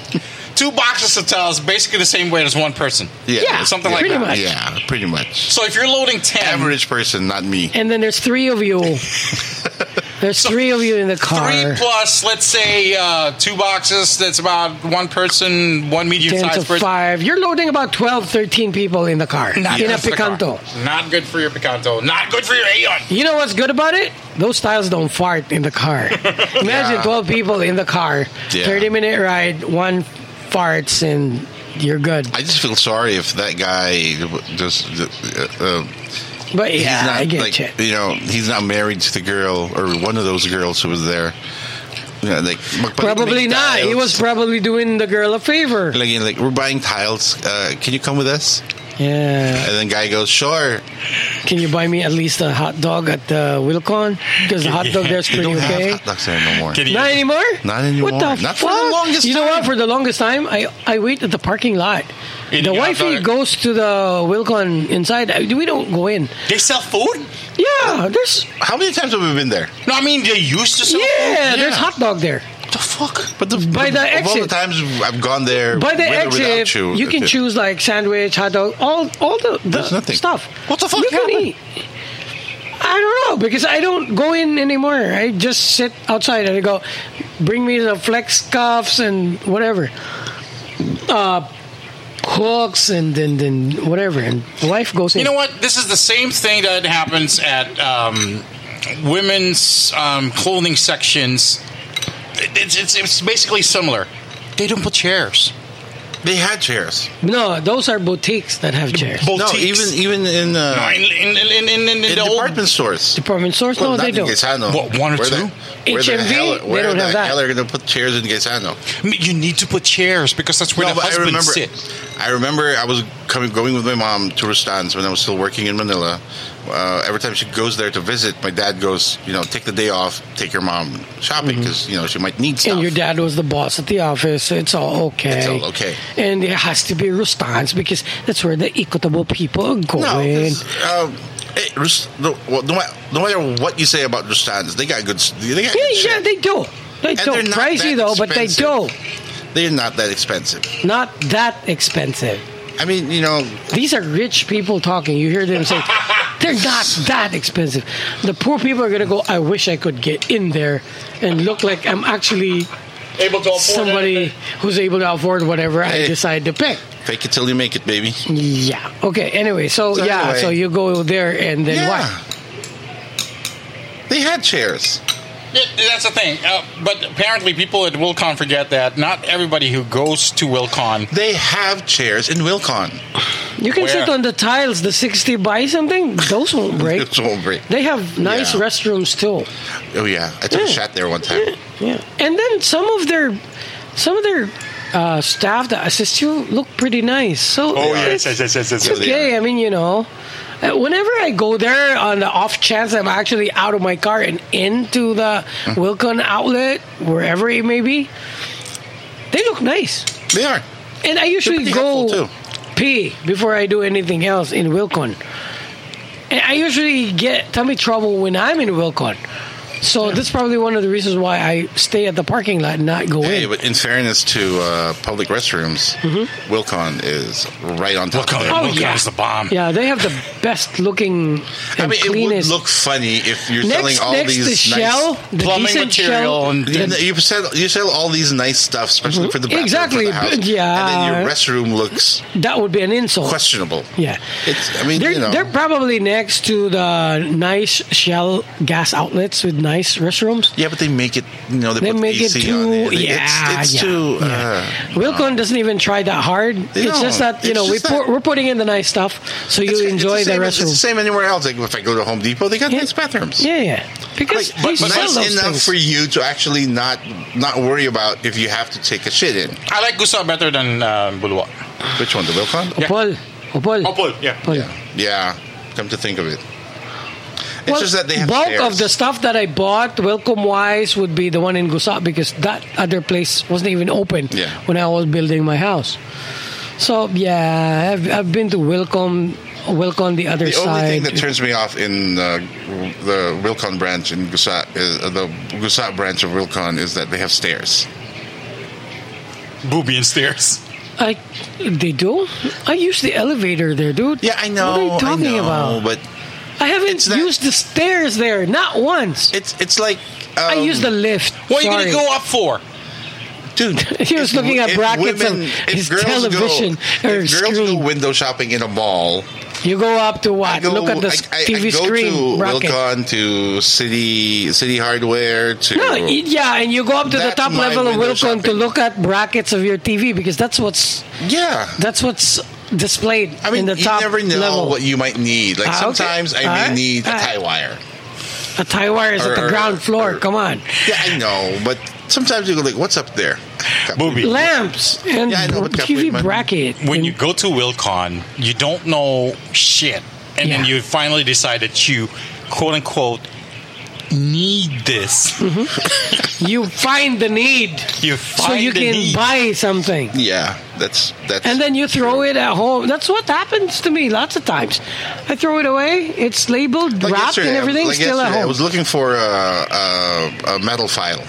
[SPEAKER 3] Two boxes of tiles, basically the same weight as one person.
[SPEAKER 1] yeah,
[SPEAKER 2] Yeah,
[SPEAKER 3] something like
[SPEAKER 2] pretty
[SPEAKER 3] that.
[SPEAKER 2] much.
[SPEAKER 1] yeah, pretty much.
[SPEAKER 3] So if you're loading ten,
[SPEAKER 1] Average person, not me.
[SPEAKER 2] And then there's three of you. there's three of you in the car.
[SPEAKER 3] three plus, let's say, uh, two boxes. That's about one person,
[SPEAKER 2] 10
[SPEAKER 3] one
[SPEAKER 2] to
[SPEAKER 3] medium-sized person.
[SPEAKER 2] 5. You're loading about 12, 13 people in the car. in a
[SPEAKER 3] That's the car.
[SPEAKER 2] Picanto.
[SPEAKER 3] Not good for your Picanto. Not good for your Aeon.
[SPEAKER 2] You know what's good about it? Those tiles don't fart in the car. Imagine 12 people in the car,
[SPEAKER 1] Yeah.
[SPEAKER 2] 30 minute ride, one farts, and you're good.
[SPEAKER 1] I just feel sorry if that guy just. Uh, uh,
[SPEAKER 2] But
[SPEAKER 1] he's
[SPEAKER 2] yeah,
[SPEAKER 1] not
[SPEAKER 2] I get
[SPEAKER 1] like
[SPEAKER 2] you.
[SPEAKER 1] you know he's not married to the girl or one of those girls who was there. Yeah, like magpalit
[SPEAKER 2] Probably
[SPEAKER 1] ng
[SPEAKER 2] not.
[SPEAKER 1] tiles.
[SPEAKER 2] He was probably doing the girl a favor.
[SPEAKER 1] like, you know, like we're buying tiles. Uh, can you come with us?
[SPEAKER 2] Yeah.
[SPEAKER 1] And then guy goes, sure.
[SPEAKER 2] Can you buy me at least a hot dog at the Wilcon? Because the hot dog there's
[SPEAKER 3] You
[SPEAKER 2] pretty
[SPEAKER 1] Don't have
[SPEAKER 2] okay.
[SPEAKER 1] hot dogs there Ah, no more.
[SPEAKER 3] Can you-
[SPEAKER 2] Not anymore.
[SPEAKER 1] Not anymore.
[SPEAKER 2] What the
[SPEAKER 1] Not for
[SPEAKER 2] fuck?
[SPEAKER 1] the longest
[SPEAKER 2] you know what?
[SPEAKER 1] time.
[SPEAKER 2] For the longest time, I I wait at the parking lot.
[SPEAKER 3] You
[SPEAKER 2] the
[SPEAKER 3] didn't get
[SPEAKER 2] wifey
[SPEAKER 3] outside?
[SPEAKER 2] goes to the Wilcon inside. I- We don't go in.
[SPEAKER 3] They sell food?
[SPEAKER 2] Yeah, there's
[SPEAKER 1] How many times have we been there?
[SPEAKER 3] No, I mean they used to
[SPEAKER 2] yeah,
[SPEAKER 3] sell food.
[SPEAKER 2] there's hot dog there.
[SPEAKER 1] What the fuck? But the,
[SPEAKER 2] By the
[SPEAKER 1] of all the
[SPEAKER 2] exit.
[SPEAKER 1] times I've gone there,
[SPEAKER 2] By the
[SPEAKER 1] with or without
[SPEAKER 2] exit, you,
[SPEAKER 1] you,
[SPEAKER 2] can
[SPEAKER 1] it-
[SPEAKER 2] choose like sandwich, hot dog, all all the,
[SPEAKER 1] There's
[SPEAKER 2] the
[SPEAKER 1] nothing.
[SPEAKER 2] stuff.
[SPEAKER 1] What the fuck
[SPEAKER 2] you can
[SPEAKER 1] happened?
[SPEAKER 2] eat. I don't know because I don't go in anymore. I just sit outside and I go, bring me the flex cuffs and whatever. Uh, hooks and then then whatever, and life goes.
[SPEAKER 3] You
[SPEAKER 2] in.
[SPEAKER 3] know what? This is the same thing that happens at um, women's um, clothing sections. It's, it's, it's basically similar. They don't put chairs.
[SPEAKER 1] They had chairs.
[SPEAKER 2] No, those are boutiques that have chairs.
[SPEAKER 1] No, even even in uh,
[SPEAKER 3] No, in, in, in, in, in,
[SPEAKER 1] in
[SPEAKER 3] the old-
[SPEAKER 1] department stores.
[SPEAKER 2] Department stores?
[SPEAKER 1] Well,
[SPEAKER 2] no,
[SPEAKER 1] not
[SPEAKER 2] they
[SPEAKER 1] in
[SPEAKER 2] don't.
[SPEAKER 1] Quezano.
[SPEAKER 4] What, one or
[SPEAKER 1] Where
[SPEAKER 4] two?
[SPEAKER 1] The, where the
[SPEAKER 2] HMV?
[SPEAKER 1] hell,
[SPEAKER 2] They
[SPEAKER 1] where
[SPEAKER 2] don't
[SPEAKER 1] the
[SPEAKER 2] have that.
[SPEAKER 1] hell are going to put chairs in Gaetano?
[SPEAKER 4] You need to put chairs because that's where the
[SPEAKER 1] I
[SPEAKER 4] husbands
[SPEAKER 1] remember.
[SPEAKER 4] sit.
[SPEAKER 1] I remember I was coming going with my mom to Rustan's when I was still working in Manila. Uh, every time she goes there to visit, my dad goes, you know, take the day off, take your mom shopping because you know she might need stuff.
[SPEAKER 2] Mm-hmm. And your dad was the boss at the office. It's all okay.
[SPEAKER 1] It's all okay.
[SPEAKER 2] And it has to be Rustans because that's where the equitable people are
[SPEAKER 1] No,
[SPEAKER 2] going.
[SPEAKER 1] it's, um, eh, Rus- no, well, no, ma- no matter what you say about Rustan's, they got good. s- They got
[SPEAKER 2] yeah,
[SPEAKER 1] good
[SPEAKER 2] yeah,
[SPEAKER 1] shit.
[SPEAKER 2] they do. They
[SPEAKER 1] And
[SPEAKER 2] do.
[SPEAKER 1] they're not that
[SPEAKER 2] Pricey though, but they do.
[SPEAKER 1] expensive. They're not that expensive.
[SPEAKER 2] Not that expensive.
[SPEAKER 1] I mean, you know,
[SPEAKER 2] These are rich people talking. You hear them say, they're not that expensive. The poor people are going to go, I wish I could get in there and look like I'm actually
[SPEAKER 3] Able to afford
[SPEAKER 2] somebody
[SPEAKER 3] anything.
[SPEAKER 2] who's able to afford whatever I
[SPEAKER 1] Hey.
[SPEAKER 2] decide to pick.
[SPEAKER 1] fake it till you make it, baby.
[SPEAKER 2] Yeah. Okay. Anyway, so,
[SPEAKER 1] So
[SPEAKER 2] yeah,
[SPEAKER 1] anyway.
[SPEAKER 2] so you go there and then what?
[SPEAKER 1] They had chairs.
[SPEAKER 3] Yeah, that's the thing. Uh, but apparently, people at Wilcon forget that not everybody who goes to Wilcon.
[SPEAKER 1] They have chairs in Wilcon.
[SPEAKER 2] You can sit
[SPEAKER 3] Where?
[SPEAKER 2] on the tiles, the 60 by something. Those won't break.
[SPEAKER 1] Those won't break.
[SPEAKER 2] They have nice
[SPEAKER 1] Yeah.
[SPEAKER 2] restrooms too.
[SPEAKER 1] Oh yeah, I took a
[SPEAKER 2] Yeah.
[SPEAKER 1] shot there one time.
[SPEAKER 2] Yeah. And then some of their, some of their uh, staff that assist you look pretty nice. So
[SPEAKER 4] Oh
[SPEAKER 2] it's-
[SPEAKER 4] yes, yes, yes, yes, yes.
[SPEAKER 2] It's
[SPEAKER 1] they
[SPEAKER 2] okay. I mean, you know, uh, whenever I go there on the off chance I'm actually out of my car and into the
[SPEAKER 1] Hmm.
[SPEAKER 2] Wilcon outlet, wherever it may be, they look nice.
[SPEAKER 1] They are.
[SPEAKER 2] And I usually
[SPEAKER 1] pretty
[SPEAKER 2] go
[SPEAKER 1] helpful, too.
[SPEAKER 2] pee before I do anything else in Wilcon. And I usually get tummy trouble when I'm in Wilcon. So that's probably one of the reasons why I stay at the parking lot and not go
[SPEAKER 1] Hey,
[SPEAKER 2] in.
[SPEAKER 1] but in fairness to uh, public restrooms,
[SPEAKER 2] Mm-hmm.
[SPEAKER 1] Wilcon is right on top of it.
[SPEAKER 4] Wilcon
[SPEAKER 2] Oh, yeah.
[SPEAKER 4] is the bomb.
[SPEAKER 2] Yeah, they have the best looking and
[SPEAKER 1] I mean, it would
[SPEAKER 2] cleanest.
[SPEAKER 1] look funny if you're selling
[SPEAKER 2] next,
[SPEAKER 1] all
[SPEAKER 2] next
[SPEAKER 1] these
[SPEAKER 2] the
[SPEAKER 1] nice
[SPEAKER 2] shell, the
[SPEAKER 3] plumbing
[SPEAKER 2] decent
[SPEAKER 3] material
[SPEAKER 2] shell,
[SPEAKER 3] and-
[SPEAKER 1] You, you sell you sell all these nice stuff, especially for the bathroom,
[SPEAKER 2] Mm-hmm. Exactly,
[SPEAKER 1] for the house,
[SPEAKER 2] but yeah.
[SPEAKER 1] and then your restroom looks
[SPEAKER 2] that would be an insult.
[SPEAKER 1] questionable.
[SPEAKER 2] Yeah,
[SPEAKER 1] It's- I mean,
[SPEAKER 2] they're
[SPEAKER 1] you know.
[SPEAKER 2] they're probably next to the nice shell gas outlets with nice restrooms.
[SPEAKER 1] Yeah, but they make it. You know, they,
[SPEAKER 2] They
[SPEAKER 1] put
[SPEAKER 2] make it
[SPEAKER 1] AC on
[SPEAKER 2] too,
[SPEAKER 1] it.
[SPEAKER 2] yeah,
[SPEAKER 1] it's, it's
[SPEAKER 2] yeah,
[SPEAKER 1] too.
[SPEAKER 2] yeah.
[SPEAKER 1] Uh,
[SPEAKER 2] Wilcon doesn't even try that hard. it's just
[SPEAKER 1] don't.
[SPEAKER 2] that you
[SPEAKER 1] It's
[SPEAKER 2] know we
[SPEAKER 1] just
[SPEAKER 2] pour,
[SPEAKER 1] that-
[SPEAKER 2] we're putting in the nice stuff, so you
[SPEAKER 1] it's- it's
[SPEAKER 2] enjoy the,
[SPEAKER 1] same, It's the
[SPEAKER 2] restroom.
[SPEAKER 1] same anywhere else. Like if I go to Home Depot, they got
[SPEAKER 2] Yeah.
[SPEAKER 1] nice bathrooms.
[SPEAKER 2] Yeah, yeah,
[SPEAKER 1] Like,
[SPEAKER 2] because
[SPEAKER 1] but,
[SPEAKER 2] they
[SPEAKER 1] but
[SPEAKER 2] sell
[SPEAKER 1] nice
[SPEAKER 2] those
[SPEAKER 1] enough
[SPEAKER 2] things.
[SPEAKER 1] for you to actually not not worry about if you have to take a shit in.
[SPEAKER 3] I like Gusa better than uh, Bulwa.
[SPEAKER 1] Which one, the Wilcon?
[SPEAKER 3] Yeah.
[SPEAKER 2] Opal, opal,
[SPEAKER 3] Opal, yeah.
[SPEAKER 2] opal.
[SPEAKER 1] Yeah. yeah. Come to think of it, it's
[SPEAKER 2] Well,
[SPEAKER 1] just that they have
[SPEAKER 2] bulk
[SPEAKER 1] chairs.
[SPEAKER 2] of the stuff that I bought, Welcome Wise, would be the one in Gusa because that other place wasn't even open
[SPEAKER 1] Yeah.
[SPEAKER 2] when I was building my house. So yeah, I've, I've been to Welcome, Welcome the other
[SPEAKER 1] The only
[SPEAKER 2] side.
[SPEAKER 1] thing that turns me off in uh, the Wilcon branch in Gusat, is, uh, the Gusat branch of Wilcon, is that they have stairs.
[SPEAKER 4] Booby and stairs.
[SPEAKER 2] I, they do. I use the elevator there, dude.
[SPEAKER 1] Yeah, I know.
[SPEAKER 2] What are you talking
[SPEAKER 1] I know,
[SPEAKER 2] about?
[SPEAKER 1] But
[SPEAKER 2] I haven't
[SPEAKER 1] it's not-
[SPEAKER 2] used the stairs there, not once.
[SPEAKER 1] it's it's like um,
[SPEAKER 2] I use the lift.
[SPEAKER 3] What are
[SPEAKER 2] Sorry.
[SPEAKER 3] you going to go up for?
[SPEAKER 1] dude.
[SPEAKER 2] He was
[SPEAKER 1] if
[SPEAKER 2] looking at
[SPEAKER 1] if
[SPEAKER 2] brackets of his
[SPEAKER 1] girls
[SPEAKER 2] television
[SPEAKER 1] Go,
[SPEAKER 2] or
[SPEAKER 1] if girls go
[SPEAKER 2] screen.
[SPEAKER 1] window shopping in a mall.
[SPEAKER 2] You go up to what?
[SPEAKER 1] I go,
[SPEAKER 2] Look at the s-
[SPEAKER 1] I, I,
[SPEAKER 2] TV
[SPEAKER 1] I go
[SPEAKER 2] screen.
[SPEAKER 1] to
[SPEAKER 2] bracket.
[SPEAKER 1] Wilcon to City City Hardware to
[SPEAKER 2] No, y- yeah, and you go up to the
[SPEAKER 1] That's
[SPEAKER 2] top
[SPEAKER 1] my
[SPEAKER 2] level of
[SPEAKER 1] window
[SPEAKER 2] Wilcon to
[SPEAKER 1] shopping.
[SPEAKER 2] look at brackets of your TV because that's what's
[SPEAKER 1] yeah.
[SPEAKER 2] that's what's displayed
[SPEAKER 1] I mean,
[SPEAKER 2] in the
[SPEAKER 1] you
[SPEAKER 2] top
[SPEAKER 1] never know
[SPEAKER 2] level.
[SPEAKER 1] what you might need. Like
[SPEAKER 2] Ah, okay.
[SPEAKER 1] sometimes I
[SPEAKER 2] All
[SPEAKER 1] may
[SPEAKER 2] right.
[SPEAKER 1] need a
[SPEAKER 2] All right.
[SPEAKER 1] tie wire.
[SPEAKER 2] a tie wire is
[SPEAKER 1] Or-
[SPEAKER 2] at the
[SPEAKER 1] or-
[SPEAKER 2] ground floor.
[SPEAKER 1] or-
[SPEAKER 2] Come on,
[SPEAKER 1] Yeah, I know, but sometimes you go like, "What's up there?"
[SPEAKER 4] Booby.
[SPEAKER 2] lamps and
[SPEAKER 1] Yeah, I know, but
[SPEAKER 2] TV
[SPEAKER 1] Capri-
[SPEAKER 2] bracket.
[SPEAKER 4] when
[SPEAKER 2] and-
[SPEAKER 4] you go to Wilcon, you don't know shit, and then
[SPEAKER 2] Yeah.
[SPEAKER 4] you finally decide that you, quote unquote, need this.
[SPEAKER 2] you find the need,
[SPEAKER 4] You
[SPEAKER 2] Mm-hmm. so
[SPEAKER 4] find
[SPEAKER 2] you
[SPEAKER 4] the
[SPEAKER 2] can
[SPEAKER 4] need.
[SPEAKER 2] buy something.
[SPEAKER 1] Yeah, that's that's.
[SPEAKER 2] And then you throw it at home. That's what happens to me lots of times. I throw it away. It's labeled,
[SPEAKER 1] Like
[SPEAKER 2] wrapped,
[SPEAKER 1] yesterday,
[SPEAKER 2] and
[SPEAKER 1] I-
[SPEAKER 2] everything
[SPEAKER 1] like
[SPEAKER 2] still at
[SPEAKER 1] yesterday, I
[SPEAKER 2] home.
[SPEAKER 1] was looking for a, a, a metal file,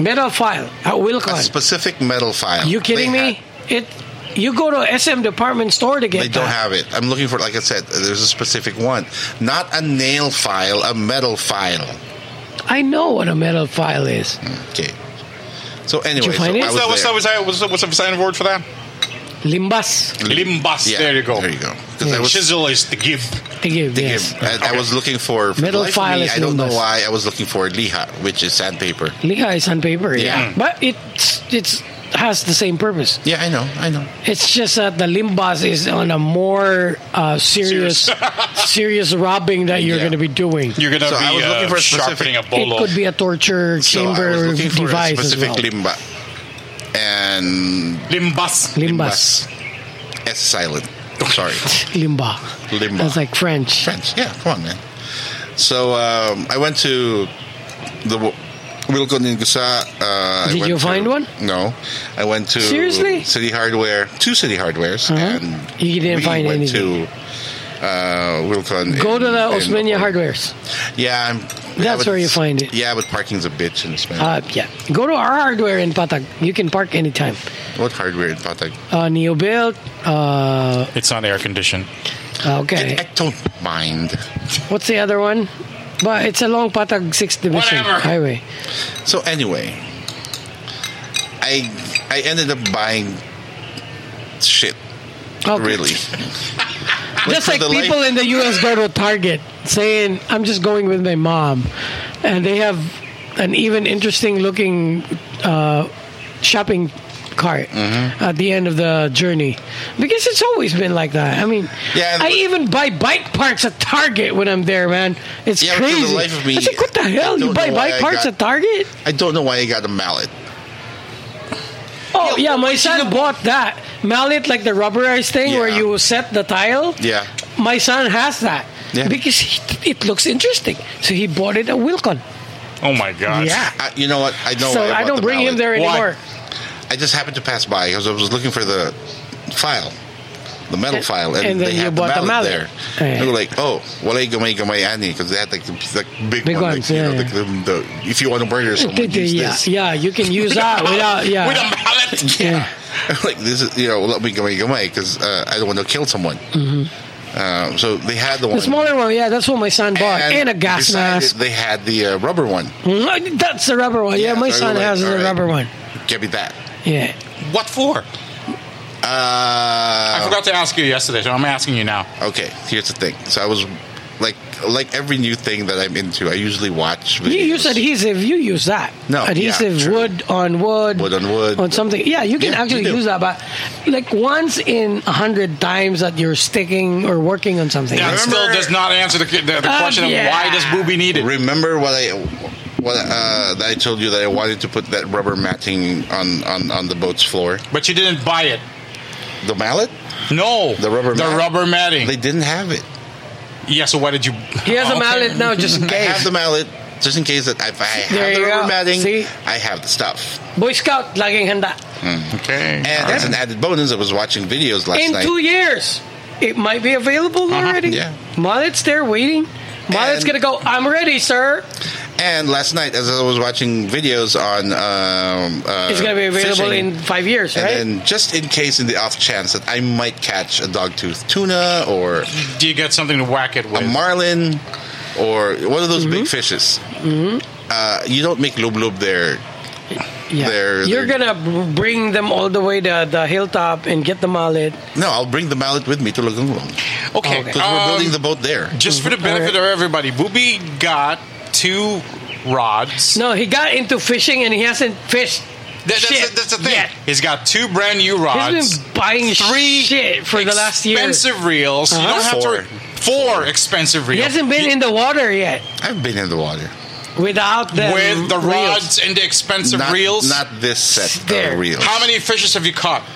[SPEAKER 2] metal file at
[SPEAKER 1] a
[SPEAKER 2] Wilcon.
[SPEAKER 1] specific metal file.
[SPEAKER 2] You kidding
[SPEAKER 1] They
[SPEAKER 2] me?
[SPEAKER 1] ha-
[SPEAKER 2] it. You go to a SM department store to get
[SPEAKER 1] they don't
[SPEAKER 2] that.
[SPEAKER 1] have it. I'm looking for, like I said, there's a specific one, not a nail file, a metal file.
[SPEAKER 2] I know what a metal file is.
[SPEAKER 1] Okay. So anyway,
[SPEAKER 2] you find
[SPEAKER 1] so
[SPEAKER 2] it?
[SPEAKER 1] I
[SPEAKER 3] What's that? What's
[SPEAKER 1] there.
[SPEAKER 3] that? What's that? What's that? What's the sign word for that?
[SPEAKER 2] Limbas.
[SPEAKER 4] Limbas.
[SPEAKER 1] Yeah,
[SPEAKER 4] there you go.
[SPEAKER 1] There you go. 'Cause I was-
[SPEAKER 4] Chisel is the give.
[SPEAKER 2] They give,
[SPEAKER 1] They
[SPEAKER 2] yes.
[SPEAKER 1] give- I, I was looking for, for
[SPEAKER 2] Metal
[SPEAKER 1] the life of
[SPEAKER 2] file
[SPEAKER 1] me,
[SPEAKER 2] is
[SPEAKER 1] I don't know
[SPEAKER 2] Nimbus.
[SPEAKER 1] why I was looking for Liha, which is sandpaper.
[SPEAKER 2] Liha is on paper, yeah.
[SPEAKER 1] Yeah.
[SPEAKER 2] But it's it's has the same purpose.
[SPEAKER 1] Yeah, I know, I know.
[SPEAKER 2] It's just that the limbas is on a more uh, serious serious robbing that you're
[SPEAKER 1] Yeah.
[SPEAKER 2] going to be doing.
[SPEAKER 4] You're gonna
[SPEAKER 1] So
[SPEAKER 4] be
[SPEAKER 1] I was looking
[SPEAKER 4] uh,
[SPEAKER 1] for a specific-
[SPEAKER 4] sharpening a
[SPEAKER 2] it
[SPEAKER 4] bolo.
[SPEAKER 2] could be a torture
[SPEAKER 1] So I
[SPEAKER 2] chamber
[SPEAKER 1] was looking for a
[SPEAKER 2] device as well.
[SPEAKER 1] specific limba, and
[SPEAKER 4] Limbas.
[SPEAKER 2] Limbas,
[SPEAKER 1] S silent. I'm sorry,
[SPEAKER 2] limba.
[SPEAKER 1] limba.
[SPEAKER 2] That's like French.
[SPEAKER 1] French. Yeah, come on, man. So um, I went to the Wilco Ningusa. Uh, I
[SPEAKER 2] Did
[SPEAKER 1] went
[SPEAKER 2] you find
[SPEAKER 1] to-
[SPEAKER 2] one?
[SPEAKER 1] No, I went to
[SPEAKER 2] Seriously? Uh-huh.
[SPEAKER 1] City Hardware, two City Hardwares, and
[SPEAKER 2] You didn't
[SPEAKER 1] we
[SPEAKER 2] find
[SPEAKER 1] went
[SPEAKER 2] anything.
[SPEAKER 1] To, uh, Wilcon.
[SPEAKER 2] Go to the
[SPEAKER 1] in- in
[SPEAKER 2] Osmania
[SPEAKER 1] Bohol.
[SPEAKER 2] Hardwares.
[SPEAKER 1] Yeah, I'm, yeah,
[SPEAKER 2] That's
[SPEAKER 1] but
[SPEAKER 2] where you
[SPEAKER 1] it's-
[SPEAKER 2] find it.
[SPEAKER 1] Yeah, but parking's a bitch in Osmania.
[SPEAKER 2] Uh, yeah. Go to our hardware in Patag. You can park anytime.
[SPEAKER 1] what hardware in Patag?
[SPEAKER 2] Uh, Neobuild. Uh,
[SPEAKER 4] It's not air conditioned.
[SPEAKER 2] okay.
[SPEAKER 1] I don't mind.
[SPEAKER 2] What's the other one? But it's along Patag 6th Division
[SPEAKER 4] Whatever.
[SPEAKER 2] Highway.
[SPEAKER 1] So anyway, I I ended up buying shit.
[SPEAKER 2] Okay.
[SPEAKER 1] Really.
[SPEAKER 2] Just
[SPEAKER 1] for
[SPEAKER 2] like
[SPEAKER 1] the life-
[SPEAKER 2] people in the US go to Target saying, I'm just going with my mom. And they have an even interesting looking uh, shopping cart
[SPEAKER 1] Mm-hmm.
[SPEAKER 2] at the end of the journey. Because it's always been like that. I mean,
[SPEAKER 1] Yeah, and-
[SPEAKER 2] I even buy bike parts at Target when I'm there, man. It's
[SPEAKER 1] Yeah, but for the
[SPEAKER 2] crazy.
[SPEAKER 1] life of me,
[SPEAKER 2] I said, what the hell? You
[SPEAKER 1] don't
[SPEAKER 2] buy
[SPEAKER 1] know why
[SPEAKER 2] bike
[SPEAKER 1] I
[SPEAKER 2] parts
[SPEAKER 1] got-
[SPEAKER 2] at Target?
[SPEAKER 1] I don't know why I got a mallet.
[SPEAKER 2] Oh yeah, my son bought that mallet, like the rubberized thing where
[SPEAKER 1] Yeah.
[SPEAKER 2] you set the tile.
[SPEAKER 1] Yeah.
[SPEAKER 2] my son has that
[SPEAKER 1] Yeah.
[SPEAKER 2] because he, it looks interesting. So he bought it at Wilcon.
[SPEAKER 4] Oh my god.
[SPEAKER 2] Yeah.
[SPEAKER 1] I, you know what? I know.
[SPEAKER 2] so
[SPEAKER 1] why
[SPEAKER 2] I
[SPEAKER 1] bought
[SPEAKER 2] don't
[SPEAKER 1] the
[SPEAKER 2] bring him there
[SPEAKER 1] mallet.
[SPEAKER 4] Why?
[SPEAKER 2] anymore.
[SPEAKER 1] I just happened to pass by because I was looking for the file, the metal
[SPEAKER 2] And-
[SPEAKER 1] file, and,
[SPEAKER 2] and then
[SPEAKER 1] they
[SPEAKER 2] you
[SPEAKER 1] had the
[SPEAKER 2] bought the
[SPEAKER 1] mallet,
[SPEAKER 2] mallet.
[SPEAKER 1] there.
[SPEAKER 2] Yeah.
[SPEAKER 1] They were like, "Oh, walay gamay gamay ani," because they had like the, the big,
[SPEAKER 2] Big
[SPEAKER 1] one, like,
[SPEAKER 2] ones,
[SPEAKER 1] you know,
[SPEAKER 2] yeah,
[SPEAKER 1] the, the, the, if you want to murder someone, use
[SPEAKER 2] yeah,
[SPEAKER 1] this.
[SPEAKER 2] yeah, you can use that without yeah.
[SPEAKER 4] With a mallet.
[SPEAKER 2] yeah.
[SPEAKER 1] like this is you know let me go away, go away because uh, I don't want to kill someone. Um, so they had the one.
[SPEAKER 2] Mm-hmm. The smaller one, yeah, that's what my son bought, and, a gas
[SPEAKER 1] beside it,
[SPEAKER 2] mask.
[SPEAKER 1] They had the uh, rubber one.
[SPEAKER 2] Mm, That's the rubber one. Yeah,
[SPEAKER 1] Yeah,
[SPEAKER 2] my
[SPEAKER 1] so
[SPEAKER 2] son
[SPEAKER 1] like,
[SPEAKER 2] has the
[SPEAKER 1] all right.
[SPEAKER 2] rubber one.
[SPEAKER 1] Give me that.
[SPEAKER 2] Yeah,
[SPEAKER 4] What for?
[SPEAKER 1] Uh, I Oh.
[SPEAKER 4] I forgot to ask you yesterday, so I'm asking you now.
[SPEAKER 1] Okay, here's the thing. So I was like, like every new thing that I'm into, I usually watch.
[SPEAKER 2] you
[SPEAKER 1] videos.
[SPEAKER 2] use adhesive. You use that.
[SPEAKER 1] No, yeah,
[SPEAKER 2] adhesive
[SPEAKER 1] true.
[SPEAKER 2] wood on wood.
[SPEAKER 1] Wood on wood.
[SPEAKER 2] on something. Yeah, you can
[SPEAKER 1] Yeah, you
[SPEAKER 2] actually
[SPEAKER 1] do.
[SPEAKER 2] use that, but like once in a hundred times that you're sticking or working on something.
[SPEAKER 4] That
[SPEAKER 2] it's-
[SPEAKER 1] remember-
[SPEAKER 4] still does not answer the, the, the
[SPEAKER 2] Uh,
[SPEAKER 4] question
[SPEAKER 2] yeah.
[SPEAKER 4] of why does Booby need it?
[SPEAKER 1] Remember what I what uh, that I told you that I wanted to put that rubber matting on on on the boat's floor.
[SPEAKER 4] But you didn't buy it.
[SPEAKER 1] The mallet.
[SPEAKER 4] No.
[SPEAKER 1] The rubber
[SPEAKER 4] The
[SPEAKER 1] mat.
[SPEAKER 4] rubber matting.
[SPEAKER 1] They didn't have it.
[SPEAKER 4] yeah, so why did you.
[SPEAKER 2] He has a
[SPEAKER 4] Okay.
[SPEAKER 2] mallet now, just in
[SPEAKER 1] I have
[SPEAKER 2] case.
[SPEAKER 1] the mallet just in case that if I
[SPEAKER 2] There
[SPEAKER 1] have the
[SPEAKER 2] you
[SPEAKER 1] rubber
[SPEAKER 2] go.
[SPEAKER 1] matting,
[SPEAKER 2] See?
[SPEAKER 1] I have the stuff.
[SPEAKER 2] Boy Scout laging handa.
[SPEAKER 4] Okay.
[SPEAKER 1] And that's an added bonus. I was watching videos last
[SPEAKER 2] In
[SPEAKER 1] night.
[SPEAKER 2] two years, it might be available already.
[SPEAKER 1] yeah.
[SPEAKER 2] Mallet's there waiting. Mallet's
[SPEAKER 1] And-
[SPEAKER 2] gonna go. I'm ready, sir.
[SPEAKER 1] and last night, as I was watching videos on, um, uh,
[SPEAKER 2] It's gonna be available
[SPEAKER 1] fishing,
[SPEAKER 2] in five years,
[SPEAKER 1] And
[SPEAKER 2] right?
[SPEAKER 1] then, just in case, in the off chance that I might catch a dogtooth tuna or
[SPEAKER 4] Do you get something to whack it with?
[SPEAKER 1] a marlin or one of those
[SPEAKER 4] Mm-hmm.
[SPEAKER 1] big fishes, uh, you don't make lub lub there.
[SPEAKER 2] yeah.
[SPEAKER 1] they're-
[SPEAKER 2] You're
[SPEAKER 1] they're-
[SPEAKER 2] gonna br- bring them all the way to the hilltop and get the mallet.
[SPEAKER 1] No, I'll bring the mallet with me to Lagungulong
[SPEAKER 4] okay.
[SPEAKER 2] Okay.
[SPEAKER 1] because oh, we're
[SPEAKER 4] um,
[SPEAKER 1] building the boat there.
[SPEAKER 4] Just for the benefit of everybody, Booby got two rods.
[SPEAKER 2] No, he got into fishing and he hasn't fished.
[SPEAKER 4] That- that's,
[SPEAKER 2] shit
[SPEAKER 4] the, that's the thing.
[SPEAKER 2] yet.
[SPEAKER 4] He's got two brand new
[SPEAKER 3] Uh,
[SPEAKER 4] rods.
[SPEAKER 2] He's been buying
[SPEAKER 4] three
[SPEAKER 2] shit for the last year.
[SPEAKER 4] Expensive reels. You don't have
[SPEAKER 1] Four.
[SPEAKER 4] to. Four, expensive
[SPEAKER 2] He
[SPEAKER 4] reels.
[SPEAKER 2] hasn't been in the water yet
[SPEAKER 1] I've been in the water.
[SPEAKER 2] without the
[SPEAKER 4] with the
[SPEAKER 2] reels.
[SPEAKER 4] rods and the expensive
[SPEAKER 1] Not,
[SPEAKER 4] reels.
[SPEAKER 1] not this set
[SPEAKER 2] There.
[SPEAKER 1] of reels.
[SPEAKER 4] How many fishes have you caught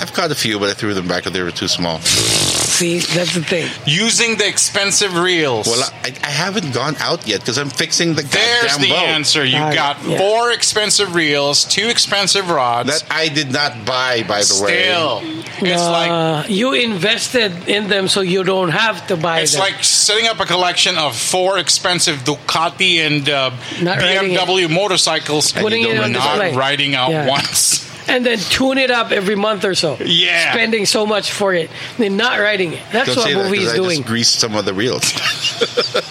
[SPEAKER 1] I've caught a few, but I threw them back because they were too small.
[SPEAKER 2] See, that's the thing.
[SPEAKER 4] using the expensive reels?
[SPEAKER 1] Well, I, I haven't gone out yet because I'm fixing the
[SPEAKER 4] There's
[SPEAKER 1] goddamn
[SPEAKER 4] the
[SPEAKER 1] boat
[SPEAKER 4] answer. You
[SPEAKER 2] Right,
[SPEAKER 4] got
[SPEAKER 2] yeah.
[SPEAKER 4] four expensive reels, two expensive rods.
[SPEAKER 1] that I did not buy. By the
[SPEAKER 4] Still,
[SPEAKER 1] way,
[SPEAKER 4] it's like
[SPEAKER 2] Uh, you invested in them, so you don't have to buy
[SPEAKER 4] it's
[SPEAKER 2] them.
[SPEAKER 4] like setting up a collection of four expensive Ducati and uh,
[SPEAKER 2] Not riding
[SPEAKER 4] BMW motorcycles,
[SPEAKER 1] you Putting it don't on
[SPEAKER 4] not
[SPEAKER 2] display.
[SPEAKER 4] riding out
[SPEAKER 2] Yeah.
[SPEAKER 4] once.
[SPEAKER 2] and then tune it up every month or so.
[SPEAKER 4] Yeah.
[SPEAKER 2] spending so much for it, then not writing it. That's
[SPEAKER 1] don't
[SPEAKER 2] what
[SPEAKER 1] say that
[SPEAKER 2] movie
[SPEAKER 1] 'cause
[SPEAKER 2] is
[SPEAKER 1] I
[SPEAKER 2] doing.
[SPEAKER 1] just greased some of the reels.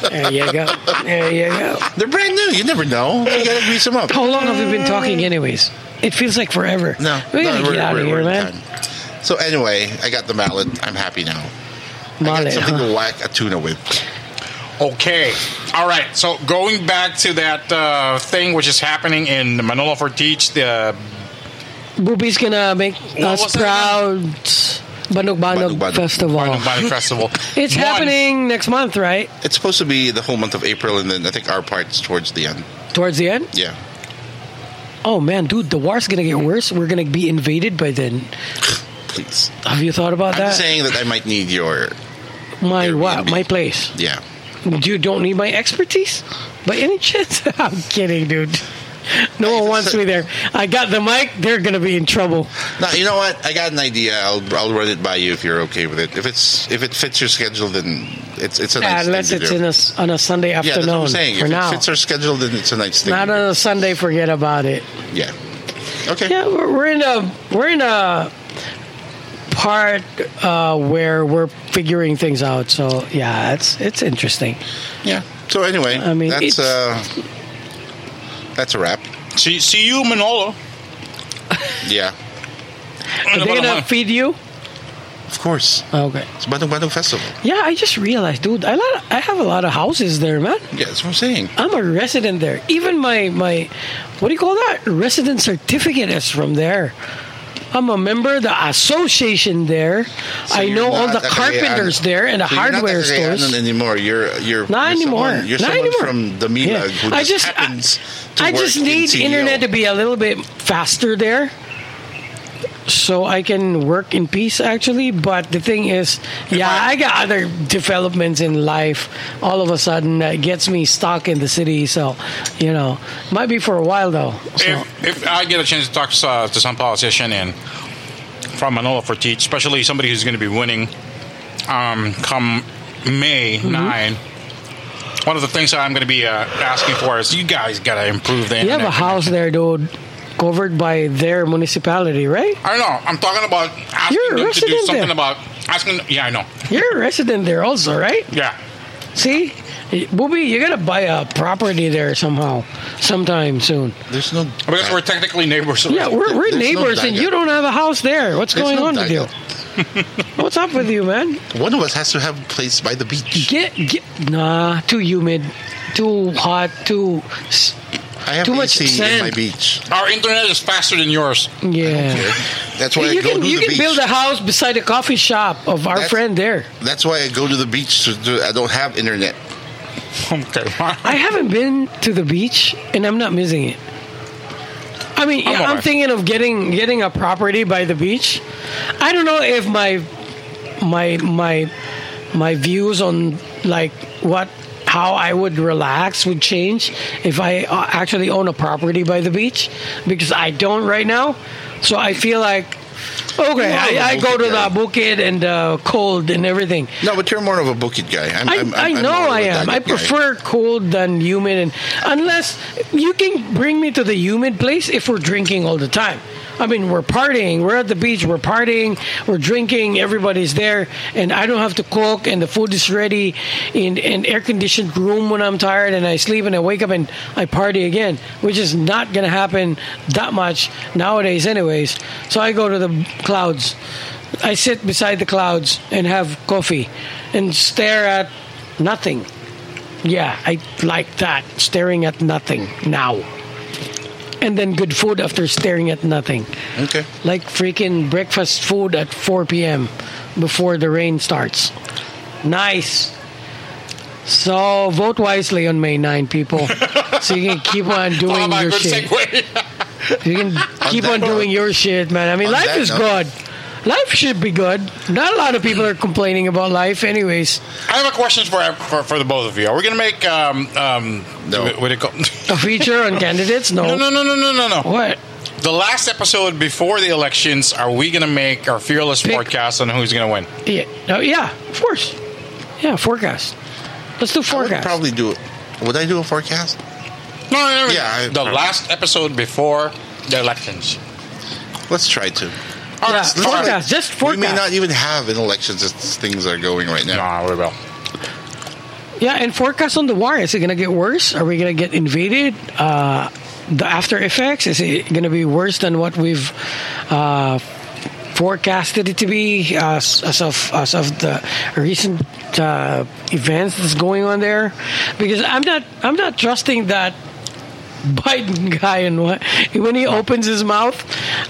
[SPEAKER 2] There you go. There you go.
[SPEAKER 1] They're brand new. You never know. You gotta grease them up.
[SPEAKER 2] How long have we been talking, anyways? It feels like forever.
[SPEAKER 1] No,
[SPEAKER 2] we
[SPEAKER 1] no,
[SPEAKER 2] gotta get out of
[SPEAKER 1] we're in
[SPEAKER 2] here, man.
[SPEAKER 1] time. So anyway, I got the mallet. I'm happy now. I got
[SPEAKER 2] Mallet,
[SPEAKER 1] something
[SPEAKER 2] huh?
[SPEAKER 1] to whack a tuna with.
[SPEAKER 4] Okay.
[SPEAKER 3] All right. So going back to that uh, thing which is happening in Manolo Fortich, the
[SPEAKER 2] Booby's gonna make
[SPEAKER 3] What
[SPEAKER 2] us
[SPEAKER 3] was that
[SPEAKER 2] proud.
[SPEAKER 1] Banug
[SPEAKER 2] Banug
[SPEAKER 1] Banug.
[SPEAKER 2] Banug Festival.
[SPEAKER 3] Bandung Bali Festival.
[SPEAKER 2] It's
[SPEAKER 3] One,
[SPEAKER 2] happening next month, right?
[SPEAKER 1] It's supposed to be the whole month of April, and then I think our part's towards the end.
[SPEAKER 2] Towards the end?
[SPEAKER 1] Yeah.
[SPEAKER 2] Oh man, dude, the war's gonna get worse. We're gonna be invaded by then.
[SPEAKER 1] Please.
[SPEAKER 2] Have you thought about
[SPEAKER 1] I'm
[SPEAKER 2] that?
[SPEAKER 1] just saying that I might need your.
[SPEAKER 2] my what?
[SPEAKER 1] Airbnb.
[SPEAKER 2] My place.
[SPEAKER 1] Yeah.
[SPEAKER 2] You don't need my expertise by any chance. I'm kidding, dude. No one wants me there. I got the mic. They're gonna be in trouble.
[SPEAKER 1] No, you know what? I got an idea. I'll I'll run it by you if you're okay with it. If it's if it fits your schedule, then it's it's a nice
[SPEAKER 2] Ah, Unless
[SPEAKER 1] thing to
[SPEAKER 2] it's
[SPEAKER 1] do.
[SPEAKER 2] in a, s- on a Sunday
[SPEAKER 1] yeah, that's
[SPEAKER 2] afternoon.
[SPEAKER 1] what I'm saying.
[SPEAKER 2] For
[SPEAKER 1] if
[SPEAKER 2] now,
[SPEAKER 1] it fits our schedule, then it's a nice thing.
[SPEAKER 2] not
[SPEAKER 1] to
[SPEAKER 2] on a Sunday. Forget about it.
[SPEAKER 1] do. yeah. Okay.
[SPEAKER 2] Yeah, we're, we're in a we're in a part uh, where we're figuring things out. So yeah, it's it's interesting.
[SPEAKER 1] Yeah. So anyway,
[SPEAKER 2] I mean,
[SPEAKER 1] that's
[SPEAKER 2] it's-
[SPEAKER 1] uh, that's a wrap.
[SPEAKER 4] See, see you, Manolo.
[SPEAKER 1] Yeah.
[SPEAKER 4] in
[SPEAKER 2] Are
[SPEAKER 4] about
[SPEAKER 2] they
[SPEAKER 4] a
[SPEAKER 2] gonna
[SPEAKER 4] month.
[SPEAKER 2] feed you?
[SPEAKER 1] Of course.
[SPEAKER 2] Okay.
[SPEAKER 1] It's Bandung Bandung Festival.
[SPEAKER 2] Yeah, I just realized, dude. I lot, I have a lot of houses there, man.
[SPEAKER 1] Yeah, that's what I'm saying.
[SPEAKER 2] I'm a resident there. Even my my what do you call that? Resident certificate is from there. I'm a member of the association there.
[SPEAKER 1] So
[SPEAKER 2] I
[SPEAKER 1] you're
[SPEAKER 2] know all
[SPEAKER 1] not
[SPEAKER 2] the
[SPEAKER 1] Tagayan.
[SPEAKER 2] carpenters there and the
[SPEAKER 1] So you're not
[SPEAKER 2] hardware
[SPEAKER 1] Tagayanan
[SPEAKER 2] stores.
[SPEAKER 1] anymore. You're you're
[SPEAKER 2] Not
[SPEAKER 1] you're
[SPEAKER 2] anymore.
[SPEAKER 1] Someone, you're
[SPEAKER 2] Not
[SPEAKER 1] someone
[SPEAKER 2] anymore.
[SPEAKER 1] from the Milag
[SPEAKER 2] Yeah.
[SPEAKER 1] who just,
[SPEAKER 2] I just
[SPEAKER 1] happens
[SPEAKER 2] I,
[SPEAKER 1] to
[SPEAKER 2] I
[SPEAKER 1] work
[SPEAKER 2] just
[SPEAKER 1] in E
[SPEAKER 2] need
[SPEAKER 1] TEO.
[SPEAKER 2] internet to be a little bit faster there, so I can work in peace. Actually, but the thing is, yeah,
[SPEAKER 3] I-
[SPEAKER 2] I, got other developments in life. All of a sudden, that gets me stuck in the city. So, you know, might be for a while though. So,
[SPEAKER 4] If, if I get a chance to talk uh, to some politician and from Manolo Fortich, especially somebody who's going to be winning um, come May
[SPEAKER 2] Mm-hmm.
[SPEAKER 4] 9, one of the things that I'm going to be uh, asking for is you guys got to improve the
[SPEAKER 2] you
[SPEAKER 4] internet.
[SPEAKER 2] have a house there, dude, covered by their municipality, right?
[SPEAKER 4] I don't know. I'm talking about asking
[SPEAKER 2] You're a
[SPEAKER 4] them to do
[SPEAKER 2] resident
[SPEAKER 4] something
[SPEAKER 2] there.
[SPEAKER 4] about asking. Yeah, I know.
[SPEAKER 2] You're a resident there also, right?
[SPEAKER 4] Yeah.
[SPEAKER 2] See, Booby, you gotta buy a property there somehow, sometime soon.
[SPEAKER 1] There's no
[SPEAKER 4] Because we're technically neighbors.
[SPEAKER 2] Yeah, we're,
[SPEAKER 1] There's
[SPEAKER 2] we're
[SPEAKER 1] no
[SPEAKER 2] neighbors, and
[SPEAKER 1] dialogue.
[SPEAKER 2] you don't have a house there. What's
[SPEAKER 1] There's
[SPEAKER 2] going
[SPEAKER 1] no
[SPEAKER 2] on with you?
[SPEAKER 1] dialogue.
[SPEAKER 2] What's up with you, man?
[SPEAKER 1] One of us has to have a place by the beach.
[SPEAKER 2] Get get nah, too humid, too hot, too s-
[SPEAKER 1] I have
[SPEAKER 2] too much
[SPEAKER 1] AC in my
[SPEAKER 2] sand.
[SPEAKER 1] beach.
[SPEAKER 4] Our internet is faster than yours.
[SPEAKER 2] yeah.
[SPEAKER 1] That's why
[SPEAKER 2] You
[SPEAKER 1] I go
[SPEAKER 2] can
[SPEAKER 1] to
[SPEAKER 2] you
[SPEAKER 1] the
[SPEAKER 2] can
[SPEAKER 1] beach.
[SPEAKER 2] build a house beside a coffee shop of our
[SPEAKER 1] That's-
[SPEAKER 2] friend there.
[SPEAKER 1] That's why I go to the beach. To do, I don't have internet.
[SPEAKER 4] Okay.
[SPEAKER 2] I haven't been to the beach, and I'm not missing it. I mean,
[SPEAKER 4] I'm
[SPEAKER 2] yeah, I'm
[SPEAKER 4] alright.
[SPEAKER 2] thinking of getting getting a property by the beach. I don't know if my my my my views on like what how I would relax would change if I uh, actually own a property by the beach because I don't right now. So I feel like okay,
[SPEAKER 1] You are
[SPEAKER 2] I, I
[SPEAKER 1] a
[SPEAKER 2] go to the
[SPEAKER 1] bukid
[SPEAKER 2] bukid and uh, cold and everything.
[SPEAKER 1] No, but you're more of a bukid guy. I'm,
[SPEAKER 2] I,
[SPEAKER 1] I'm,
[SPEAKER 2] I
[SPEAKER 1] I'm, I'm
[SPEAKER 2] know
[SPEAKER 1] more of a
[SPEAKER 2] I am.
[SPEAKER 1] dagat
[SPEAKER 2] I
[SPEAKER 1] guy.
[SPEAKER 2] prefer cold than humid, and unless you can bring me to the humid place if we're drinking all the time. I mean, we're partying. We're at the beach. We're partying. We're drinking. Everybody's there, and I don't have to cook, and the food is ready in an air-conditioned room when I'm tired, and I sleep, and I wake up, and I party again, which is not gonna happen that much nowadays, anyways. So I go to the clouds. I sit beside the clouds and have coffee, and stare at Nothing. Yeah, I like that. Staring at nothing now. And then good food after staring at nothing.
[SPEAKER 1] Okay.
[SPEAKER 2] Like freaking breakfast food at 4 p.m. before the rain starts. Nice. So vote wisely on May 9, people. so you can keep on doing
[SPEAKER 4] my
[SPEAKER 2] your
[SPEAKER 4] good
[SPEAKER 2] shit.
[SPEAKER 4] segue.
[SPEAKER 2] You can keep
[SPEAKER 1] that
[SPEAKER 2] on
[SPEAKER 1] note-
[SPEAKER 2] doing your shit, man. I mean,
[SPEAKER 1] on
[SPEAKER 2] life
[SPEAKER 1] that
[SPEAKER 2] is
[SPEAKER 1] note-
[SPEAKER 2] good. Life should be good. Not a lot of people are complaining about life, anyways.
[SPEAKER 4] I have a question for, for for the both of you. Are we going to make um um
[SPEAKER 1] No.
[SPEAKER 4] what, what do you call?
[SPEAKER 2] A feature on candidates? No.
[SPEAKER 4] No, no, no, no, no, no, no.
[SPEAKER 2] What?
[SPEAKER 4] The last episode before the elections, are we going to make our fearless
[SPEAKER 2] Pick.
[SPEAKER 4] forecast on who's going to win?
[SPEAKER 2] Yeah, no, yeah, of course. Yeah, forecast. Let's do
[SPEAKER 1] I would
[SPEAKER 2] forecast.
[SPEAKER 1] probably do it. Would I do a forecast?
[SPEAKER 4] No, no, no.
[SPEAKER 1] Yeah, I-
[SPEAKER 4] the last episode before the elections.
[SPEAKER 1] Let's try to.
[SPEAKER 4] All
[SPEAKER 2] Yeah,
[SPEAKER 4] right, all right.
[SPEAKER 2] forecast. Just
[SPEAKER 1] We may
[SPEAKER 2] forecast.
[SPEAKER 1] not even have an election as things are going right now.
[SPEAKER 4] Nah, we will.
[SPEAKER 2] yeah, and forecast on the war. Is it gonna get worse? Are we gonna get invaded? Uh, the after effects is it gonna be worse than what we've uh, forecasted it to be uh, s- as of as of the recent uh, events that's going on there? Because I'm not I'm not trusting that Biden guy and what when he opens his mouth,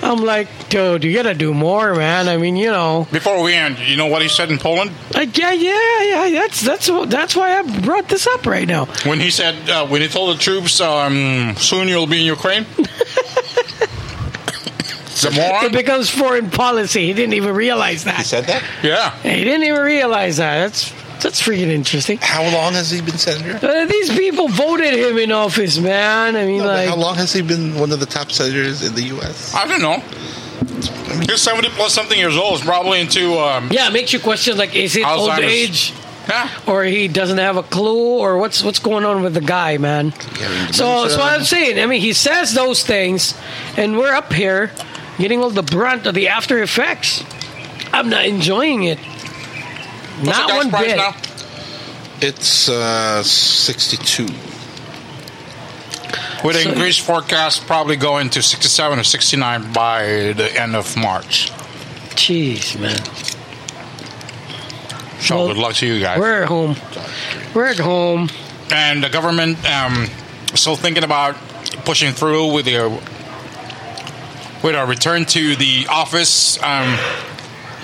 [SPEAKER 2] I'm like, dude, you gotta do more, man. I mean, you know,
[SPEAKER 3] Before we end, you know what he said in Poland?
[SPEAKER 2] like Uh, yeah, yeah, yeah. That's that's wh- that's why I brought this up right now.
[SPEAKER 3] When he said, uh, when he told the troops, um, soon you'll be in Ukraine? the
[SPEAKER 2] It
[SPEAKER 3] moron?
[SPEAKER 2] becomes foreign policy. He didn't even realize that.
[SPEAKER 1] He said that?
[SPEAKER 3] Yeah.
[SPEAKER 2] He didn't even realize that. That's that's freaking interesting.
[SPEAKER 1] How long has he been senator?
[SPEAKER 2] Uh, these people voted him in office, man. I mean,
[SPEAKER 1] No, but
[SPEAKER 2] like,
[SPEAKER 1] how long has he been one of the top senators in the U.S.?
[SPEAKER 3] I don't know. He's 70 plus something years old. He's probably into, um,
[SPEAKER 2] yeah, it makes you question like, is it old
[SPEAKER 3] Alzheimer's.
[SPEAKER 2] age?
[SPEAKER 3] yeah.
[SPEAKER 2] Or he doesn't have a clue, or what's what's going on with the guy, man.
[SPEAKER 1] Getting
[SPEAKER 2] So,
[SPEAKER 3] uh,
[SPEAKER 1] dementia.
[SPEAKER 2] so I'm saying, I mean, he says those things, and we're up here getting all the brunt of the after effects. I'm not enjoying it. not
[SPEAKER 3] What's the guy's
[SPEAKER 2] one bit.
[SPEAKER 3] price now?
[SPEAKER 1] It's uh, 62.
[SPEAKER 3] With
[SPEAKER 2] So-
[SPEAKER 3] increased forecast, probably going to 67 or 69 by the end of March.
[SPEAKER 2] Jeez, man.
[SPEAKER 3] So
[SPEAKER 2] Well,
[SPEAKER 3] good luck to you guys.
[SPEAKER 2] We're at home. We're at home.
[SPEAKER 3] and the government um, still thinking about pushing through with their with our return to the office um,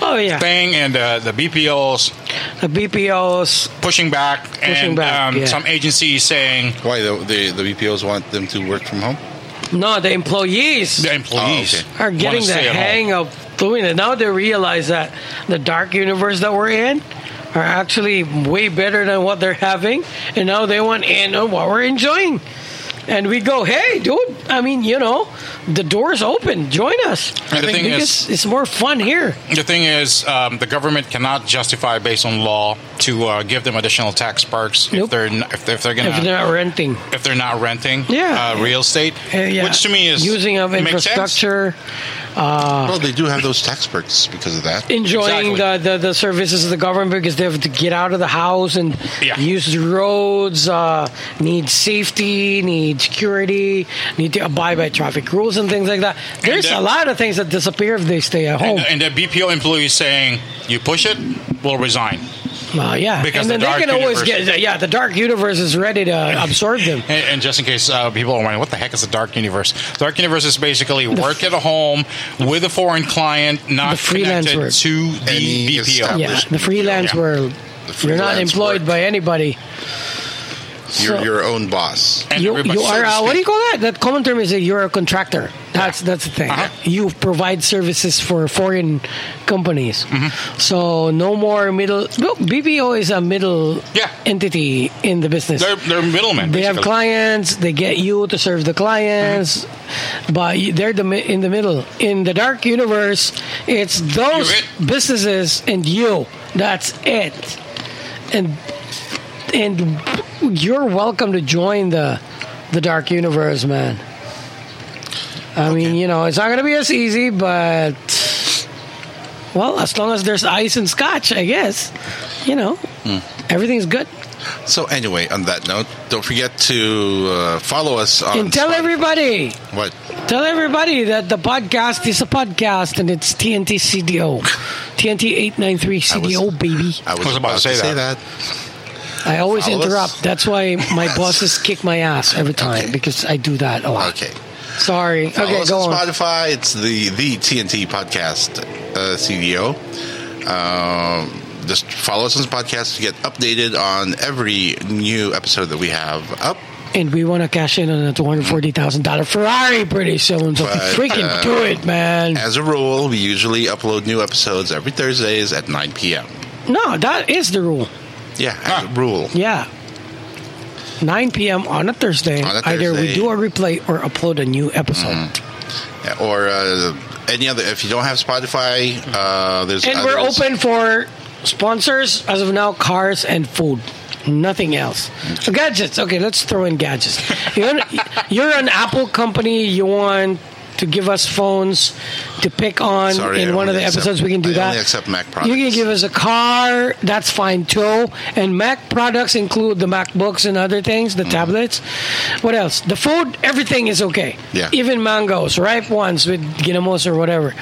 [SPEAKER 2] Oh yeah,
[SPEAKER 3] thing and uh, the BPOs
[SPEAKER 2] the BPOs.
[SPEAKER 3] pushing back and
[SPEAKER 2] back,
[SPEAKER 3] um,
[SPEAKER 2] yeah.
[SPEAKER 3] some agencies saying
[SPEAKER 1] Why the, the the BPOs want them to work from home?
[SPEAKER 2] No, the employees.
[SPEAKER 3] the employees
[SPEAKER 1] Oh,
[SPEAKER 2] are
[SPEAKER 3] wanna
[SPEAKER 2] getting the
[SPEAKER 3] stay at home.
[SPEAKER 2] hang of doing it. Now they realize that the dark universe that we're in are actually way better than what they're having, and now they want in on what we're enjoying. And we go, hey, dude. I mean, you know, the door's open. Join us.
[SPEAKER 3] And the thing
[SPEAKER 2] because
[SPEAKER 3] is-
[SPEAKER 2] it's more fun here.
[SPEAKER 3] The thing is, um, the government cannot justify based on law to uh, give them additional tax perks
[SPEAKER 2] Nope.
[SPEAKER 3] if they're n- if they're, if they're gonna
[SPEAKER 2] If they're not renting,
[SPEAKER 3] if they're not renting
[SPEAKER 2] Yeah.
[SPEAKER 3] uh, real estate,
[SPEAKER 2] Uh, yeah.
[SPEAKER 3] which to me is
[SPEAKER 2] using of
[SPEAKER 3] makes sense.
[SPEAKER 2] infrastructure, Ah.
[SPEAKER 1] well, they do have those tax perks because of that.
[SPEAKER 2] enjoying the, the, the services of the government because they have to get out of the house and
[SPEAKER 3] Yeah.
[SPEAKER 2] use the roads, uh, need safety, need security, need to abide by traffic rules and things like that. There's
[SPEAKER 3] that-
[SPEAKER 2] a lot of things that disappear if they stay at home.
[SPEAKER 3] And, and the BPO employee saying, "You push it, we'll resign."
[SPEAKER 2] Uh, yeah,
[SPEAKER 3] because
[SPEAKER 2] and then
[SPEAKER 3] the
[SPEAKER 2] they
[SPEAKER 3] dark
[SPEAKER 2] can always
[SPEAKER 3] universe-
[SPEAKER 2] get yeah. The dark universe is ready to absorb them.
[SPEAKER 3] And, and just in case uh, people are wondering, what the heck is the dark universe? Dark universe is basically work at a home with a foreign client,
[SPEAKER 2] The
[SPEAKER 3] not
[SPEAKER 2] freelance
[SPEAKER 3] connected
[SPEAKER 2] work.
[SPEAKER 3] to the
[SPEAKER 1] Any
[SPEAKER 3] BPO.
[SPEAKER 2] Yeah,
[SPEAKER 1] Established
[SPEAKER 2] the freelance
[SPEAKER 3] yeah.
[SPEAKER 2] world.
[SPEAKER 1] The
[SPEAKER 2] You're not
[SPEAKER 1] freelance
[SPEAKER 2] employed
[SPEAKER 1] work.
[SPEAKER 2] by anybody.
[SPEAKER 1] You're
[SPEAKER 2] So-
[SPEAKER 1] your own boss.
[SPEAKER 3] And
[SPEAKER 2] You,
[SPEAKER 3] everybody-
[SPEAKER 2] you
[SPEAKER 3] so
[SPEAKER 2] are
[SPEAKER 3] to
[SPEAKER 2] uh, what do you
[SPEAKER 3] speak,
[SPEAKER 2] call that? That common term is a you're a contractor. That's that's the thing.
[SPEAKER 3] Uh-huh.
[SPEAKER 2] You provide services for foreign companies.
[SPEAKER 3] Mm-hmm.
[SPEAKER 2] So no more middle. no, BPO is a middle
[SPEAKER 3] Yeah.
[SPEAKER 2] entity in the business.
[SPEAKER 3] They're, they're middlemen.
[SPEAKER 2] they have
[SPEAKER 3] basically.
[SPEAKER 2] clients. They get you to serve the clients,
[SPEAKER 3] Uh-huh.
[SPEAKER 2] but you- they're the mi- in the middle. In the dark universe, it's those
[SPEAKER 3] You're it.
[SPEAKER 2] businesses and you. That's it. And and you're welcome to join the the dark universe, man. I mean, you know, it's not gonna be as easy, but well, as long as there's ice and scotch, I guess, you know,
[SPEAKER 3] Hmm.
[SPEAKER 2] everything's good.
[SPEAKER 1] So anyway, on that note, don't forget to uh, follow us on.
[SPEAKER 2] and tell
[SPEAKER 1] Spotify.
[SPEAKER 2] everybody.
[SPEAKER 1] what
[SPEAKER 2] Tell everybody that the podcast is a podcast and it's TNT CDO. TNT 893 CDO, baby.
[SPEAKER 1] I was, about, to say, that.
[SPEAKER 2] I always
[SPEAKER 1] follow us?
[SPEAKER 2] interrupt. That's why my bosses kick my ass every time
[SPEAKER 1] Okay.
[SPEAKER 2] because I do that a lot.
[SPEAKER 1] Okay.
[SPEAKER 2] Sorry.
[SPEAKER 1] Follow
[SPEAKER 2] okay,
[SPEAKER 1] us
[SPEAKER 2] go
[SPEAKER 1] on
[SPEAKER 2] on.
[SPEAKER 1] Spotify. It's the the TNT podcast uh, CDO. Um, just follow us on podcast to get updated on every new episode that we have up.
[SPEAKER 2] And we want to cash in on a $240,000 Ferrari pretty soon. So
[SPEAKER 1] But,
[SPEAKER 2] freaking
[SPEAKER 1] uh,
[SPEAKER 2] do it, man.
[SPEAKER 1] As a rule, we usually upload new episodes every Thursdays at 9 p.m.
[SPEAKER 2] No, that is the rule.
[SPEAKER 1] Yeah, as a rule.
[SPEAKER 2] Yeah. 9 p.m. on a Thursday.
[SPEAKER 1] On a
[SPEAKER 2] Either we
[SPEAKER 1] Thursday.
[SPEAKER 2] do a replay or upload a new episode.
[SPEAKER 1] Or uh, any other. If you don't have Spotify, uh, there's
[SPEAKER 2] And we're
[SPEAKER 1] others.
[SPEAKER 2] open for sponsors as of now, cars and food. Nothing else. Gadgets. Okay, let's throw in gadgets. You're an, you're an Apple company. You want to give us phones to pick on
[SPEAKER 1] Sorry, I
[SPEAKER 2] in one of
[SPEAKER 1] only
[SPEAKER 2] the episodes.
[SPEAKER 1] accept-
[SPEAKER 2] we can do
[SPEAKER 1] I
[SPEAKER 2] that.
[SPEAKER 1] only accept Mac
[SPEAKER 2] You can
[SPEAKER 1] products.
[SPEAKER 2] give us a car. That's fine. Tow and Mac products include the MacBooks and other things,
[SPEAKER 1] Mm-hmm.
[SPEAKER 2] the tablets. What else? The food, everything is okay.
[SPEAKER 1] Yeah.
[SPEAKER 2] Even mangoes, ripe ones with ginamos or whatever.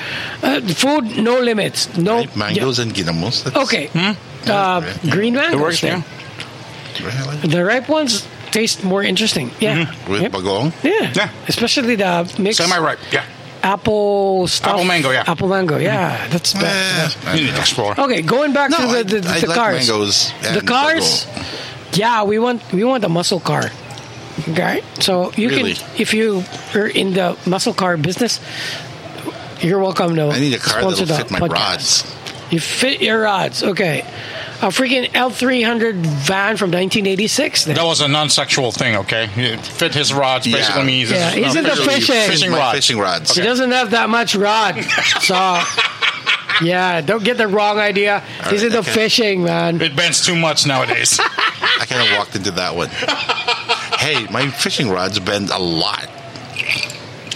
[SPEAKER 2] Uh, the food, no limits. No
[SPEAKER 1] mangoes and ginamos. That's-
[SPEAKER 2] Oh, Okay. Uh, green mangoes.
[SPEAKER 4] Hmm? It works,
[SPEAKER 2] then.
[SPEAKER 4] yeah.
[SPEAKER 1] Really?
[SPEAKER 2] The ripe ones taste more interesting. Yeah.
[SPEAKER 1] With
[SPEAKER 2] Yep.
[SPEAKER 1] bagong?
[SPEAKER 2] Yeah.
[SPEAKER 4] Mm-hmm. Yeah.
[SPEAKER 2] Especially the mixed
[SPEAKER 4] Semi ripe, yeah.
[SPEAKER 2] apple stuff.
[SPEAKER 4] Apple mango, yeah.
[SPEAKER 2] Apple mango, yeah. That's
[SPEAKER 1] Eh,
[SPEAKER 2] bad.
[SPEAKER 1] I
[SPEAKER 4] You need
[SPEAKER 1] don't
[SPEAKER 4] to
[SPEAKER 1] know.
[SPEAKER 4] explore.
[SPEAKER 2] Okay, going back
[SPEAKER 1] No,
[SPEAKER 2] to
[SPEAKER 1] I-
[SPEAKER 2] the, the,
[SPEAKER 1] I
[SPEAKER 2] the
[SPEAKER 1] like
[SPEAKER 2] cars.
[SPEAKER 1] mangoes
[SPEAKER 2] the
[SPEAKER 1] and
[SPEAKER 2] cars. Yeah, we want we want a muscle car. Okay, so you
[SPEAKER 1] Really?
[SPEAKER 2] can if you are in the muscle car business, you're welcome to.
[SPEAKER 1] I need a car
[SPEAKER 2] sponsor
[SPEAKER 1] that'll
[SPEAKER 2] the
[SPEAKER 1] fit my rods.
[SPEAKER 2] podcast. You fit your rods, okay? A freaking L three hundred van from nineteen eighty six.
[SPEAKER 4] That was a non sexual thing, okay? It fit his rods
[SPEAKER 1] Yeah.
[SPEAKER 4] basically means
[SPEAKER 2] Yeah,
[SPEAKER 4] it's
[SPEAKER 2] isn't
[SPEAKER 4] not
[SPEAKER 2] the
[SPEAKER 4] officially
[SPEAKER 2] fishing-
[SPEAKER 4] fishing
[SPEAKER 1] my
[SPEAKER 4] rod.
[SPEAKER 1] fishing rods.
[SPEAKER 2] He doesn't have that much rod. So, yeah, don't get the wrong idea. This is
[SPEAKER 1] right,
[SPEAKER 2] the
[SPEAKER 1] okay.
[SPEAKER 2] fishing, man.
[SPEAKER 4] It bends too much nowadays.
[SPEAKER 1] I kind of walked into that one. hey, my fishing rods bend a lot.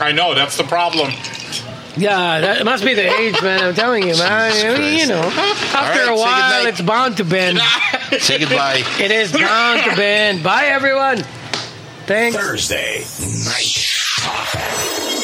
[SPEAKER 4] I know, that's the problem.
[SPEAKER 2] Yeah, that must be the age, man. I'm telling you, man.
[SPEAKER 1] Jesus
[SPEAKER 2] I mean, you
[SPEAKER 1] Christ.
[SPEAKER 2] know, after
[SPEAKER 1] right,
[SPEAKER 2] a
[SPEAKER 1] say
[SPEAKER 2] while,
[SPEAKER 1] goodnight.
[SPEAKER 2] it's bound to bend.
[SPEAKER 1] Say goodbye.
[SPEAKER 2] It is bound to bend. Bye, everyone. Thanks.
[SPEAKER 7] Thursday night.